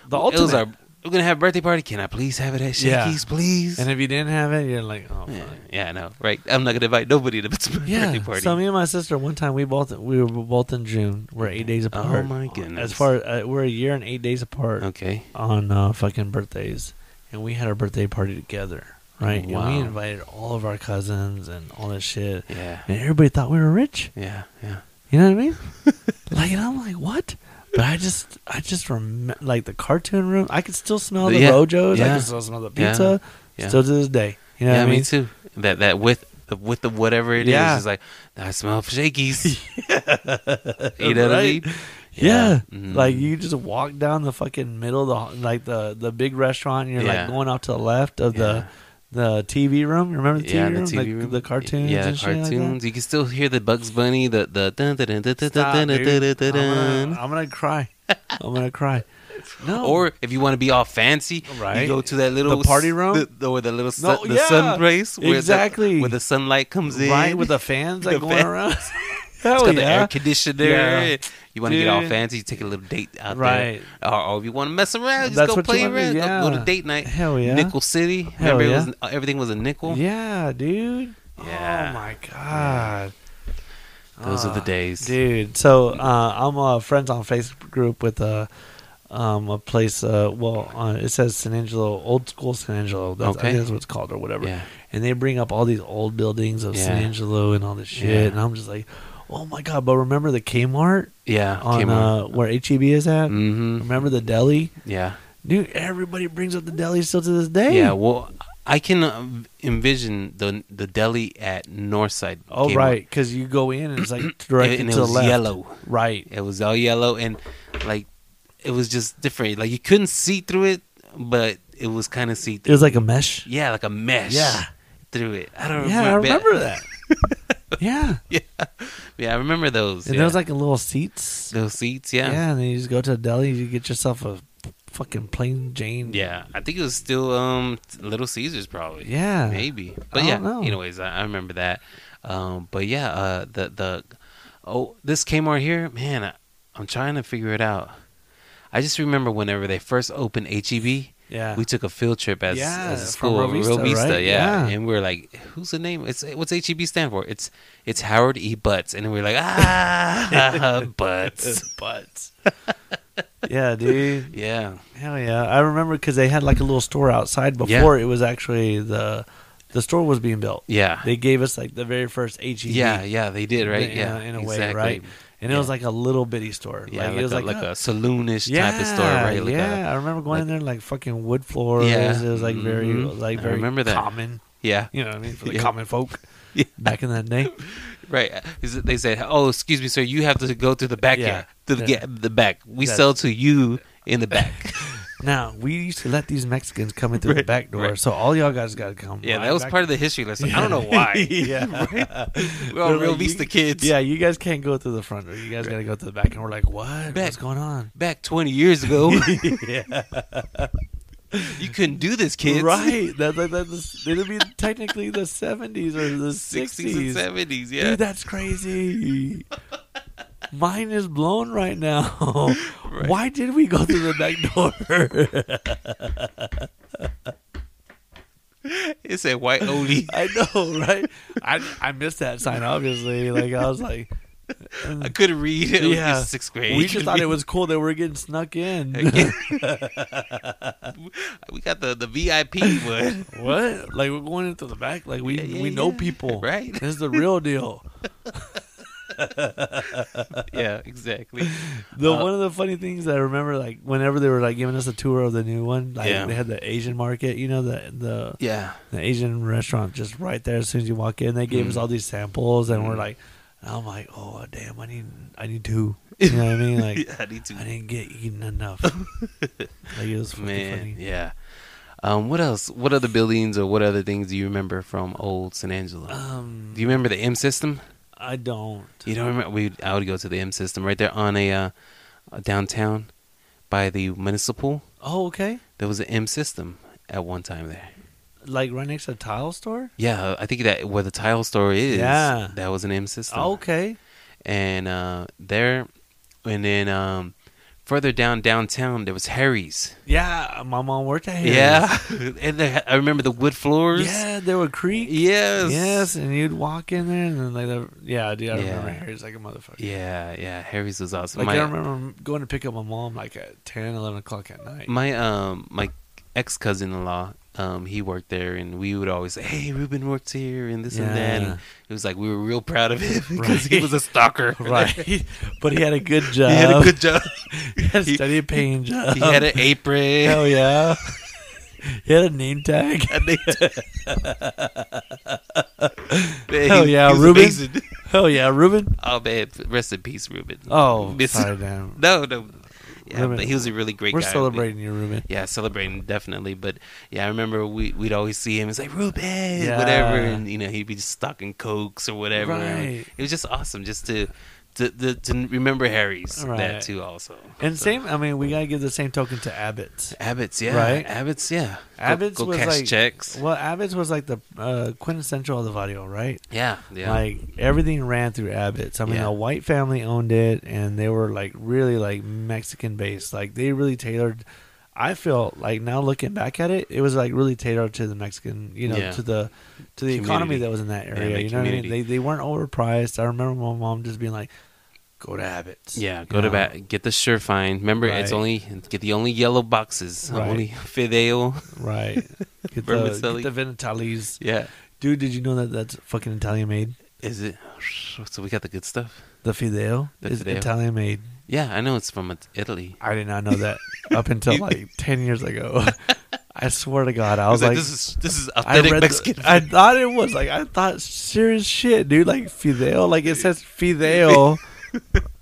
Speaker 2: The
Speaker 1: It was
Speaker 2: ultimate.
Speaker 1: our, we're gonna have a birthday party. Can I please have it at Shakey's,
Speaker 2: Yeah.
Speaker 1: please?
Speaker 2: And if you didn't have it, you're like, oh.
Speaker 1: yeah,
Speaker 2: fuck.
Speaker 1: yeah, I know, right? I'm not gonna invite nobody to my
Speaker 2: Yeah.
Speaker 1: birthday party.
Speaker 2: So me and my sister one time we both we were both in June. We're eight days
Speaker 1: Oh
Speaker 2: apart.
Speaker 1: my goodness.
Speaker 2: As far uh, we're a year and eight days apart
Speaker 1: okay,
Speaker 2: on uh, fucking birthdays, and we had our birthday party together, right? And
Speaker 1: Wow.
Speaker 2: we invited all of our cousins and all that shit,
Speaker 1: yeah,
Speaker 2: and everybody thought we were rich.
Speaker 1: yeah, yeah,
Speaker 2: You know what I mean? like, and I'm like, what? But I just, I just remember, like the cartoon room. I could still smell the
Speaker 1: Yeah.
Speaker 2: rojos. I
Speaker 1: Yeah.
Speaker 2: could still smell the
Speaker 1: Yeah.
Speaker 2: pizza.
Speaker 1: Yeah.
Speaker 2: Still to this day. You know
Speaker 1: yeah.
Speaker 2: what I mean?
Speaker 1: Me too. That that with with the whatever it is,
Speaker 2: Yeah.
Speaker 1: it's like I smell Shakey's. you know what I
Speaker 2: Right.
Speaker 1: mean?
Speaker 2: Yeah.
Speaker 1: Mm.
Speaker 2: Like you just walk down the fucking middle of the like the the big restaurant and you're
Speaker 1: Yeah.
Speaker 2: like going off to the left of
Speaker 1: Yeah.
Speaker 2: the the TV room. Remember the TV,
Speaker 1: yeah,
Speaker 2: room?
Speaker 1: the TV
Speaker 2: Like,
Speaker 1: room.
Speaker 2: The cartoons
Speaker 1: Yeah,
Speaker 2: and
Speaker 1: cartoons.
Speaker 2: shit like that.
Speaker 1: You can still hear the Bugs Bunny. The the dun dun dun dun dun
Speaker 2: Stop,
Speaker 1: dun dun dun
Speaker 2: dude.
Speaker 1: dun
Speaker 2: I'm,
Speaker 1: dun.
Speaker 2: gonna, I'm gonna cry. I'm gonna cry. No.
Speaker 1: Or if you want to be all fancy, you
Speaker 2: Right.
Speaker 1: go to that little
Speaker 2: The party
Speaker 1: s-
Speaker 2: room?
Speaker 1: the, or the little sun,
Speaker 2: No,
Speaker 1: the
Speaker 2: yeah,
Speaker 1: sun race, where the,
Speaker 2: exactly.
Speaker 1: where the sunlight comes in,
Speaker 2: right with the fans like
Speaker 1: The
Speaker 2: going
Speaker 1: fans.
Speaker 2: around.
Speaker 1: it's
Speaker 2: Hell
Speaker 1: got the
Speaker 2: yeah.
Speaker 1: air conditioner.
Speaker 2: Yeah.
Speaker 1: You want to get all
Speaker 2: Dude.
Speaker 1: fancy, you take a little date out
Speaker 2: Right.
Speaker 1: there, or, or if you want to mess around, just
Speaker 2: That's
Speaker 1: go
Speaker 2: what you
Speaker 1: play
Speaker 2: wanna do,
Speaker 1: around, Go- go,
Speaker 2: yeah.
Speaker 1: to date night.
Speaker 2: Hell yeah.
Speaker 1: Nickel City.
Speaker 2: Hell
Speaker 1: Remember,
Speaker 2: yeah.
Speaker 1: it was, everything was a nickel.
Speaker 2: Yeah, dude.
Speaker 1: Yeah.
Speaker 2: Oh my god.
Speaker 1: Those are the
Speaker 2: Ah,
Speaker 1: days.
Speaker 2: dude. So uh, I'm uh, friends on Facebook group with a um, a place. Uh, well, uh, it says San Angelo, old school San Angelo. That's, I
Speaker 1: Okay.
Speaker 2: think that's what it's called or whatever.
Speaker 1: Yeah.
Speaker 2: And they bring up all these old buildings of San
Speaker 1: Yeah.
Speaker 2: Angelo and all this shit,
Speaker 1: Yeah.
Speaker 2: and I'm just like, oh my god. But remember the Kmart
Speaker 1: Yeah,
Speaker 2: on uh, where HEB is at.
Speaker 1: mm-hmm.
Speaker 2: Remember the deli,
Speaker 1: Yeah,
Speaker 2: dude. Everybody brings up the deli still to this day.
Speaker 1: yeah. Well, I can uh, envision the the deli at Northside.
Speaker 2: Oh
Speaker 1: Kmart.
Speaker 2: right, because you go in and it's like directed
Speaker 1: and it
Speaker 2: to
Speaker 1: was
Speaker 2: the left.
Speaker 1: yellow.
Speaker 2: Right.
Speaker 1: It was all yellow and like it was just different. Like you couldn't see through it, but it was kind of see
Speaker 2: It
Speaker 1: through.
Speaker 2: was like a mesh.
Speaker 1: Yeah, like a mesh.
Speaker 2: Yeah.
Speaker 1: Through it. I don't
Speaker 2: Yeah, I
Speaker 1: remember.
Speaker 2: remember that. yeah.
Speaker 1: Yeah, I remember those.
Speaker 2: And
Speaker 1: yeah.
Speaker 2: there was like a little seats.
Speaker 1: those seats,
Speaker 2: Yeah.
Speaker 1: yeah.
Speaker 2: and then you just go to a deli, you get yourself a fucking plain Jane.
Speaker 1: Yeah, I think it was still um Little Caesars probably.
Speaker 2: Yeah.
Speaker 1: maybe. But
Speaker 2: Uh, I
Speaker 1: yeah,
Speaker 2: don't know.
Speaker 1: anyways, I, I remember that. Um, but yeah, uh, the the oh this Kmart here, man, I, I'm trying to figure it out. I just remember whenever they first opened HEB,
Speaker 2: Yeah.
Speaker 1: we took a field trip as,
Speaker 2: Yeah,
Speaker 1: as a
Speaker 2: from
Speaker 1: school,
Speaker 2: Real Vista,
Speaker 1: Real Vista,
Speaker 2: right?
Speaker 1: yeah.
Speaker 2: Yeah.
Speaker 1: and we were like, "Who's the name? It's what's HEB stand for? It's it's Howard E. Butts," and we were like, "Ah, Butts."
Speaker 2: but yeah, dude.
Speaker 1: Yeah,
Speaker 2: Hell yeah! I remember because they had like a little store outside before it was actually the the store was being built.
Speaker 1: yeah,
Speaker 2: They gave us like the very first E HEB.
Speaker 1: yeah, yeah. They did right,
Speaker 2: in,
Speaker 1: yeah,
Speaker 2: in a way,
Speaker 1: exactly.
Speaker 2: right? And it was
Speaker 1: Yeah.
Speaker 2: like a little bitty store.
Speaker 1: Yeah,
Speaker 2: like,
Speaker 1: like,
Speaker 2: it was
Speaker 1: a,
Speaker 2: like,
Speaker 1: like
Speaker 2: uh,
Speaker 1: a saloonish type of store, right? Like
Speaker 2: yeah,
Speaker 1: a,
Speaker 2: I remember going in there like fucking wood floors.
Speaker 1: Yeah.
Speaker 2: it was like very
Speaker 1: Mhm.
Speaker 2: like
Speaker 1: I
Speaker 2: very
Speaker 1: remember that.
Speaker 2: common.
Speaker 1: yeah,
Speaker 2: You know what I mean for the
Speaker 1: Yeah.
Speaker 2: common folk
Speaker 1: Yeah.
Speaker 2: back in that day.
Speaker 1: right. Is it- They said, "Oh, excuse me, sir, you have to go to the back
Speaker 2: Yeah.
Speaker 1: here, to the,
Speaker 2: Yeah.
Speaker 1: ga- the back. We
Speaker 2: That's-
Speaker 1: sell to you in the back."
Speaker 2: Now we used to let these Mexicans come in through the
Speaker 1: Right,
Speaker 2: back door,
Speaker 1: right.
Speaker 2: so all y'all guys got to come.
Speaker 1: yeah, that was part of the history lesson. I don't know why.
Speaker 2: yeah,
Speaker 1: We're all
Speaker 2: They're
Speaker 1: real
Speaker 2: like,
Speaker 1: Vista
Speaker 2: you-
Speaker 1: kids.
Speaker 2: yeah, you guys can't go through the front door. You guys got to go through the back, and we're like, what?
Speaker 1: Back.
Speaker 2: What's going on?
Speaker 1: Back 20 years ago,
Speaker 2: yeah,
Speaker 1: you couldn't do this, kids.
Speaker 2: right. That, that, that, it'd be technically the seventies or the
Speaker 1: 60s
Speaker 2: sixties.
Speaker 1: and 70s, yeah.
Speaker 2: Dude, that's crazy. Mine is blown right now. Why did we go through the back door?
Speaker 1: it said white only.
Speaker 2: I know, right? I I missed that sign. Obviously, like I was like,
Speaker 1: I couldn't read. It was
Speaker 2: Yeah.
Speaker 1: just sixth grade.
Speaker 2: we just thought it was cool that we're getting snuck in.
Speaker 1: we got the, the VIP one.
Speaker 2: what? Like we're going in through the back? Like we
Speaker 1: Yeah, yeah,
Speaker 2: we know
Speaker 1: yeah.
Speaker 2: people,
Speaker 1: Right.
Speaker 2: This is the real deal.
Speaker 1: yeah, exactly.
Speaker 2: The
Speaker 1: Uh,
Speaker 2: one of the funny things that I remember, like whenever they were like giving us a tour of the new one, like
Speaker 1: Yeah.
Speaker 2: they had the Asian market, you know, the the
Speaker 1: Yeah.
Speaker 2: the Asian restaurant just right there as soon as you walk in. They gave
Speaker 1: Mm.
Speaker 2: us all these samples, and we're like, and I'm like, oh damn, I need, I need two. You know what I mean? Like,
Speaker 1: yeah. I need to
Speaker 2: I didn't get eaten enough. like it was fucking
Speaker 1: Man,
Speaker 2: funny.
Speaker 1: yeah. Um, what else? What other buildings or what other things do you remember from old San Angelo?
Speaker 2: Um,
Speaker 1: do you remember the M system?
Speaker 2: I don't.
Speaker 1: You don't remember? We I would go to the M system right there on a uh, uh, downtown by the municipal.
Speaker 2: Oh, okay.
Speaker 1: There was an M system at one time there.
Speaker 2: Like right next to the tile store.
Speaker 1: Yeah, I think that where the tile store is.
Speaker 2: Yeah.
Speaker 1: that was an M system.
Speaker 2: okay.
Speaker 1: and uh, there, and then um, further down downtown there was Harry's.
Speaker 2: Yeah, my mom worked at Harry's.
Speaker 1: Yeah, and they, I remember the wood floors.
Speaker 2: Yeah, there were creek.
Speaker 1: Yes.
Speaker 2: Yes, and you'd walk in there, and then like, the, yeah, dude, I
Speaker 1: Yeah.
Speaker 2: remember Harry's like a motherfucker.
Speaker 1: Yeah, yeah. Harry's was awesome.
Speaker 2: Like
Speaker 1: my,
Speaker 2: I remember going to pick up my mom like at 10, 11 o'clock at night.
Speaker 1: my um my ex cousin in law, um, he worked there and we would always say, Hey Ruben works here and this and that
Speaker 2: Yeah.
Speaker 1: and it was like we were real proud of him because he
Speaker 2: Right.
Speaker 1: was a stalker.
Speaker 2: Right. but he had a good job.
Speaker 1: he had a good job.
Speaker 2: He had a
Speaker 1: he-
Speaker 2: steady paying job.
Speaker 1: he had an apron.
Speaker 2: Hell yeah. he had a name tag.
Speaker 1: Man,
Speaker 2: hell
Speaker 1: he-
Speaker 2: yeah,
Speaker 1: he was
Speaker 2: Ruben.
Speaker 1: amazing.
Speaker 2: Hell yeah, Ruben.
Speaker 1: Oh man, rest in peace, Ruben.
Speaker 2: Oh,
Speaker 1: Miss-
Speaker 2: sorry, man.
Speaker 1: No, no. Yeah,
Speaker 2: Ruben,
Speaker 1: but he was a really great
Speaker 2: We're
Speaker 1: guy.
Speaker 2: celebrating you, Ruben.
Speaker 1: yeah, celebrating definitely. But yeah, I remember we we'd always see him. It's like Ruben,
Speaker 2: Yeah.
Speaker 1: whatever, and you know he'd be just stocking cokes or whatever.
Speaker 2: Right.
Speaker 1: It was just awesome just to to to, to remember Harry's that
Speaker 2: Right.
Speaker 1: too also.
Speaker 2: And
Speaker 1: So-
Speaker 2: same, I mean, we gotta give the same token to Abbott's.
Speaker 1: Abbott's, yeah,
Speaker 2: Right?
Speaker 1: Abbott's, yeah, Go-
Speaker 2: Abbott's
Speaker 1: go,
Speaker 2: was
Speaker 1: cash
Speaker 2: like
Speaker 1: checks,
Speaker 2: Well, Abbott's was like the uh, quintessential of the Vadio, right?
Speaker 1: yeah, yeah,
Speaker 2: Like everything ran through Abbott's. I mean,
Speaker 1: Yeah.
Speaker 2: a white family owned it, and they were like really like Mexican based. Like they really tailored. I feel like now looking back at it, it was like really tailored to the Mexican, you know,
Speaker 1: Yeah.
Speaker 2: to the to the economy
Speaker 1: Community.
Speaker 2: that was in that
Speaker 1: Yeah,
Speaker 2: area.
Speaker 1: the
Speaker 2: you know what I mean?
Speaker 1: community.
Speaker 2: They they weren't overpriced. I remember my mom just being like, "Go to Abbott's."
Speaker 1: yeah.
Speaker 2: you
Speaker 1: Go to
Speaker 2: know?
Speaker 1: bat, get the sure find. Remember, it's
Speaker 2: Right.
Speaker 1: only get the only yellow boxes,
Speaker 2: Right.
Speaker 1: only Fideo,
Speaker 2: Right. Get the,
Speaker 1: Vermicelli.
Speaker 2: get the Venitalis.
Speaker 1: yeah.
Speaker 2: Dude, did you know that that's fucking Italian made?
Speaker 1: Is it? So we got the good stuff.
Speaker 2: The fideo
Speaker 1: The
Speaker 2: is
Speaker 1: fideo.
Speaker 2: Italian made.
Speaker 1: Yeah, I know it's from It- Italy.
Speaker 2: I did not know that up until like 10 years ago. I swear to God, I
Speaker 1: I
Speaker 2: was like,
Speaker 1: this is this is
Speaker 2: I,
Speaker 1: authentic
Speaker 2: read
Speaker 1: Mexican.
Speaker 2: the, I thought it was like, I thought serious shit, dude. Like fideo, like it says fideo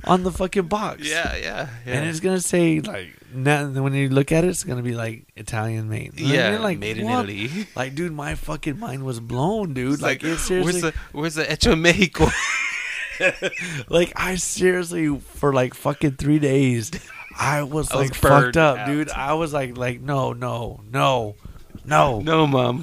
Speaker 2: on the fucking box.
Speaker 1: Yeah, yeah, yeah.
Speaker 2: And it's gonna say like nothing. When you look at it, it's gonna be like Italian made. You know what I
Speaker 1: yeah,
Speaker 2: mean? like
Speaker 1: made in
Speaker 2: what?
Speaker 1: Italy.
Speaker 2: Like, dude, my fucking mind was blown, dude.
Speaker 1: It's
Speaker 2: like, it
Speaker 1: where's
Speaker 2: seriously,
Speaker 1: the where's the Echo Mexico?
Speaker 2: like I seriously for like fucking three days, I was
Speaker 1: I was
Speaker 2: like
Speaker 1: burned
Speaker 2: fucked up,
Speaker 1: out.
Speaker 2: dude. I was like, like no, no, no, no, no.
Speaker 1: No, mom.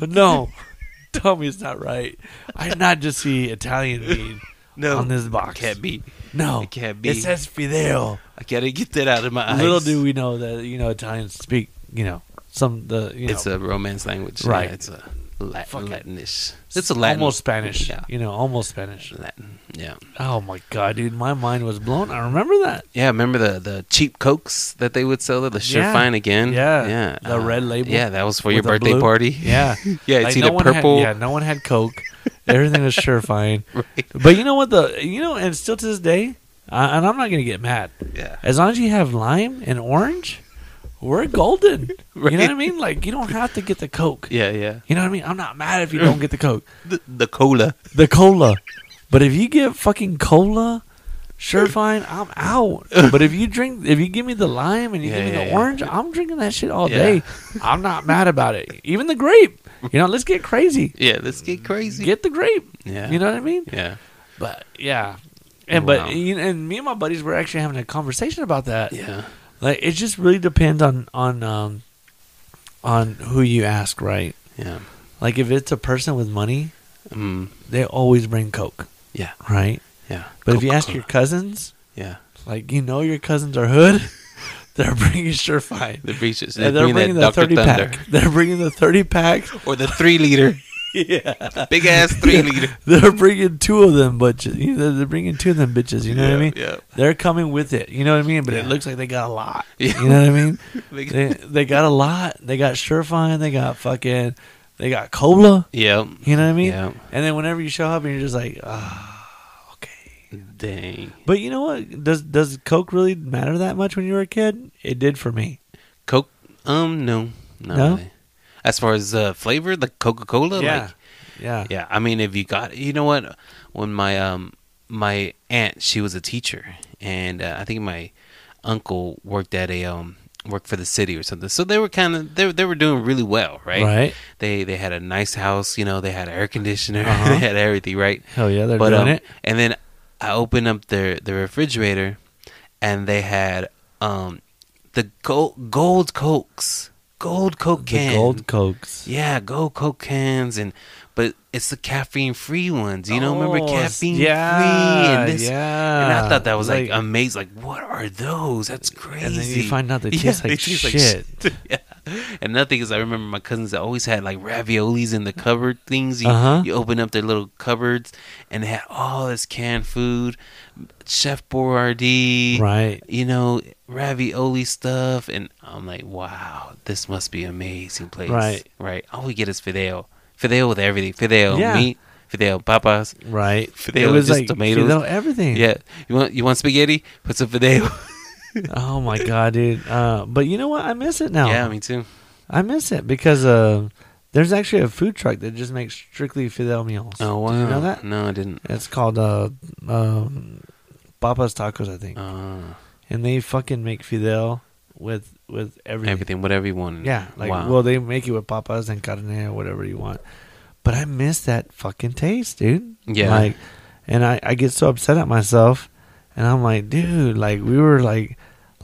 Speaker 2: Tell me it's not right. I did not just see Italian meat
Speaker 1: No.
Speaker 2: on this box.
Speaker 1: Can't be.
Speaker 2: No,
Speaker 1: It can't be.
Speaker 2: It says fideo.
Speaker 1: I gotta get that out of my eyes.
Speaker 2: Little do we know that you know Italians speak. You know some the you know
Speaker 1: It's a Romance language.
Speaker 2: Right.
Speaker 1: Yeah, it's a Latin,
Speaker 2: Fuck it.
Speaker 1: Latinish. It's a Latin.
Speaker 2: almost Spanish.
Speaker 1: Yeah.
Speaker 2: You know, almost Spanish.
Speaker 1: Latin. Yeah.
Speaker 2: Oh my god, dude, my mind was blown. I remember that.
Speaker 1: Yeah, remember the the cheap cokes that they would sell at the Sure
Speaker 2: Yeah.
Speaker 1: Fine again?
Speaker 2: Yeah.
Speaker 1: yeah, Uh,
Speaker 2: The red label
Speaker 1: Yeah, that was for your
Speaker 2: With the
Speaker 1: birthday
Speaker 2: blue-
Speaker 1: party.
Speaker 2: Yeah.
Speaker 1: yeah, it's
Speaker 2: Like,
Speaker 1: either
Speaker 2: no one had-
Speaker 1: purple.
Speaker 2: yeah, no one had Coke. Everything was sure fine.
Speaker 1: Right.
Speaker 2: But you know what? The you know, and still to this day, uh, and I'm not gonna get mad.
Speaker 1: yeah,
Speaker 2: As long as you have lime and orange, we're golden. You know what I
Speaker 1: Right.
Speaker 2: mean? Like you don't have to get the Coke.
Speaker 1: yeah, yeah.
Speaker 2: You know what I mean? I'm not mad if you don't get the Coke,
Speaker 1: The, the cola.
Speaker 2: the cola. But if you get fucking cola, sure fine, I'm out. But if you drink, if you give me the lime and you
Speaker 1: Yeah,
Speaker 2: give me
Speaker 1: yeah,
Speaker 2: the
Speaker 1: yeah.
Speaker 2: orange, I'm drinking that shit all
Speaker 1: Yeah.
Speaker 2: day. I'm not mad about it. Even the grape. You know, let's get crazy.
Speaker 1: Yeah, let's get crazy.
Speaker 2: Get the grape.
Speaker 1: yeah,
Speaker 2: You know what I mean?
Speaker 1: Yeah,
Speaker 2: But yeah, and
Speaker 1: Wow.
Speaker 2: but you know, and me and my buddies were actually having a conversation about that.
Speaker 1: yeah,
Speaker 2: Like it just really depends on on um on who you ask, right?
Speaker 1: yeah.
Speaker 2: Like if it's a person with money,
Speaker 1: Mm,
Speaker 2: they always bring Coke,
Speaker 1: yeah,
Speaker 2: right?
Speaker 1: yeah.
Speaker 2: But if you ask
Speaker 1: Coca-Cola.
Speaker 2: your cousins,
Speaker 1: yeah,
Speaker 2: like you know your cousins are hood, they're bringing sure fine.
Speaker 1: the breaches.
Speaker 2: And they're bringing the
Speaker 1: that Dr.
Speaker 2: thirty
Speaker 1: Thunder
Speaker 2: pack. They're bringing the thirty pack.
Speaker 1: or the three liter,
Speaker 2: Yeah,
Speaker 1: big ass three liter.
Speaker 2: they're bringing two of them, but you know, they're bringing two of them bitches. You know what I mean?
Speaker 1: Yeah,
Speaker 2: They're coming with it. You know what I mean? But it
Speaker 1: Yeah.
Speaker 2: looks like they got a lot.
Speaker 1: Yeah.
Speaker 2: You know what I mean?
Speaker 1: Big-
Speaker 2: they, they got a lot. They got Surefine. They got fucking. They got cola.
Speaker 1: yeah.
Speaker 2: You know what I mean?
Speaker 1: Yeah.
Speaker 2: And then whenever you show up and you're just like, ah, okay.
Speaker 1: Dang,
Speaker 2: But you know what? Does does Coke really matter that much when you were a kid? It did for me.
Speaker 1: Coke. Um, no, not
Speaker 2: No?
Speaker 1: really. As far as uh, flavor, the Coca Cola, like
Speaker 2: yeah.
Speaker 1: Yeah, I mean, if you got, you know what? When my um my aunt, she was a teacher, and uh, I think my uncle worked at a um worked for the city or something. So they were kind of they they were doing really well, right?
Speaker 2: Right.
Speaker 1: They they had a nice house, you know. They had air conditioner,
Speaker 2: Uh-huh.
Speaker 1: they had everything, right?
Speaker 2: Hell yeah, they're doing
Speaker 1: um,
Speaker 2: it.
Speaker 1: And then I opened up their the refrigerator, and they had um the gold gold cokes, gold coke
Speaker 2: The
Speaker 1: cans.
Speaker 2: gold cokes.
Speaker 1: Yeah, go Coke cans and but it's the caffeine free ones. You know, remember
Speaker 2: Oh, s-
Speaker 1: caffeine free
Speaker 2: yeah,
Speaker 1: and this
Speaker 2: Yeah.
Speaker 1: and I thought that was like,
Speaker 2: Like-
Speaker 1: amazing. Like, what are those? That's crazy.
Speaker 2: and then you find out they taste like shit.
Speaker 1: yeah. And another thing is, I remember my cousins that always had like raviolis in the cupboard things. You,
Speaker 2: Uh-huh.
Speaker 1: you open up their little cupboards and they had all this canned food, Chef Boyardee,
Speaker 2: right.
Speaker 1: you know, ravioli stuff, and I'm like, wow, this must be an amazing place.
Speaker 2: Right.
Speaker 1: right. All we get is fideo, fideo with everything, fideo
Speaker 2: Yeah.
Speaker 1: meat, fideo papas.
Speaker 2: Right.
Speaker 1: Fideo just tomatoes.
Speaker 2: fideo everything.
Speaker 1: Yeah, you want you want spaghetti? Put some fideo.
Speaker 2: Oh my god, dude. Uh, but you know what? I miss it now.
Speaker 1: Yeah, me too.
Speaker 2: I miss it because uh, there's actually a food truck that just makes strictly fideo meals.
Speaker 1: Oh wow,
Speaker 2: Did you know that?
Speaker 1: no, I didn't.
Speaker 2: It's called uh, um, Papa's Tacos, I think,
Speaker 1: Uh,
Speaker 2: and they fucking make fideo with with everything.
Speaker 1: everything, whatever you want.
Speaker 2: Yeah, like
Speaker 1: wow.
Speaker 2: well, they make it with papas and carne or whatever you want. But I miss that fucking taste, dude.
Speaker 1: Yeah.
Speaker 2: like, and I I get so upset at myself, and I'm like, dude, like we were like,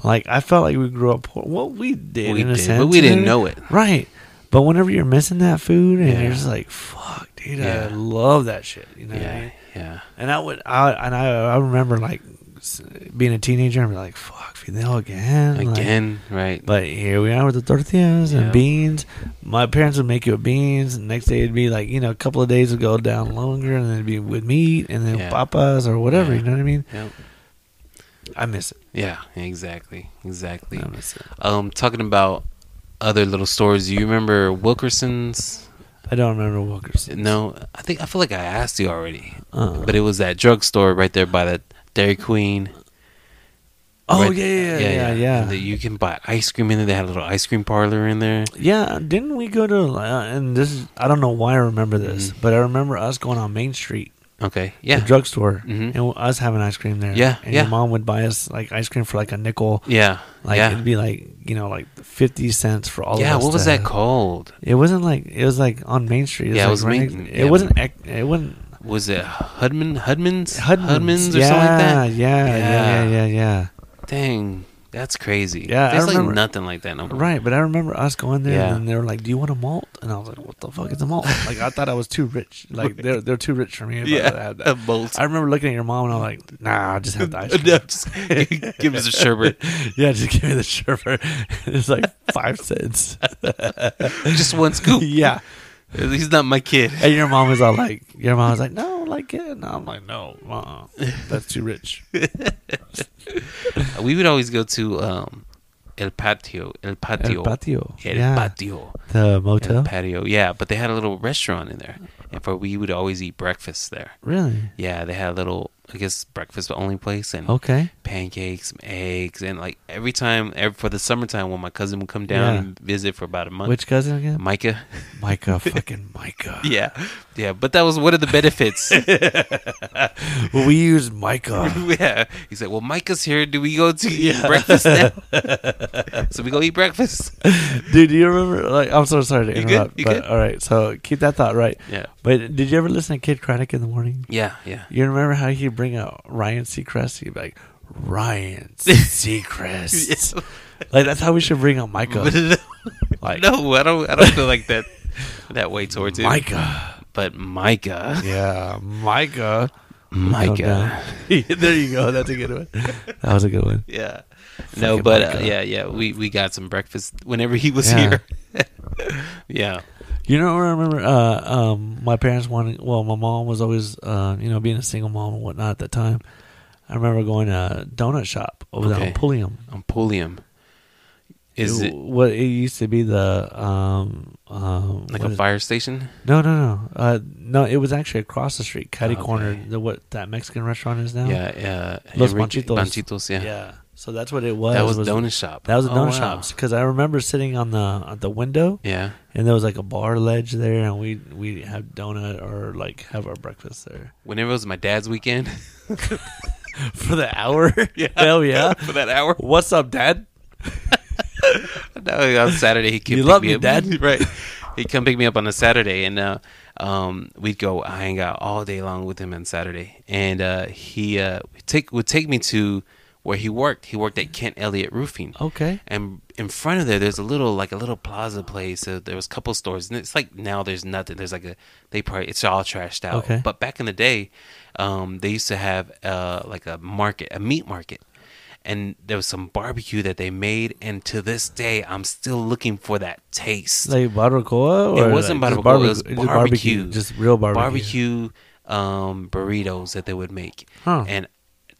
Speaker 2: like I felt like we grew up poor. Well, we did,
Speaker 1: we
Speaker 2: in a
Speaker 1: did,
Speaker 2: sense,
Speaker 1: but we didn't
Speaker 2: dude.
Speaker 1: know it.
Speaker 2: right? But whenever you're missing that food, and
Speaker 1: Yeah.
Speaker 2: you're just like, fuck, dude,
Speaker 1: Yeah.
Speaker 2: I love that shit. You know what I
Speaker 1: Yeah,
Speaker 2: mean?
Speaker 1: yeah,
Speaker 2: And I would, I and I, I remember like s- being a teenager and be like, fuck, Fidel again, like,
Speaker 1: again, right?
Speaker 2: but here we are with the tortillas
Speaker 1: Yeah.
Speaker 2: and beans. My parents would make it with beans. And next day it'd be like, you know, a couple of days would go down longer and then it'd be with meat and then
Speaker 1: Yeah.
Speaker 2: papas or whatever.
Speaker 1: Yeah.
Speaker 2: You know what I mean?
Speaker 1: Yep.
Speaker 2: I miss it.
Speaker 1: Yeah, exactly, exactly.
Speaker 2: I miss it.
Speaker 1: Um, talking about other little stores, you remember Wilkerson's?
Speaker 2: I don't remember Walker's.
Speaker 1: No, I think I feel like I asked you already,
Speaker 2: Uh,
Speaker 1: but it was that drugstore right there by the Dairy Queen.
Speaker 2: oh,
Speaker 1: Right-
Speaker 2: yeah, yeah, yeah, yeah. Yeah.
Speaker 1: And that you can buy ice cream in there. They had a little ice cream parlor in there.
Speaker 2: didn't we go to, uh, and this is, I don't know why I remember this, but I remember us going on Main Street,
Speaker 1: Okay,
Speaker 2: the
Speaker 1: Mm-hmm. yeah,
Speaker 2: drugstore,
Speaker 1: Mhm.
Speaker 2: and us having ice cream there.
Speaker 1: Yeah,
Speaker 2: And
Speaker 1: yeah.
Speaker 2: your mom would buy us like ice cream for like a nickel.
Speaker 1: yeah,
Speaker 2: Like
Speaker 1: yeah,
Speaker 2: it'd be like you know like fifty cents for all.
Speaker 1: yeah.
Speaker 2: of us
Speaker 1: What was
Speaker 2: to-
Speaker 1: that called?
Speaker 2: It wasn't like it was like on Main Street.
Speaker 1: Yeah, it
Speaker 2: like
Speaker 1: was
Speaker 2: right
Speaker 1: Main-
Speaker 2: next-
Speaker 1: yeah.
Speaker 2: It wasn't. ec- It wasn't.
Speaker 1: Was it Hudman, Hudman's,
Speaker 2: Hudman's,
Speaker 1: or
Speaker 2: yeah,
Speaker 1: something like that?
Speaker 2: Yeah, yeah,
Speaker 1: Yeah.
Speaker 2: yeah, yeah, yeah.
Speaker 1: Dang, That's crazy.
Speaker 2: Yeah, I
Speaker 1: there's like
Speaker 2: remember-
Speaker 1: nothing like that no more.
Speaker 2: Right, but I remember us going there
Speaker 1: Yeah.
Speaker 2: and they were like, "Do you want a malt?" And I was like, "What the fuck is a malt?" Like I thought I was too rich. Like they're they're too rich for me. If
Speaker 1: Yeah,
Speaker 2: I, would've had
Speaker 1: a
Speaker 2: that.
Speaker 1: bolt.
Speaker 2: I remember looking at your mom and I'm like, "Nah, I just have the ice cream."
Speaker 1: No, just give me some sherbet.
Speaker 2: yeah, just give me the sherbet. it's like five cents.
Speaker 1: Just one scoop.
Speaker 2: yeah,
Speaker 1: He's not my kid.
Speaker 2: and your mom was all like, "Your mom was like, no, like it." And I'm like, "No, uh-uh. that's too rich."
Speaker 1: We would always go to um, El Patio. El Patio.
Speaker 2: El patio,
Speaker 1: El
Speaker 2: yeah,
Speaker 1: Patio.
Speaker 2: the
Speaker 1: El
Speaker 2: motel.
Speaker 1: Patio. Yeah, but they had a little restaurant in there, and for we would always eat breakfast there.
Speaker 2: really?
Speaker 1: Yeah, they had a little, I guess, breakfast only place, and
Speaker 2: Okay.
Speaker 1: pancakes, some eggs, and like every time ev for the summertime when my cousin would come down
Speaker 2: Yeah.
Speaker 1: and visit for about a month.
Speaker 2: Which cousin again?
Speaker 1: Micah.
Speaker 2: Micah, fucking Micah.
Speaker 1: Yeah, yeah, but that was one of the benefits.
Speaker 2: Well, we use Micah.
Speaker 1: yeah, he said, "Well, Micah's here. Do we go to eat breakfast now?" so we go eat breakfast.
Speaker 2: Dude, do you remember? Like, I'm so sorry to
Speaker 1: You good?
Speaker 2: interrupt,
Speaker 1: You
Speaker 2: but
Speaker 1: good?
Speaker 2: all right. So keep that thought right.
Speaker 1: Yeah,
Speaker 2: But did you ever listen to Kid Craddock in the morning?
Speaker 1: yeah, yeah.
Speaker 2: You remember how he'd bring out Ryan Seacrest? He'd be like, Ryan Seacrest. Like that's how we should bring out Micah.
Speaker 1: no, I
Speaker 2: Like
Speaker 1: don't. I don't feel like that. That way towards it.
Speaker 2: Micah.
Speaker 1: But Micah,
Speaker 2: Yeah, Micah.
Speaker 1: Micah.
Speaker 2: there you go. That's a good one. That was a good one.
Speaker 1: Yeah. No,
Speaker 2: Fucking
Speaker 1: but uh,
Speaker 2: Micah.
Speaker 1: yeah, yeah. We we got some breakfast whenever he was
Speaker 2: Yeah.
Speaker 1: here. yeah.
Speaker 2: You know, I remember uh, um, my parents wanted. Well, my mom was always, uh, you know, being a single mom and whatnot at that time. I remember going to a donut shop over there
Speaker 1: Okay.
Speaker 2: on Pulliam.
Speaker 1: On Pullium. Is it
Speaker 2: what it used to be the um, um
Speaker 1: like
Speaker 2: what
Speaker 1: a
Speaker 2: is-
Speaker 1: fire station?
Speaker 2: No, no, no, uh, no. It was actually across the street, Cutty
Speaker 1: Okay.
Speaker 2: Corner, the what that Mexican restaurant is now.
Speaker 1: Yeah, yeah.
Speaker 2: Los
Speaker 1: Enrique-
Speaker 2: Panchitos.
Speaker 1: Panchitos, yeah.
Speaker 2: yeah. So that's what it was.
Speaker 1: That was,
Speaker 2: was
Speaker 1: donut shop.
Speaker 2: That was a
Speaker 1: Oh,
Speaker 2: donut
Speaker 1: wow.
Speaker 2: shops because I remember sitting on the on the window
Speaker 1: Yeah.
Speaker 2: and there was like a bar ledge there and we we have donut or like have our breakfast there
Speaker 1: Whenever it was my dad's weekend
Speaker 2: for the hour. Yeah. Hell yeah.
Speaker 1: for that hour.
Speaker 2: What's up, Dad?
Speaker 1: No, on Saturday he came
Speaker 2: You
Speaker 1: pick
Speaker 2: love
Speaker 1: me
Speaker 2: me,
Speaker 1: up.
Speaker 2: Dad.
Speaker 1: right. He'd come pick me up on a Saturday and uh, um, we'd go hang out all day long with him on Saturday. And uh, he uh, would take would take me to where he worked. He worked at Kent Elliott Roofing.
Speaker 2: Okay.
Speaker 1: and in front of there there's a little like a little plaza place so there was a couple stores and it's like now there's nothing there's like a they probably it's all trashed out
Speaker 2: Okay.
Speaker 1: but back in the day um they used to have uh like a market a meat market and there was some barbecue that they made and to this day i'm still looking for that taste
Speaker 2: Like barbacoa? Or
Speaker 1: it wasn't
Speaker 2: like
Speaker 1: barbecue,
Speaker 2: just
Speaker 1: it was
Speaker 2: barbe-
Speaker 1: barbecue,
Speaker 2: Just real barbecue.
Speaker 1: barbecue um, burritos that they would make.
Speaker 2: Huh.
Speaker 1: And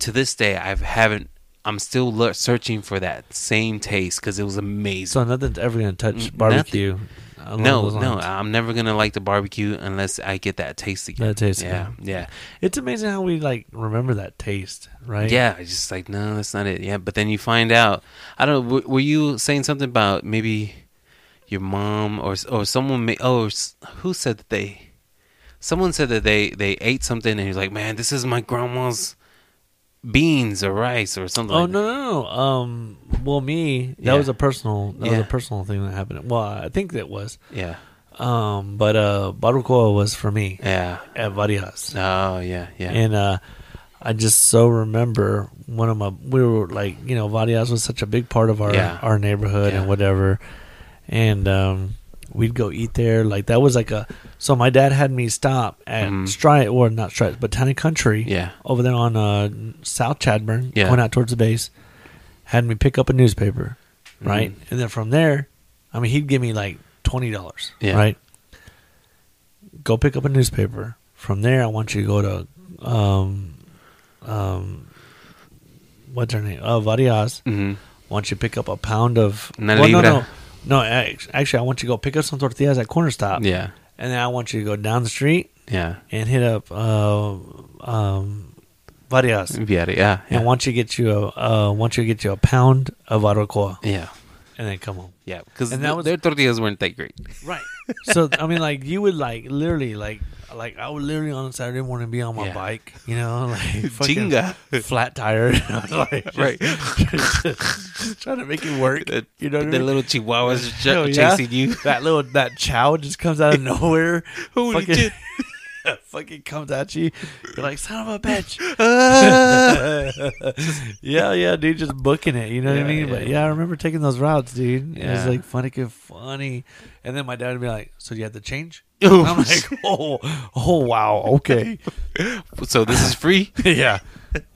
Speaker 1: to this day, I haven't. I'm still lo- searching for that same taste because it was amazing.
Speaker 2: So nothing's ever going to touch
Speaker 1: N-
Speaker 2: barbecue. along
Speaker 1: no,
Speaker 2: those
Speaker 1: no,
Speaker 2: lines.
Speaker 1: I'm never gonna like the barbecue unless I get that taste again.
Speaker 2: That taste
Speaker 1: yeah, yeah,
Speaker 2: It's amazing how we like remember that taste, right?
Speaker 1: yeah. It's just like no, that's not it. Yeah, but then you find out. I don't. know, Were, were you saying something about maybe your mom or or someone? May, oh, s- who said that they? Someone said that they they ate something and he was like, man, this is my grandma's beans or rice or something.
Speaker 2: Oh
Speaker 1: like
Speaker 2: no, no, no. Um, well, me that
Speaker 1: Yeah.
Speaker 2: was a personal that was
Speaker 1: Yeah.
Speaker 2: a personal thing that happened. Well, I think that was.
Speaker 1: that. Yeah,
Speaker 2: Um, but uh, barbacoa was for me
Speaker 1: yeah.
Speaker 2: at Varias.
Speaker 1: Oh yeah, yeah.
Speaker 2: And uh, I just so remember one of my we were like you know Vadias was such a big part of our
Speaker 1: Yeah.
Speaker 2: our neighborhood
Speaker 1: Yeah.
Speaker 2: and whatever, and um, we'd go eat there like that was like a so my dad had me stop at
Speaker 1: Mhm.
Speaker 2: Stri or not Stri but Town and Country
Speaker 1: Yeah.
Speaker 2: over there on uh, South Chadburn
Speaker 1: Yeah.
Speaker 2: going out towards the base had me pick up a newspaper
Speaker 1: Mm-hmm.
Speaker 2: right and then from there I mean he'd give me like twenty dollars
Speaker 1: Yeah.
Speaker 2: right go pick up a newspaper. From there, I want you to go to, um, um, what's her name? Uh, Varias.
Speaker 1: hmm
Speaker 2: I want you to pick up a pound of.
Speaker 1: Una
Speaker 2: no,
Speaker 1: libra.
Speaker 2: no, no. act- Actually, I want you to go pick up some tortillas at Corner Stop.
Speaker 1: Yeah,
Speaker 2: And then I want you to go down the street
Speaker 1: yeah.
Speaker 2: and hit up uh, um, Varias.
Speaker 1: Yeah, Mm-hmm. yeah,
Speaker 2: And I
Speaker 1: yeah.
Speaker 2: want you to get you a, uh, want you to get you a pound of barbacoa,
Speaker 1: Yeah,
Speaker 2: and then come home.
Speaker 1: yeah. Because
Speaker 2: And that was-
Speaker 1: their tortillas weren't that great.
Speaker 2: Right. so I mean, like you would like literally like like I would literally on a Saturday morning be on my
Speaker 1: Yeah.
Speaker 2: bike, you know, like fucking
Speaker 1: Chinga.
Speaker 2: flat tire, like, just-
Speaker 1: Right.
Speaker 2: just trying to make it work.
Speaker 1: That-
Speaker 2: you know what I
Speaker 1: The
Speaker 2: mean?
Speaker 1: little chihuahuas ch-
Speaker 2: Hell yeah.
Speaker 1: chasing you.
Speaker 2: That little that chow just comes out of nowhere.
Speaker 1: Holy
Speaker 2: Fucking-
Speaker 1: shit.
Speaker 2: fucking comes at you. You're like, son of a bitch.
Speaker 1: Ah.
Speaker 2: yeah, yeah, dude, just booking it. You know
Speaker 1: Yeah,
Speaker 2: what I mean?
Speaker 1: yeah,
Speaker 2: but yeah, I remember taking those routes, dude. It was
Speaker 1: Yeah.
Speaker 2: like funny, good, funny. And then my dad would be like, "So you had to change?"
Speaker 1: Ooh.
Speaker 2: And I'm like, "Oh, oh, wow, okay,
Speaker 1: so this is free.
Speaker 2: yeah,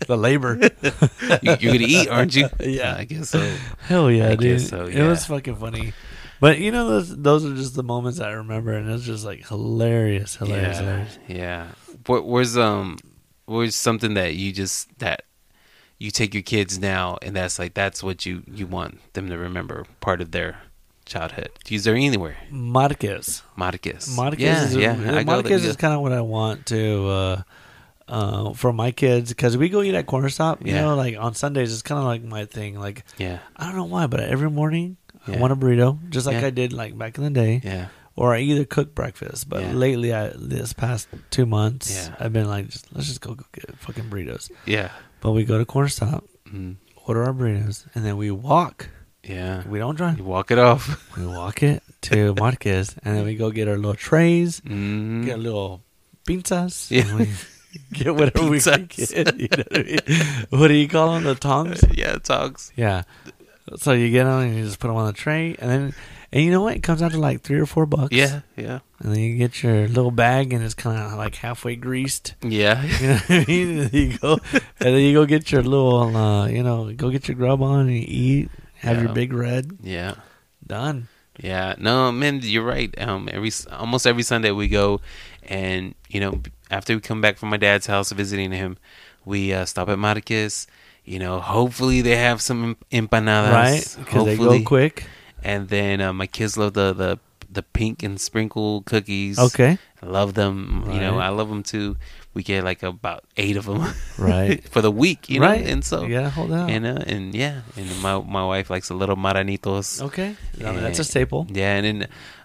Speaker 2: the labor."
Speaker 1: You, you're gonna eat, aren't you?
Speaker 2: Yeah.
Speaker 1: I guess so.
Speaker 2: Hell yeah,
Speaker 1: I
Speaker 2: dude!
Speaker 1: guess so,
Speaker 2: It was
Speaker 1: yeah.
Speaker 2: fucking funny. But you know, those those are just the moments I remember, and it was just like hilarious, hilarious,
Speaker 1: Yeah,
Speaker 2: hilarious.
Speaker 1: yeah. What where's um where's something that you just that you take your kids now and that's like that's what you you want them to remember part of their childhood. Is there anywhere?
Speaker 2: Marquez.
Speaker 1: Marquez.
Speaker 2: Marquez
Speaker 1: yeah,
Speaker 2: is,
Speaker 1: yeah. I go
Speaker 2: Marquez
Speaker 1: there-
Speaker 2: is kind of what I want to uh, uh, for my kids because we go eat at corner stop. You
Speaker 1: Yeah.
Speaker 2: know, like on Sundays, it's kind of like my thing. Like
Speaker 1: yeah,
Speaker 2: I don't know why, but every morning I
Speaker 1: Yeah.
Speaker 2: want a burrito, just like
Speaker 1: Yeah.
Speaker 2: I did like back in the day,
Speaker 1: yeah,
Speaker 2: or I either cook breakfast. But
Speaker 1: Yeah.
Speaker 2: lately, I this past two months,
Speaker 1: Yeah.
Speaker 2: I've been like, just, let's just go get fucking burritos.
Speaker 1: yeah,
Speaker 2: But we go to corner stop,
Speaker 1: mm,
Speaker 2: order our burritos, and then we walk.
Speaker 1: yeah.
Speaker 2: We don't drive.
Speaker 1: You walk it off.
Speaker 2: We walk it to Marquez, and then we go get our little trays.
Speaker 1: Mm,
Speaker 2: get a little pinzas.
Speaker 1: Yeah.
Speaker 2: and we Get whatever we can
Speaker 1: Pinzas.
Speaker 2: get. You know what, I mean? What do you call them? The tongs?
Speaker 1: yeah, it talks.
Speaker 2: Yeah. So you get them and you just put them on the tray, and then and you know what? It comes out to like three or four bucks.
Speaker 1: Yeah, yeah,
Speaker 2: And then you get your little bag, and it's kind of like halfway greased.
Speaker 1: yeah.
Speaker 2: You know what I mean? And you go, and then you go get your little, uh, you know, go get your grub on and you eat. Have
Speaker 1: Yeah.
Speaker 2: your big red
Speaker 1: Yeah.
Speaker 2: done.
Speaker 1: Yeah, no, man, you're right. Um, every almost every Sunday we go, and you know, after we come back from my dad's house visiting him, we uh, stop at Marquez. You know, hopefully they have some em- empanadas,
Speaker 2: right? Because they
Speaker 1: Uh, Hopefully,
Speaker 2: go quick.
Speaker 1: and then uh, my kids love the the the pink and sprinkle cookies.
Speaker 2: Okay.
Speaker 1: I love them. You know, I
Speaker 2: Right.
Speaker 1: love them too. We get like about eight of them,
Speaker 2: Right.
Speaker 1: for the week. You know,
Speaker 2: right.
Speaker 1: and so
Speaker 2: you gotta hold out.
Speaker 1: and uh, and yeah, and my my wife likes a little maranitos.
Speaker 2: Okay, I
Speaker 1: And-
Speaker 2: mean, that's a staple.
Speaker 1: Yeah, and then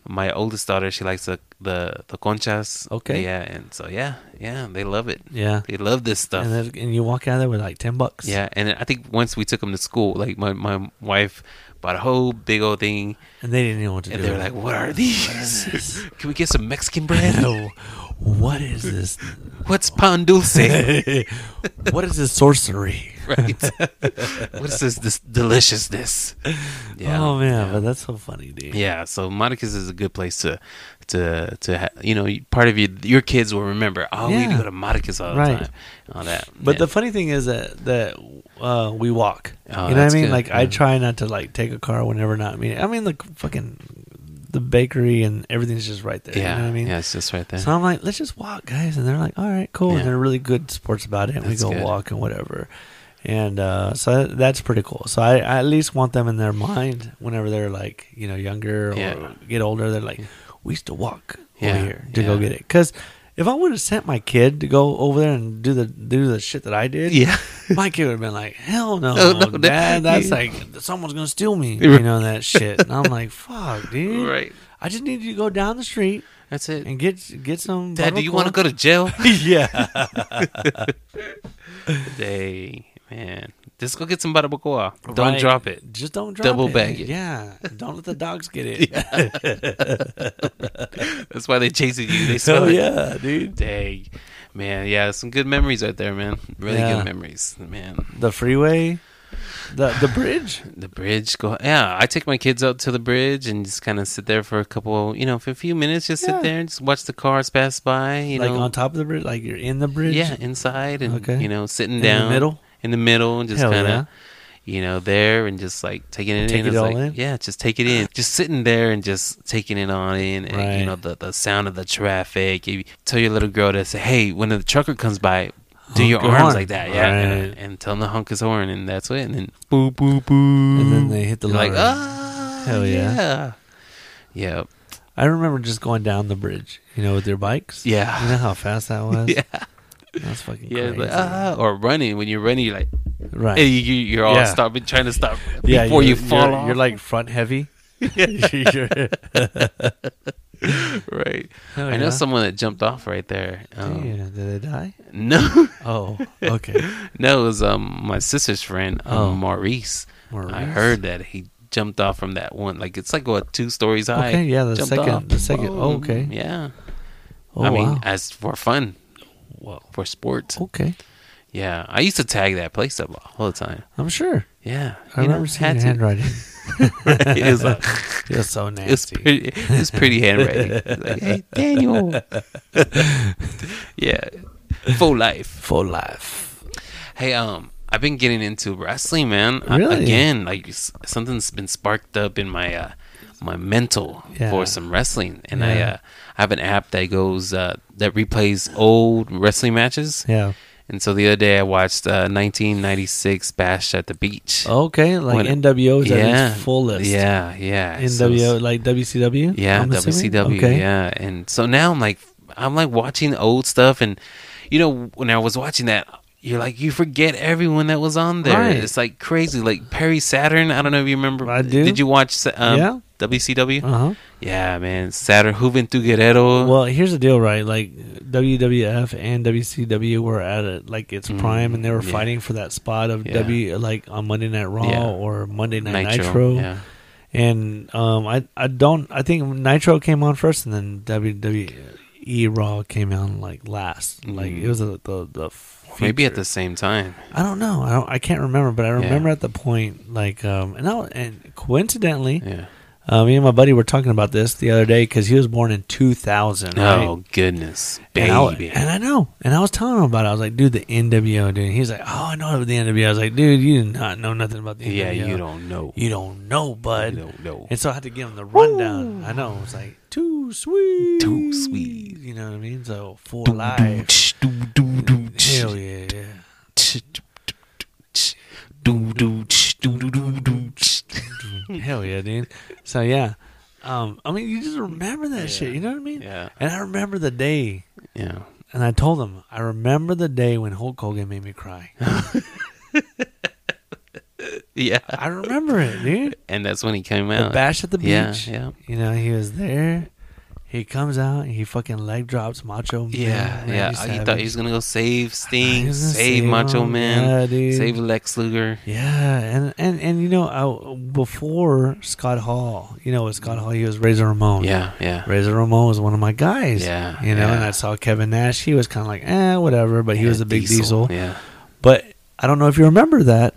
Speaker 1: my oldest daughter, she likes the the, the conchas.
Speaker 2: Okay.
Speaker 1: Yeah, and so yeah, yeah, they love it.
Speaker 2: Yeah,
Speaker 1: They love this stuff.
Speaker 2: and then and you walk out of there with like ten bucks.
Speaker 1: yeah, and I think once we took them to school, like my, my wife bought a whole big old thing,
Speaker 2: and they didn't know what to
Speaker 1: and
Speaker 2: do.
Speaker 1: they were like, "What are these?
Speaker 2: this?
Speaker 1: Can we get some Mexican bread?
Speaker 2: "No, what is this?
Speaker 1: What's pan dulce?
Speaker 2: what is this sorcery?"
Speaker 1: right? what is this this deliciousness? Yeah.
Speaker 2: Oh man, but that's so funny, dude.
Speaker 1: Yeah, so Monica's is a good place to, to, to ha- you know, you- part of your your kids will remember. Oh, we
Speaker 2: Yeah.
Speaker 1: go to Monica's all the
Speaker 2: Right.
Speaker 1: time, all that.
Speaker 2: But
Speaker 1: Yeah.
Speaker 2: the funny thing is that that uh, we walk.
Speaker 1: Oh,
Speaker 2: you know what
Speaker 1: that's
Speaker 2: I mean?
Speaker 1: good.
Speaker 2: Like I
Speaker 1: Yeah.
Speaker 2: try not to like take a car whenever not me. I mean, like fucking the bakery and everything's just right there.
Speaker 1: yeah,
Speaker 2: You know what I mean?
Speaker 1: yeah, it's just right there.
Speaker 2: So I'm like, let's just walk, guys. And they're like, all right, cool.
Speaker 1: Yeah.
Speaker 2: And they're really good sports about it. And we
Speaker 1: That's
Speaker 2: go
Speaker 1: good.
Speaker 2: walk and whatever. And uh, so that- that's pretty cool. So I, I at least want them in their mind whenever they're like, you know, younger or
Speaker 1: Yeah.
Speaker 2: get older. They're like, we used to walk
Speaker 1: Yeah,
Speaker 2: over here to go
Speaker 1: yeah.
Speaker 2: get it. Because if I would have sent my kid to go over there and do the do the shit that I did,
Speaker 1: yeah,
Speaker 2: my kid would have been like, hell no,
Speaker 1: No, no,
Speaker 2: dad.
Speaker 1: that-
Speaker 2: That's
Speaker 1: yeah.
Speaker 2: like someone's gonna steal me, you know that shit. And I'm like, fuck, dude.
Speaker 1: right.
Speaker 2: I just need you to go down the street
Speaker 1: That's it.
Speaker 2: and get get some.
Speaker 1: Dad, do you want to go to jail?
Speaker 2: yeah,
Speaker 1: Dang, man, just go get some barbacoa. Don't
Speaker 2: Right.
Speaker 1: drop it.
Speaker 2: Just don't drop
Speaker 1: Double
Speaker 2: it.
Speaker 1: bag it.
Speaker 2: Yeah, don't let the dogs get it.
Speaker 1: That's why they chasing you. They smell
Speaker 2: So
Speaker 1: it.
Speaker 2: yeah, dude.
Speaker 1: Dang, man, yeah, some good memories right there, man. Really
Speaker 2: Yeah.
Speaker 1: good memories, man.
Speaker 2: The freeway, the the bridge.
Speaker 1: The bridge, go yeah. I take my kids out to the bridge and just kind of sit there for a couple, you know, for a few minutes. Just
Speaker 2: Yeah.
Speaker 1: sit there and just watch the cars pass by. You
Speaker 2: like
Speaker 1: know,
Speaker 2: on top of the bridge, like you're in the bridge.
Speaker 1: yeah, inside and
Speaker 2: Okay.
Speaker 1: you know, sitting
Speaker 2: in
Speaker 1: down
Speaker 2: the middle.
Speaker 1: in the middle, and just
Speaker 2: Hell
Speaker 1: kind of
Speaker 2: yeah.
Speaker 1: you know there and just like taking it
Speaker 2: Take
Speaker 1: in.
Speaker 2: it
Speaker 1: It's
Speaker 2: all
Speaker 1: like,
Speaker 2: in?
Speaker 1: Yeah, just take it in. Just sitting there and just taking it on in, and
Speaker 2: Right.
Speaker 1: you know the the sound of the traffic. You tell your little girl to say, "Hey, when the trucker comes by." Do your
Speaker 2: Honk your
Speaker 1: arms
Speaker 2: horn.
Speaker 1: like that, yeah,
Speaker 2: Right.
Speaker 1: and, and tell him to honk his horn, and that's it. And then boo, boo, boo,
Speaker 2: And then they hit the
Speaker 1: Mm. you're like,
Speaker 2: lottery.
Speaker 1: ah,
Speaker 2: Hell yeah.
Speaker 1: yeah, yeah,
Speaker 2: I remember just going down the bridge, you know, with their bikes.
Speaker 1: Yeah.
Speaker 2: you know how fast that was.
Speaker 1: Yeah.
Speaker 2: that's fucking
Speaker 1: yeah.
Speaker 2: crazy.
Speaker 1: Like, ah, or running when you're running, you're like,
Speaker 2: right.
Speaker 1: hey, you, you're all
Speaker 2: Yeah.
Speaker 1: stopping, trying to stop
Speaker 2: yeah,
Speaker 1: before you
Speaker 2: you're-
Speaker 1: fall
Speaker 2: you're,
Speaker 1: off.
Speaker 2: You're like front heavy. You're-
Speaker 1: right.
Speaker 2: Hell
Speaker 1: I know
Speaker 2: Oh, yeah.
Speaker 1: someone that jumped off right there. Um,
Speaker 2: Damn, did they die?
Speaker 1: no,
Speaker 2: Oh, okay.
Speaker 1: no, it was um my sister's friend, um,
Speaker 2: Oh.
Speaker 1: Maurice. I
Speaker 2: Maurice?
Speaker 1: heard that he jumped off from that one. Like it's like what two stories high.
Speaker 2: Okay, yeah, the
Speaker 1: Jumped
Speaker 2: second-
Speaker 1: off.
Speaker 2: the second- oh,
Speaker 1: Boom.
Speaker 2: okay.
Speaker 1: yeah.
Speaker 2: Oh,
Speaker 1: I mean,
Speaker 2: wow.
Speaker 1: as for fun,
Speaker 2: Whoa. Oh.
Speaker 1: for sports.
Speaker 2: Okay.
Speaker 1: Yeah, I used to tag that place up all the time.
Speaker 2: I'm sure.
Speaker 1: Yeah,
Speaker 2: I
Speaker 1: you know,
Speaker 2: remember seeing
Speaker 1: had
Speaker 2: your
Speaker 1: to.
Speaker 2: handwriting.
Speaker 1: it was like,
Speaker 2: You're so
Speaker 1: it was
Speaker 2: nasty.
Speaker 1: pretty, it was pretty handwriting. Like, hey, Daniel. yeah, for life.
Speaker 2: For life.
Speaker 1: Hey, um, I've been getting into wrestling, man. I-
Speaker 2: Really?
Speaker 1: again, like s- something's been sparked up in my uh, my mental
Speaker 2: Yeah.
Speaker 1: for some wrestling, and I
Speaker 2: Yeah.
Speaker 1: uh, I have an app that goes uh, that replays old wrestling matches.
Speaker 2: Yeah.
Speaker 1: And so the other day I watched uh, 1996 Bash at the Beach.
Speaker 2: Okay. Oh, Like
Speaker 1: When-
Speaker 2: NWO is at its full list.
Speaker 1: Yeah, yeah.
Speaker 2: NWO,
Speaker 1: So it's-
Speaker 2: like WCW.
Speaker 1: yeah,
Speaker 2: I'm assuming?
Speaker 1: WCW.
Speaker 2: Okay.
Speaker 1: Yeah, and so now I'm like, I'm like watching old stuff, and you know, when I was watching that, you're like, you forget everyone that was on there.
Speaker 2: Right.
Speaker 1: It's like crazy. Like Perry Saturn. I don't know if you remember.
Speaker 2: I do.
Speaker 1: Did you watch? Um,
Speaker 2: Yeah.
Speaker 1: WCW.
Speaker 2: Uh huh.
Speaker 1: Yeah, man. Saturn, Juventud Guerrero.
Speaker 2: Well, here's the deal, right? Like WWF and WCW were at it like its prime, and they were
Speaker 1: Mm, yeah.
Speaker 2: fighting for that spot of
Speaker 1: Yeah.
Speaker 2: W, like on Monday Night Raw
Speaker 1: Yeah.
Speaker 2: or Monday Night Nitro.
Speaker 1: Yeah.
Speaker 2: And um, I, I don't, I think Nitro came on first, and then WWE Raw came on like last. Like
Speaker 1: Mhm.
Speaker 2: it was the the, the
Speaker 1: Maybe at
Speaker 2: feature.
Speaker 1: the same time.
Speaker 2: I don't know. I don't. I can't remember, but I
Speaker 1: Yeah.
Speaker 2: remember at the point like um, and I, and coincidentally,
Speaker 1: Yeah.
Speaker 2: uh, me and my buddy were talking about this the other day because he was born in two thousand. right?
Speaker 1: Oh goodness,
Speaker 2: And
Speaker 1: baby.
Speaker 2: I, and I know. And I was telling him about it. I was like, dude, the NWO, dude. He's like, oh, I know about the NWO. I was like, dude, you do not know nothing about the NWO.
Speaker 1: yeah, you don't know.
Speaker 2: You don't know, bud.
Speaker 1: You don't know.
Speaker 2: And so I had to give him the rundown. I know. It's like, too sweet.
Speaker 1: Too sweet.
Speaker 2: You know what I mean? So, for
Speaker 1: Do, do,
Speaker 2: life.
Speaker 1: tsh, do, do, do, tsh,
Speaker 2: Hell yeah. yeah.
Speaker 1: tsh, do, do, do, tsh, do, do, tsh, do, do, do, do, tsh.
Speaker 2: Hell yeah, dude. So, yeah. Um, I mean, you just remember that shit. You know what I mean?
Speaker 1: Yeah,
Speaker 2: And I remember the day
Speaker 1: yeah.
Speaker 2: And I told him, I remember the day when Hulk Hogan made me cry.
Speaker 1: Yeah.
Speaker 2: I remember it, dude.
Speaker 1: And that's when he came
Speaker 2: The
Speaker 1: out.
Speaker 2: bash at the beach.
Speaker 1: yeah, yeah.
Speaker 2: You know, he was there. He comes out. He fucking leg drops Macho
Speaker 1: Yeah,
Speaker 2: Man.
Speaker 1: yeah. Oh,
Speaker 2: Randy
Speaker 1: You thought
Speaker 2: Savage.
Speaker 1: he was gonna go save
Speaker 2: Ah, He
Speaker 1: Sting,
Speaker 2: was gonna
Speaker 1: save, Macho
Speaker 2: him.
Speaker 1: Man,
Speaker 2: Yeah, dude.
Speaker 1: save Lex Luger.
Speaker 2: Yeah, and and and you know, I, before Scott Hall, you know, with Scott Hall, he was Razor Ramon.
Speaker 1: Yeah, yeah,
Speaker 2: Razor Ramon was one of my guys.
Speaker 1: Yeah,
Speaker 2: Oh, You know,
Speaker 1: yeah.
Speaker 2: and I saw Kevin Nash. He was kind of like, eh, whatever, but he was
Speaker 1: Yeah,
Speaker 2: a big diesel.
Speaker 1: Yeah,
Speaker 2: But I don't know if you remember that,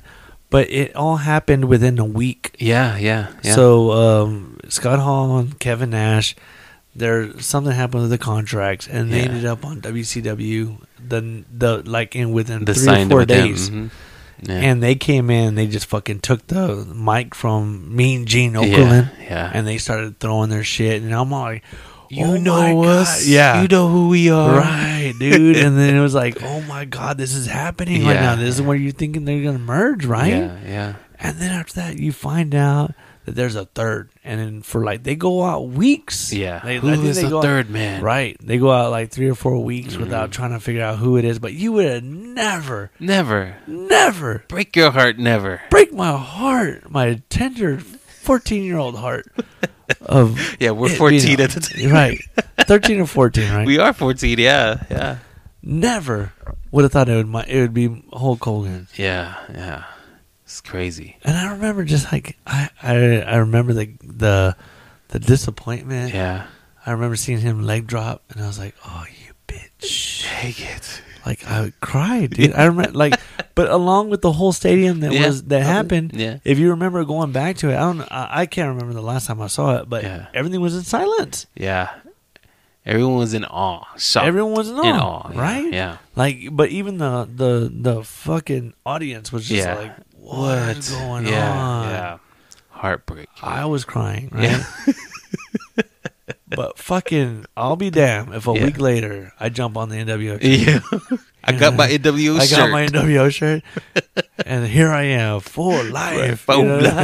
Speaker 2: but it all happened within a week.
Speaker 1: yeah, yeah. yeah.
Speaker 2: So um, Scott Hall and Kevin Nash, there something happened with the contracts, and they
Speaker 1: Yeah.
Speaker 2: ended up on WCW. The the like in within
Speaker 1: the
Speaker 2: three or
Speaker 1: sign
Speaker 2: four
Speaker 1: with them,
Speaker 2: days,
Speaker 1: mhm. Yeah.
Speaker 2: and they came in. They just fucking took the mic from Mean Gene
Speaker 1: Yeah,
Speaker 2: Okerlund,
Speaker 1: yeah.
Speaker 2: and they started throwing their shit. And I'm like,
Speaker 1: you
Speaker 2: "Oh my
Speaker 1: know
Speaker 2: God."
Speaker 1: us,
Speaker 2: yeah.
Speaker 1: You know who we are,
Speaker 2: Right, dude. and then it was like, oh my God, this is happening right
Speaker 1: Yeah.
Speaker 2: now. This is where you're thinking they're going to merge, right?
Speaker 1: Yeah, yeah.
Speaker 2: And then after that, you find out that there's a third, and then for like they go out weeks.
Speaker 1: Yeah.
Speaker 2: they, I
Speaker 1: Who
Speaker 2: think
Speaker 1: is
Speaker 2: they
Speaker 1: the
Speaker 2: go out-
Speaker 1: third man? Mm.
Speaker 2: Right, they go out like three or four weeks without trying to figure out who it is. But you would have never,
Speaker 1: Never.
Speaker 2: never
Speaker 1: Break your heart, never.
Speaker 2: break my heart, my tender fourteen-year-old heart. Of
Speaker 1: Yeah, we're
Speaker 2: it being-
Speaker 1: 14 at the time.
Speaker 2: right, thirteen or fourteen, right?
Speaker 1: We are 14, yeah, yeah.
Speaker 2: never would have thought it would mi- it would be Hulk Hogan.
Speaker 1: Yeah, yeah. It's crazy.
Speaker 2: And I remember just like I I, I remember the the the disappointment.
Speaker 1: Yeah.
Speaker 2: I remember seeing him leg drop, and I was like, "Oh, you bitch!"
Speaker 1: Take it.
Speaker 2: Like I would cry, dude. I remember like, but along with the whole stadium that
Speaker 1: Yeah. Oh,
Speaker 2: was that happened.
Speaker 1: Yeah.
Speaker 2: If you remember going back to it, I don't. I, I can't remember the last time I saw it, but
Speaker 1: Yeah.
Speaker 2: everything was in silence.
Speaker 1: Yeah. Everyone was in awe. Shocked.
Speaker 2: Everyone was in awe,
Speaker 1: in awe. yeah,
Speaker 2: right?
Speaker 1: Yeah.
Speaker 2: Like, but even the the the fucking audience was just
Speaker 1: Yeah.
Speaker 2: like, "What's going
Speaker 1: yeah,
Speaker 2: on?"
Speaker 1: Yeah. Heartbreak.
Speaker 2: I was crying, right?
Speaker 1: Yeah.
Speaker 2: but fucking, I'll be damned if a
Speaker 1: Yeah.
Speaker 2: week later I jump on the NWO.
Speaker 1: Yeah. I got my NWO
Speaker 2: I
Speaker 1: shirt.
Speaker 2: got my NWO shirt, and here I am for life.
Speaker 1: for
Speaker 2: you know what I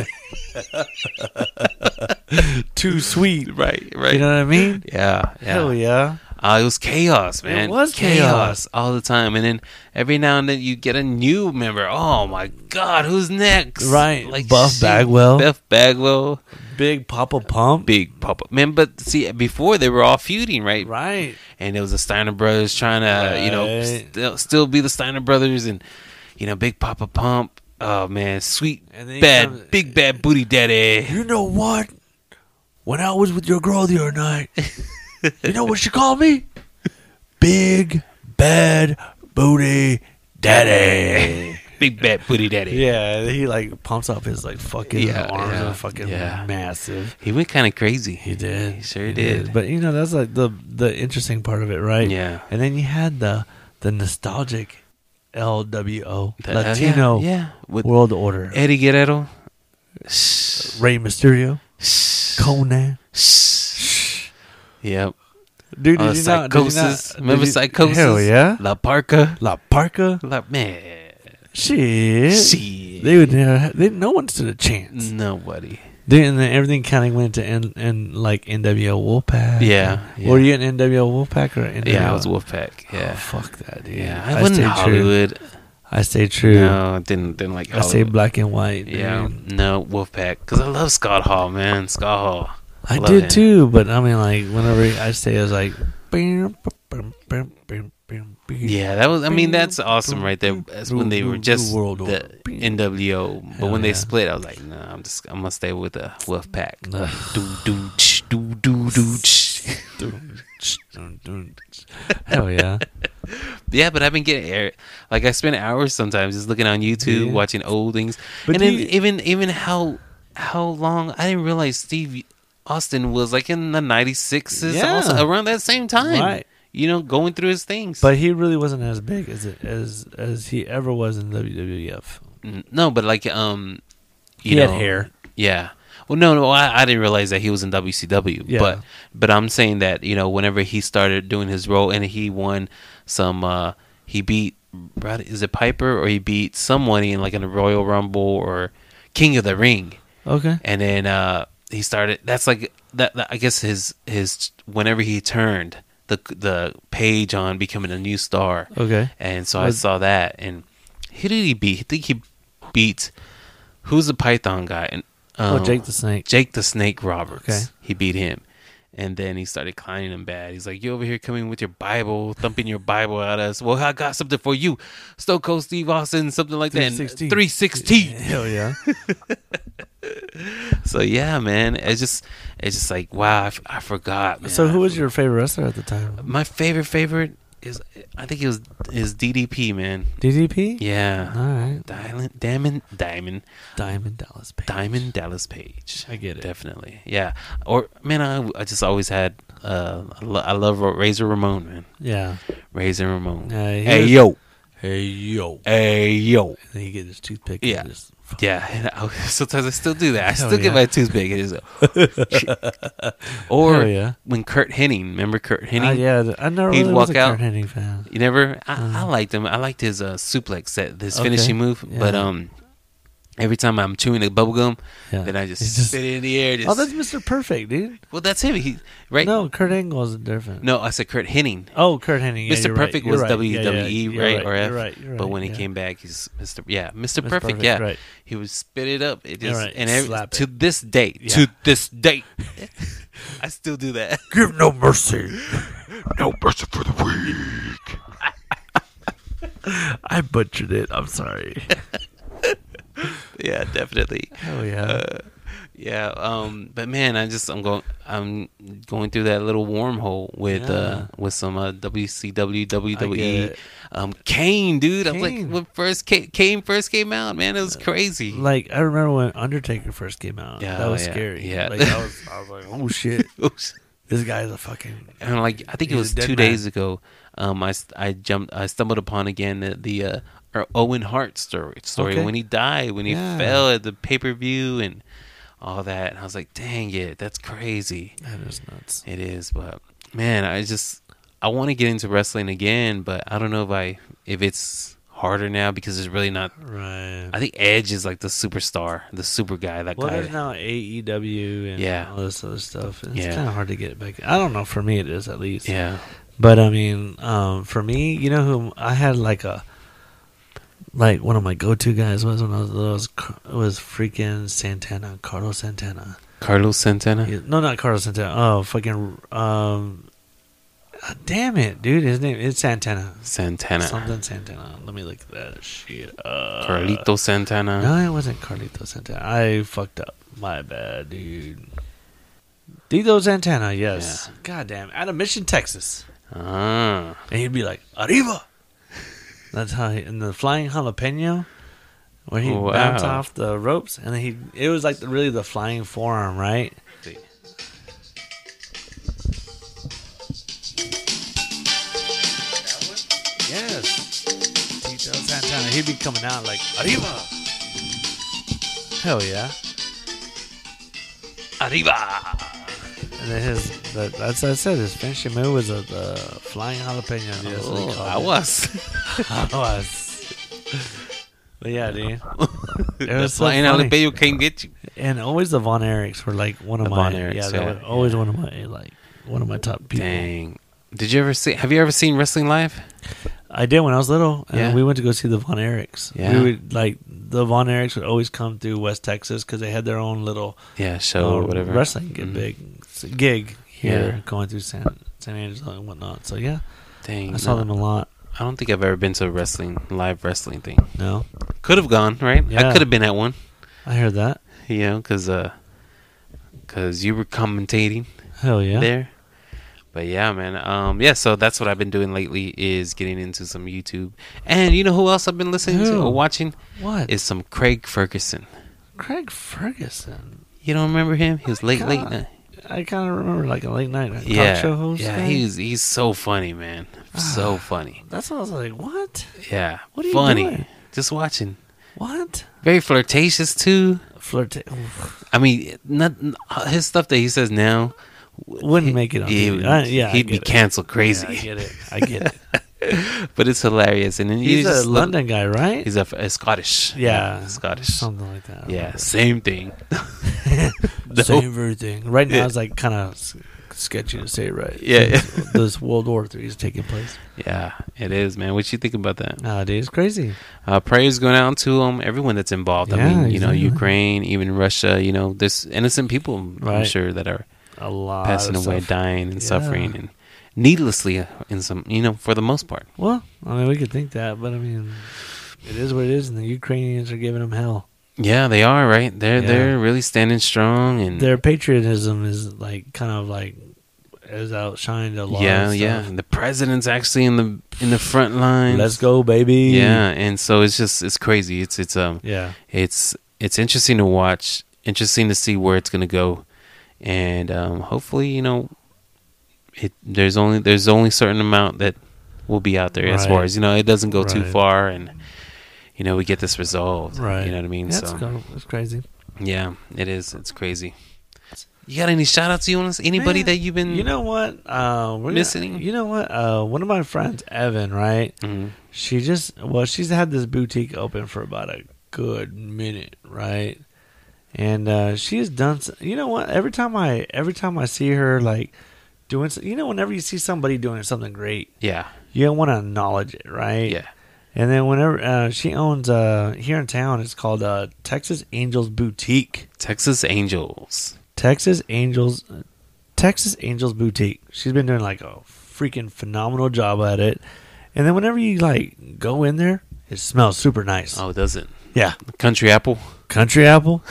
Speaker 1: life.
Speaker 2: mean? Too sweet.
Speaker 1: right, right.
Speaker 2: You know what I mean?
Speaker 1: yeah, yeah.
Speaker 2: Hell yeah.
Speaker 1: Uh, it was chaos, man.
Speaker 2: was chaos.
Speaker 1: all the time, and then every now and then you get a new member. Oh my God, who's next?
Speaker 2: Right. Buff Bagwell.
Speaker 1: Buff Bagwell,
Speaker 2: Big Papa Pump.
Speaker 1: big pop up man. But see, before they were all feuding, right?
Speaker 2: Right.
Speaker 1: And it was the Steiner brothers trying to, you know,
Speaker 2: Right.
Speaker 1: still, still be the Steiner brothers, and you know, Big Papa Pump. Oh man, sweet
Speaker 2: And then
Speaker 1: bad,
Speaker 2: comes-
Speaker 1: big bad booty daddy.
Speaker 2: You know what? When I was with your girl the other night, you know what she called me? big bad booty daddy.
Speaker 1: Big bad booty daddy.
Speaker 2: yeah, he like pumps up his like fucking
Speaker 1: Yeah,
Speaker 2: arms
Speaker 1: yeah,
Speaker 2: are fucking
Speaker 1: yeah.
Speaker 2: massive.
Speaker 1: He went kind of crazy.
Speaker 2: He did.
Speaker 1: He sure did.
Speaker 2: But you know that's like the the interesting part of it, right?
Speaker 1: yeah.
Speaker 2: And then you had the the nostalgic LWO
Speaker 1: The- uh, yeah,
Speaker 2: Latino
Speaker 1: Yeah. With
Speaker 2: World Order.
Speaker 1: Eddie Guerrero.
Speaker 2: Rey Mysterio, Conan.
Speaker 1: Yep.
Speaker 2: Dude,
Speaker 1: Uh,
Speaker 2: did you not? Did you
Speaker 1: Psychosis.
Speaker 2: not-
Speaker 1: Remember
Speaker 2: did you-
Speaker 1: Psychosis?
Speaker 2: Hell yeah.
Speaker 1: La Parca.
Speaker 2: La Parca.
Speaker 1: La man.
Speaker 2: Shit.
Speaker 1: Shit. Mm.
Speaker 2: They would never. They no one stood a chance.
Speaker 1: Nobody.
Speaker 2: Then and then everything kind of went to N and like NWO Wolfpack.
Speaker 1: Yeah, yeah.
Speaker 2: Were you an NWO Wolfpack or NWO?
Speaker 1: Yeah, I was Wolfpack.
Speaker 2: Oh,
Speaker 1: Yeah.
Speaker 2: fuck that, dude.
Speaker 1: yeah. I, wasn't
Speaker 2: stayed True.
Speaker 1: Hollywood.
Speaker 2: I stayed true.
Speaker 1: No, didn't didn't like
Speaker 2: I
Speaker 1: Hollywood.
Speaker 2: stayed black and white.
Speaker 1: Yeah.
Speaker 2: dude.
Speaker 1: No, Wolfpack. Because I love Scott Hall, man. Scott Hall.
Speaker 2: I
Speaker 1: Love
Speaker 2: did
Speaker 1: it.
Speaker 2: too. But I mean, like whenever I stay, I was like. bam, bam, bam, bam, bam, bam.
Speaker 1: Yeah, that was. I mean, that's awesome right there. That's when they were just
Speaker 2: New World
Speaker 1: the
Speaker 2: Order.
Speaker 1: NWO, but
Speaker 2: Hell
Speaker 1: when they
Speaker 2: yeah.
Speaker 1: split, I was like, no, I'm just I'm gonna stay with the Wolfpack.
Speaker 2: Ugh.
Speaker 1: Do do ch, do do do. ch.
Speaker 2: Hell yeah.
Speaker 1: Yeah, but I've been getting air. Like I spend hours sometimes just looking on YouTube
Speaker 2: Yeah.
Speaker 1: watching old things,
Speaker 2: But
Speaker 1: and
Speaker 2: do
Speaker 1: then
Speaker 2: you-
Speaker 1: even even how how long I didn't realize Steve Austin was like in the '96s,
Speaker 2: Yeah.
Speaker 1: also around that same time.
Speaker 2: Right.
Speaker 1: You know, going through his things.
Speaker 2: But he really wasn't as big as it, as as he ever was in WWF.
Speaker 1: N- no, but like um, you
Speaker 2: he
Speaker 1: know,
Speaker 2: had hair.
Speaker 1: Yeah. Well, no, no, I, I didn't realize that he was in WCW.
Speaker 2: Yeah.
Speaker 1: But but I'm saying that you know whenever he started doing his role and he won some, uh he beat Brad- is it Piper or he beat someone in like in a Royal Rumble or King of the Ring,
Speaker 2: Okay.
Speaker 1: and then uh he started. That's like that. that- I guess his his whenever he turned the the page on becoming a new star.
Speaker 2: Okay.
Speaker 1: And so I
Speaker 2: Was-
Speaker 1: saw that, and who did he beat? I think he beat who's the Python guy? And um,
Speaker 2: oh, Jake the Snake.
Speaker 1: Jake the Snake Roberts.
Speaker 2: Okay.
Speaker 1: He beat him, and then he started clowning him bad. He's like, "You over here coming with your Bible, thumping your Bible at us? Well, I got something for you, Stone Cold Steve Austin, something like that. Three sixteen.
Speaker 2: Hell yeah.
Speaker 1: So yeah, man, it's just it's just like wow, I, f- I forgot. Man.
Speaker 2: so who
Speaker 1: I
Speaker 2: was
Speaker 1: forgot.
Speaker 2: your favorite wrestler at the time?
Speaker 1: my favorite favorite? Is I think it was is DDP, man.
Speaker 2: DDP.
Speaker 1: Yeah.
Speaker 2: All right.
Speaker 1: Diamond, Diamond, Diamond,
Speaker 2: Diamond Dallas Page.
Speaker 1: Diamond Dallas Page.
Speaker 2: I get it.
Speaker 1: Definitely, yeah. Or man, I, I just always had. Uh, I, lo- I love Ra- Razor Ramon, man.
Speaker 2: Yeah.
Speaker 1: Razor Ramon.
Speaker 2: Yeah, he
Speaker 1: hey
Speaker 2: was-
Speaker 1: yo,
Speaker 2: Hey yo.
Speaker 1: hey yo.
Speaker 2: And he get his toothpick.
Speaker 1: Yeah.
Speaker 2: And just,
Speaker 1: Yeah, and I, sometimes I still do that. I
Speaker 2: Hell
Speaker 1: still get
Speaker 2: yeah.
Speaker 1: my toothpick. It is, or
Speaker 2: Hell yeah.
Speaker 1: when Kurt Henning, remember Kurt Henning?
Speaker 2: Ah, yeah. th- I never
Speaker 1: he'd
Speaker 2: really
Speaker 1: walk
Speaker 2: was a
Speaker 1: out.
Speaker 2: Kurt Hennig fan.
Speaker 1: You never? I, I
Speaker 2: Uh-huh.
Speaker 1: liked him. I liked his uh, suplex set, this
Speaker 2: Okay.
Speaker 1: finishing move. But
Speaker 2: Yeah.
Speaker 1: um, every time I'm chewing a bubble gum,
Speaker 2: Yeah.
Speaker 1: then I just,
Speaker 2: He's just-
Speaker 1: spit it in the air. Just,
Speaker 2: Oh, that's Mr. Perfect, dude.
Speaker 1: well, that's him. He right?
Speaker 2: No, Kurt Angle was different.
Speaker 1: No, I said Kurt Henning.
Speaker 2: Oh, Kurt Hennig. Yeah,
Speaker 1: Mr.
Speaker 2: you're right,
Speaker 1: Perfect
Speaker 2: you're
Speaker 1: was
Speaker 2: right. Yeah, yeah,
Speaker 1: WWE,
Speaker 2: you're
Speaker 1: right, Or
Speaker 2: you're
Speaker 1: F.
Speaker 2: right, you're
Speaker 1: but
Speaker 2: right,
Speaker 1: when he
Speaker 2: yeah.
Speaker 1: came back, he's Mr. Yeah, Mr.
Speaker 2: Mr.
Speaker 1: Perfect. yeah,
Speaker 2: right.
Speaker 1: he would spit it up. It just
Speaker 2: Right,
Speaker 1: and every,
Speaker 2: slap
Speaker 1: to
Speaker 2: it.
Speaker 1: this day,
Speaker 2: Yeah.
Speaker 1: to this day, I still do that.
Speaker 3: Give no mercy. No mercy for the weak.
Speaker 2: I butchered it. I'm sorry.
Speaker 1: yeah, definitely.
Speaker 2: Hell Oh, yeah.
Speaker 1: Uh, Yeah, um, but man, I just I'm going I'm going through that little wormhole with uh
Speaker 2: Yeah.
Speaker 1: with some uh, WCW
Speaker 2: I get
Speaker 1: WWE,
Speaker 2: it.
Speaker 1: E, um, Kane, dude. I'm like
Speaker 2: Kane.
Speaker 1: when first Kane, Kane first came out, man, it was crazy.
Speaker 2: like I remember when Undertaker first came out.
Speaker 1: Yeah,
Speaker 2: that was
Speaker 1: yeah,
Speaker 2: scary.
Speaker 1: yeah.
Speaker 2: Like I was, I was like, oh shit,
Speaker 1: Oops.
Speaker 2: this guy's a fucking.
Speaker 1: and like I think it
Speaker 2: He's a
Speaker 1: was
Speaker 2: dead
Speaker 1: two
Speaker 2: man.
Speaker 1: days ago. Um, I s- I jumped I stumbled upon again the, the uh, our Owen Hart story story
Speaker 2: Okay.
Speaker 1: when he died when he
Speaker 2: Yeah.
Speaker 1: fell at the pay per view and all that. And I was like, dang it, that's crazy.
Speaker 2: That is nuts.
Speaker 1: It is, but man, I just I want to get into wrestling again, but I don't know if I if it's harder now because it's really not.
Speaker 2: Right.
Speaker 1: I think Edge is like the superstar, the super guy. That
Speaker 2: Well,
Speaker 1: guy.
Speaker 2: there's now AEW and
Speaker 1: Yeah.
Speaker 2: all this other stuff. and It's
Speaker 1: Yeah.
Speaker 2: kind of hard to get it back. I don't know. For me, it is at least.
Speaker 1: yeah.
Speaker 2: But I mean, um, for me, you know who I had like a like one of my go-to guys was when I was little was, Car- was freaking Santana, Carlos Santana.
Speaker 1: Carlos Santana.
Speaker 2: Yeah, no, not Carlos Santana. Oh, fucking um, ah, damn it, dude. His name is Santana.
Speaker 1: Santana.
Speaker 2: Something Santana. Let me look that shit up.
Speaker 1: Carlito Santana.
Speaker 2: No, it wasn't Carlito Santana. I fucked up. My bad, dude. Dito Santana, yes. God damn. Out of Mission, Texas.
Speaker 1: Ah.
Speaker 2: and he'd be like "Arriba." That's how. He, and the flying jalapeno, where he
Speaker 1: Oh, Wow.
Speaker 2: bounced off the ropes, and he it was like the, really the flying forearm, right? Yes. Tito Santana. He'd be coming out like "Arriba." Hell yeah.
Speaker 1: Arriba.
Speaker 2: And then his, that, that's what I said. His finishing move was a the flying jalapeno. That's what they
Speaker 1: Oh,
Speaker 2: called
Speaker 1: I
Speaker 2: it.
Speaker 1: was.
Speaker 2: I was. But yeah, dude.
Speaker 1: the
Speaker 2: was so
Speaker 1: flying
Speaker 2: funny.
Speaker 1: jalapeno can't get you.
Speaker 2: And always the Von Erichs were like one of
Speaker 1: The
Speaker 2: my
Speaker 1: Von Erichs,
Speaker 2: yeah, they
Speaker 1: yeah.
Speaker 2: were always one of my like one of my top people.
Speaker 1: Dang. Did you ever see? Have you ever seen wrestling live?
Speaker 2: I did when I was little, and
Speaker 1: Yeah.
Speaker 2: we went to go see the Von Erichs.
Speaker 1: Yeah.
Speaker 2: We would like the Von Erichs would always come through West Texas because they had their own little
Speaker 1: Yeah, show or
Speaker 2: uh,
Speaker 1: whatever.
Speaker 2: wrestling get
Speaker 1: Mhm.
Speaker 2: big gig here
Speaker 1: Yeah.
Speaker 2: going through San San Angelo and whatnot. So yeah,
Speaker 1: Dang.
Speaker 2: I saw
Speaker 1: no,
Speaker 2: them a lot.
Speaker 1: I don't think I've ever been to a wrestling live wrestling thing.
Speaker 2: No,
Speaker 1: Could have gone right. I
Speaker 2: Yeah.
Speaker 1: could have been at one.
Speaker 2: I heard that.
Speaker 1: You know, because uh, cause you were commentating.
Speaker 2: Hell yeah.
Speaker 1: there. But yeah, man. Um, yeah, so that's what I've been doing lately is getting into some YouTube. And you know who else I've been listening to
Speaker 2: Who?
Speaker 1: or watching
Speaker 2: What
Speaker 1: is some Craig Ferguson.
Speaker 2: Craig Ferguson?
Speaker 1: You don't remember him? He was late, late
Speaker 2: Oh God.
Speaker 1: night.
Speaker 2: I kind of remember like a late night talk
Speaker 1: Yeah,
Speaker 2: show host.
Speaker 1: yeah.
Speaker 2: guy.
Speaker 1: He's he's so funny, man. So funny.
Speaker 2: That's what I was like. What?
Speaker 1: Yeah,
Speaker 2: What are you
Speaker 1: funny.
Speaker 2: doing?
Speaker 1: Just watching.
Speaker 2: What?
Speaker 1: Very flirtatious too.
Speaker 2: Flirt
Speaker 1: I mean, not his stuff that he says now.
Speaker 2: wouldn't make it on
Speaker 1: he
Speaker 2: TV.
Speaker 1: would-
Speaker 2: I- yeah, I
Speaker 1: he'd be
Speaker 2: get it.
Speaker 1: canceled
Speaker 2: Yeah, I
Speaker 1: crazy.
Speaker 2: get it. I get it.
Speaker 1: but it's hilarious. And then you
Speaker 2: He's a
Speaker 1: just look-
Speaker 2: London guy, right?
Speaker 1: He's a, a Scottish.
Speaker 2: yeah,
Speaker 1: Scottish.
Speaker 2: something like that. I
Speaker 1: Yeah,
Speaker 2: remember.
Speaker 1: same thing. No.
Speaker 2: Same everything. Right now,
Speaker 1: Yeah.
Speaker 2: it's like kind of sketchy to say it right.
Speaker 1: Yeah.
Speaker 2: Since this World War Three is taking place.
Speaker 1: Yeah, it is, man. What you think about that?
Speaker 2: Nowadays, it's crazy.
Speaker 1: Uh, prayers going out to um everyone that's involved. I
Speaker 2: Yeah,
Speaker 1: mean, you know,
Speaker 2: exactly.
Speaker 1: Ukraine, even Russia. You know, there's innocent people. I'm
Speaker 2: Right.
Speaker 1: sure that are
Speaker 2: A lot
Speaker 1: passing
Speaker 2: of
Speaker 1: away,
Speaker 2: stuff.
Speaker 1: dying, and
Speaker 2: Yeah.
Speaker 1: suffering, and needlessly uh, in some. You know, for the most part.
Speaker 2: Well, I mean, we could think that, but I mean, it is what it is, and the Ukrainians are giving them hell.
Speaker 1: Yeah, they are right. They're
Speaker 2: Yeah.
Speaker 1: they're really standing strong, and
Speaker 2: Their patriotism is like kind of like has outshined a lot.
Speaker 1: yeah,
Speaker 2: of stuff.
Speaker 1: yeah. The president's actually in the in the front line.
Speaker 2: Let's go, baby.
Speaker 1: Yeah, and so it's just it's crazy. It's it's um
Speaker 2: Yeah.
Speaker 1: it's it's interesting to watch, interesting to see where it's gonna go, and um, hopefully, you know, it there's only there's only certain amount that will be out there as far
Speaker 2: Right.
Speaker 1: as you know it doesn't go too
Speaker 2: Right.
Speaker 1: far, and you know we get this resolved.
Speaker 2: Right.
Speaker 1: You know what I mean?
Speaker 2: That's
Speaker 1: so
Speaker 2: cool. That's crazy.
Speaker 1: yeah, it is. It's crazy. You got any shout outs you want to anybody
Speaker 2: Man,
Speaker 1: that you've been
Speaker 2: You know what? Uh, we're gonna-
Speaker 1: Missing?
Speaker 2: you know what? Uh, one of my friends, Evan, right?
Speaker 1: Mhm.
Speaker 2: She just well, she's had this boutique open for about a good minute, right? And uh, she has done. s- You know what? Every time I every time I see her, like doing. s- You know, whenever you see somebody doing something great,
Speaker 1: Yeah,
Speaker 2: you want to acknowledge it, right?
Speaker 1: yeah.
Speaker 2: And then whenever uh, she owns uh, here in town, it's called uh, Texas Angels Boutique.
Speaker 1: Texas Angels.
Speaker 2: Texas Angels, Texas Angels Boutique. She's been doing like a freaking phenomenal job at it. And then whenever you like go in there, it smells super nice.
Speaker 1: Oh, does it?
Speaker 2: Yeah,
Speaker 1: Country Apple.
Speaker 2: country apple.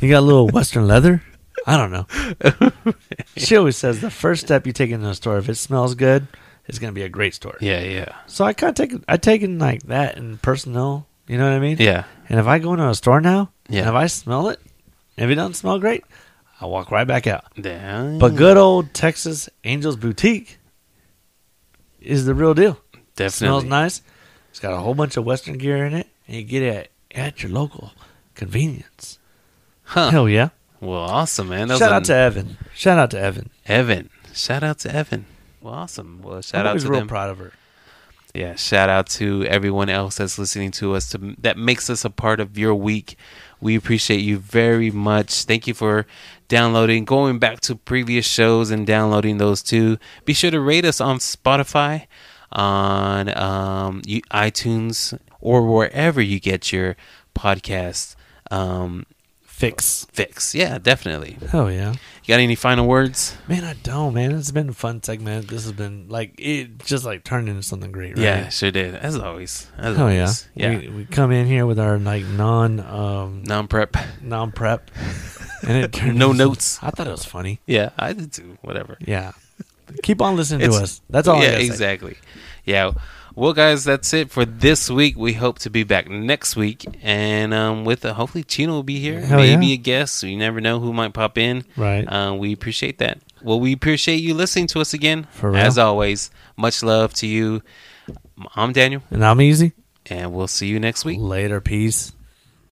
Speaker 2: you got a little Western leather. I don't know. she always says the first step you take into a store, if it smells good, it's gonna be a great store.
Speaker 1: Yeah, yeah,
Speaker 2: So I kind of take I take in like that and personnel. You know what I mean?
Speaker 1: yeah.
Speaker 2: And if I go into a store now,
Speaker 1: Yeah.
Speaker 2: and if I smell it, if it doesn't smell great, I walk right back out.
Speaker 1: Damn.
Speaker 2: But good old Texas Angels Boutique is the real deal.
Speaker 1: definitely
Speaker 2: Smells nice. It's got a whole bunch of Western gear in it, and you get it at your local convenience.
Speaker 1: Huh.
Speaker 2: Hell yeah!
Speaker 1: Well, awesome, man. That
Speaker 2: Shout out
Speaker 1: was
Speaker 2: to Evan. Shout out to Evan.
Speaker 1: Evan. Shout out to Evan. Well, awesome. Well, shout
Speaker 2: I'm
Speaker 1: out
Speaker 2: always
Speaker 1: to
Speaker 2: real
Speaker 1: them.
Speaker 2: proud of her.
Speaker 1: yeah, shout out to everyone else that's listening to us to, that makes us a part of your week. We appreciate you very much. Thank you for downloading, going back to previous shows and downloading those too. Be sure to rate us on Spotify, on um, you- iTunes, or wherever you get your podcast um,
Speaker 2: Fix.
Speaker 1: fix. Yeah, definitely.
Speaker 2: Hell yeah,
Speaker 1: You got any final words?
Speaker 2: man! I don't, man. It's been a fun segment. This has been like it just like turned into something great. Right?
Speaker 1: Yeah, sure did. As always. As
Speaker 2: Hell yeah.
Speaker 1: always. Yeah.
Speaker 2: We, we come in here with our like non um
Speaker 1: non prep.
Speaker 2: non prep, and it turned
Speaker 1: No
Speaker 2: into-
Speaker 1: notes.
Speaker 2: I thought it was funny.
Speaker 1: Yeah, I did too. Whatever.
Speaker 2: Yeah. Keep on listening to
Speaker 1: It's-
Speaker 2: us. That's all. I
Speaker 1: yeah,
Speaker 2: gotta say.
Speaker 1: exactly. Yeah. Well, guys, that's it for this week. We hope to be back next week, and um, with uh, hopefully Chino will be here,
Speaker 2: Hell
Speaker 1: maybe
Speaker 2: yeah.
Speaker 1: a guest. You never know who might pop in.
Speaker 2: Right.
Speaker 1: Uh, we appreciate that. Well, we appreciate you listening to us again.
Speaker 2: For real.
Speaker 1: As always, much love to you. I'm Daniel,
Speaker 2: and I'm easy.
Speaker 1: and we'll see you next week.
Speaker 2: Later, peace.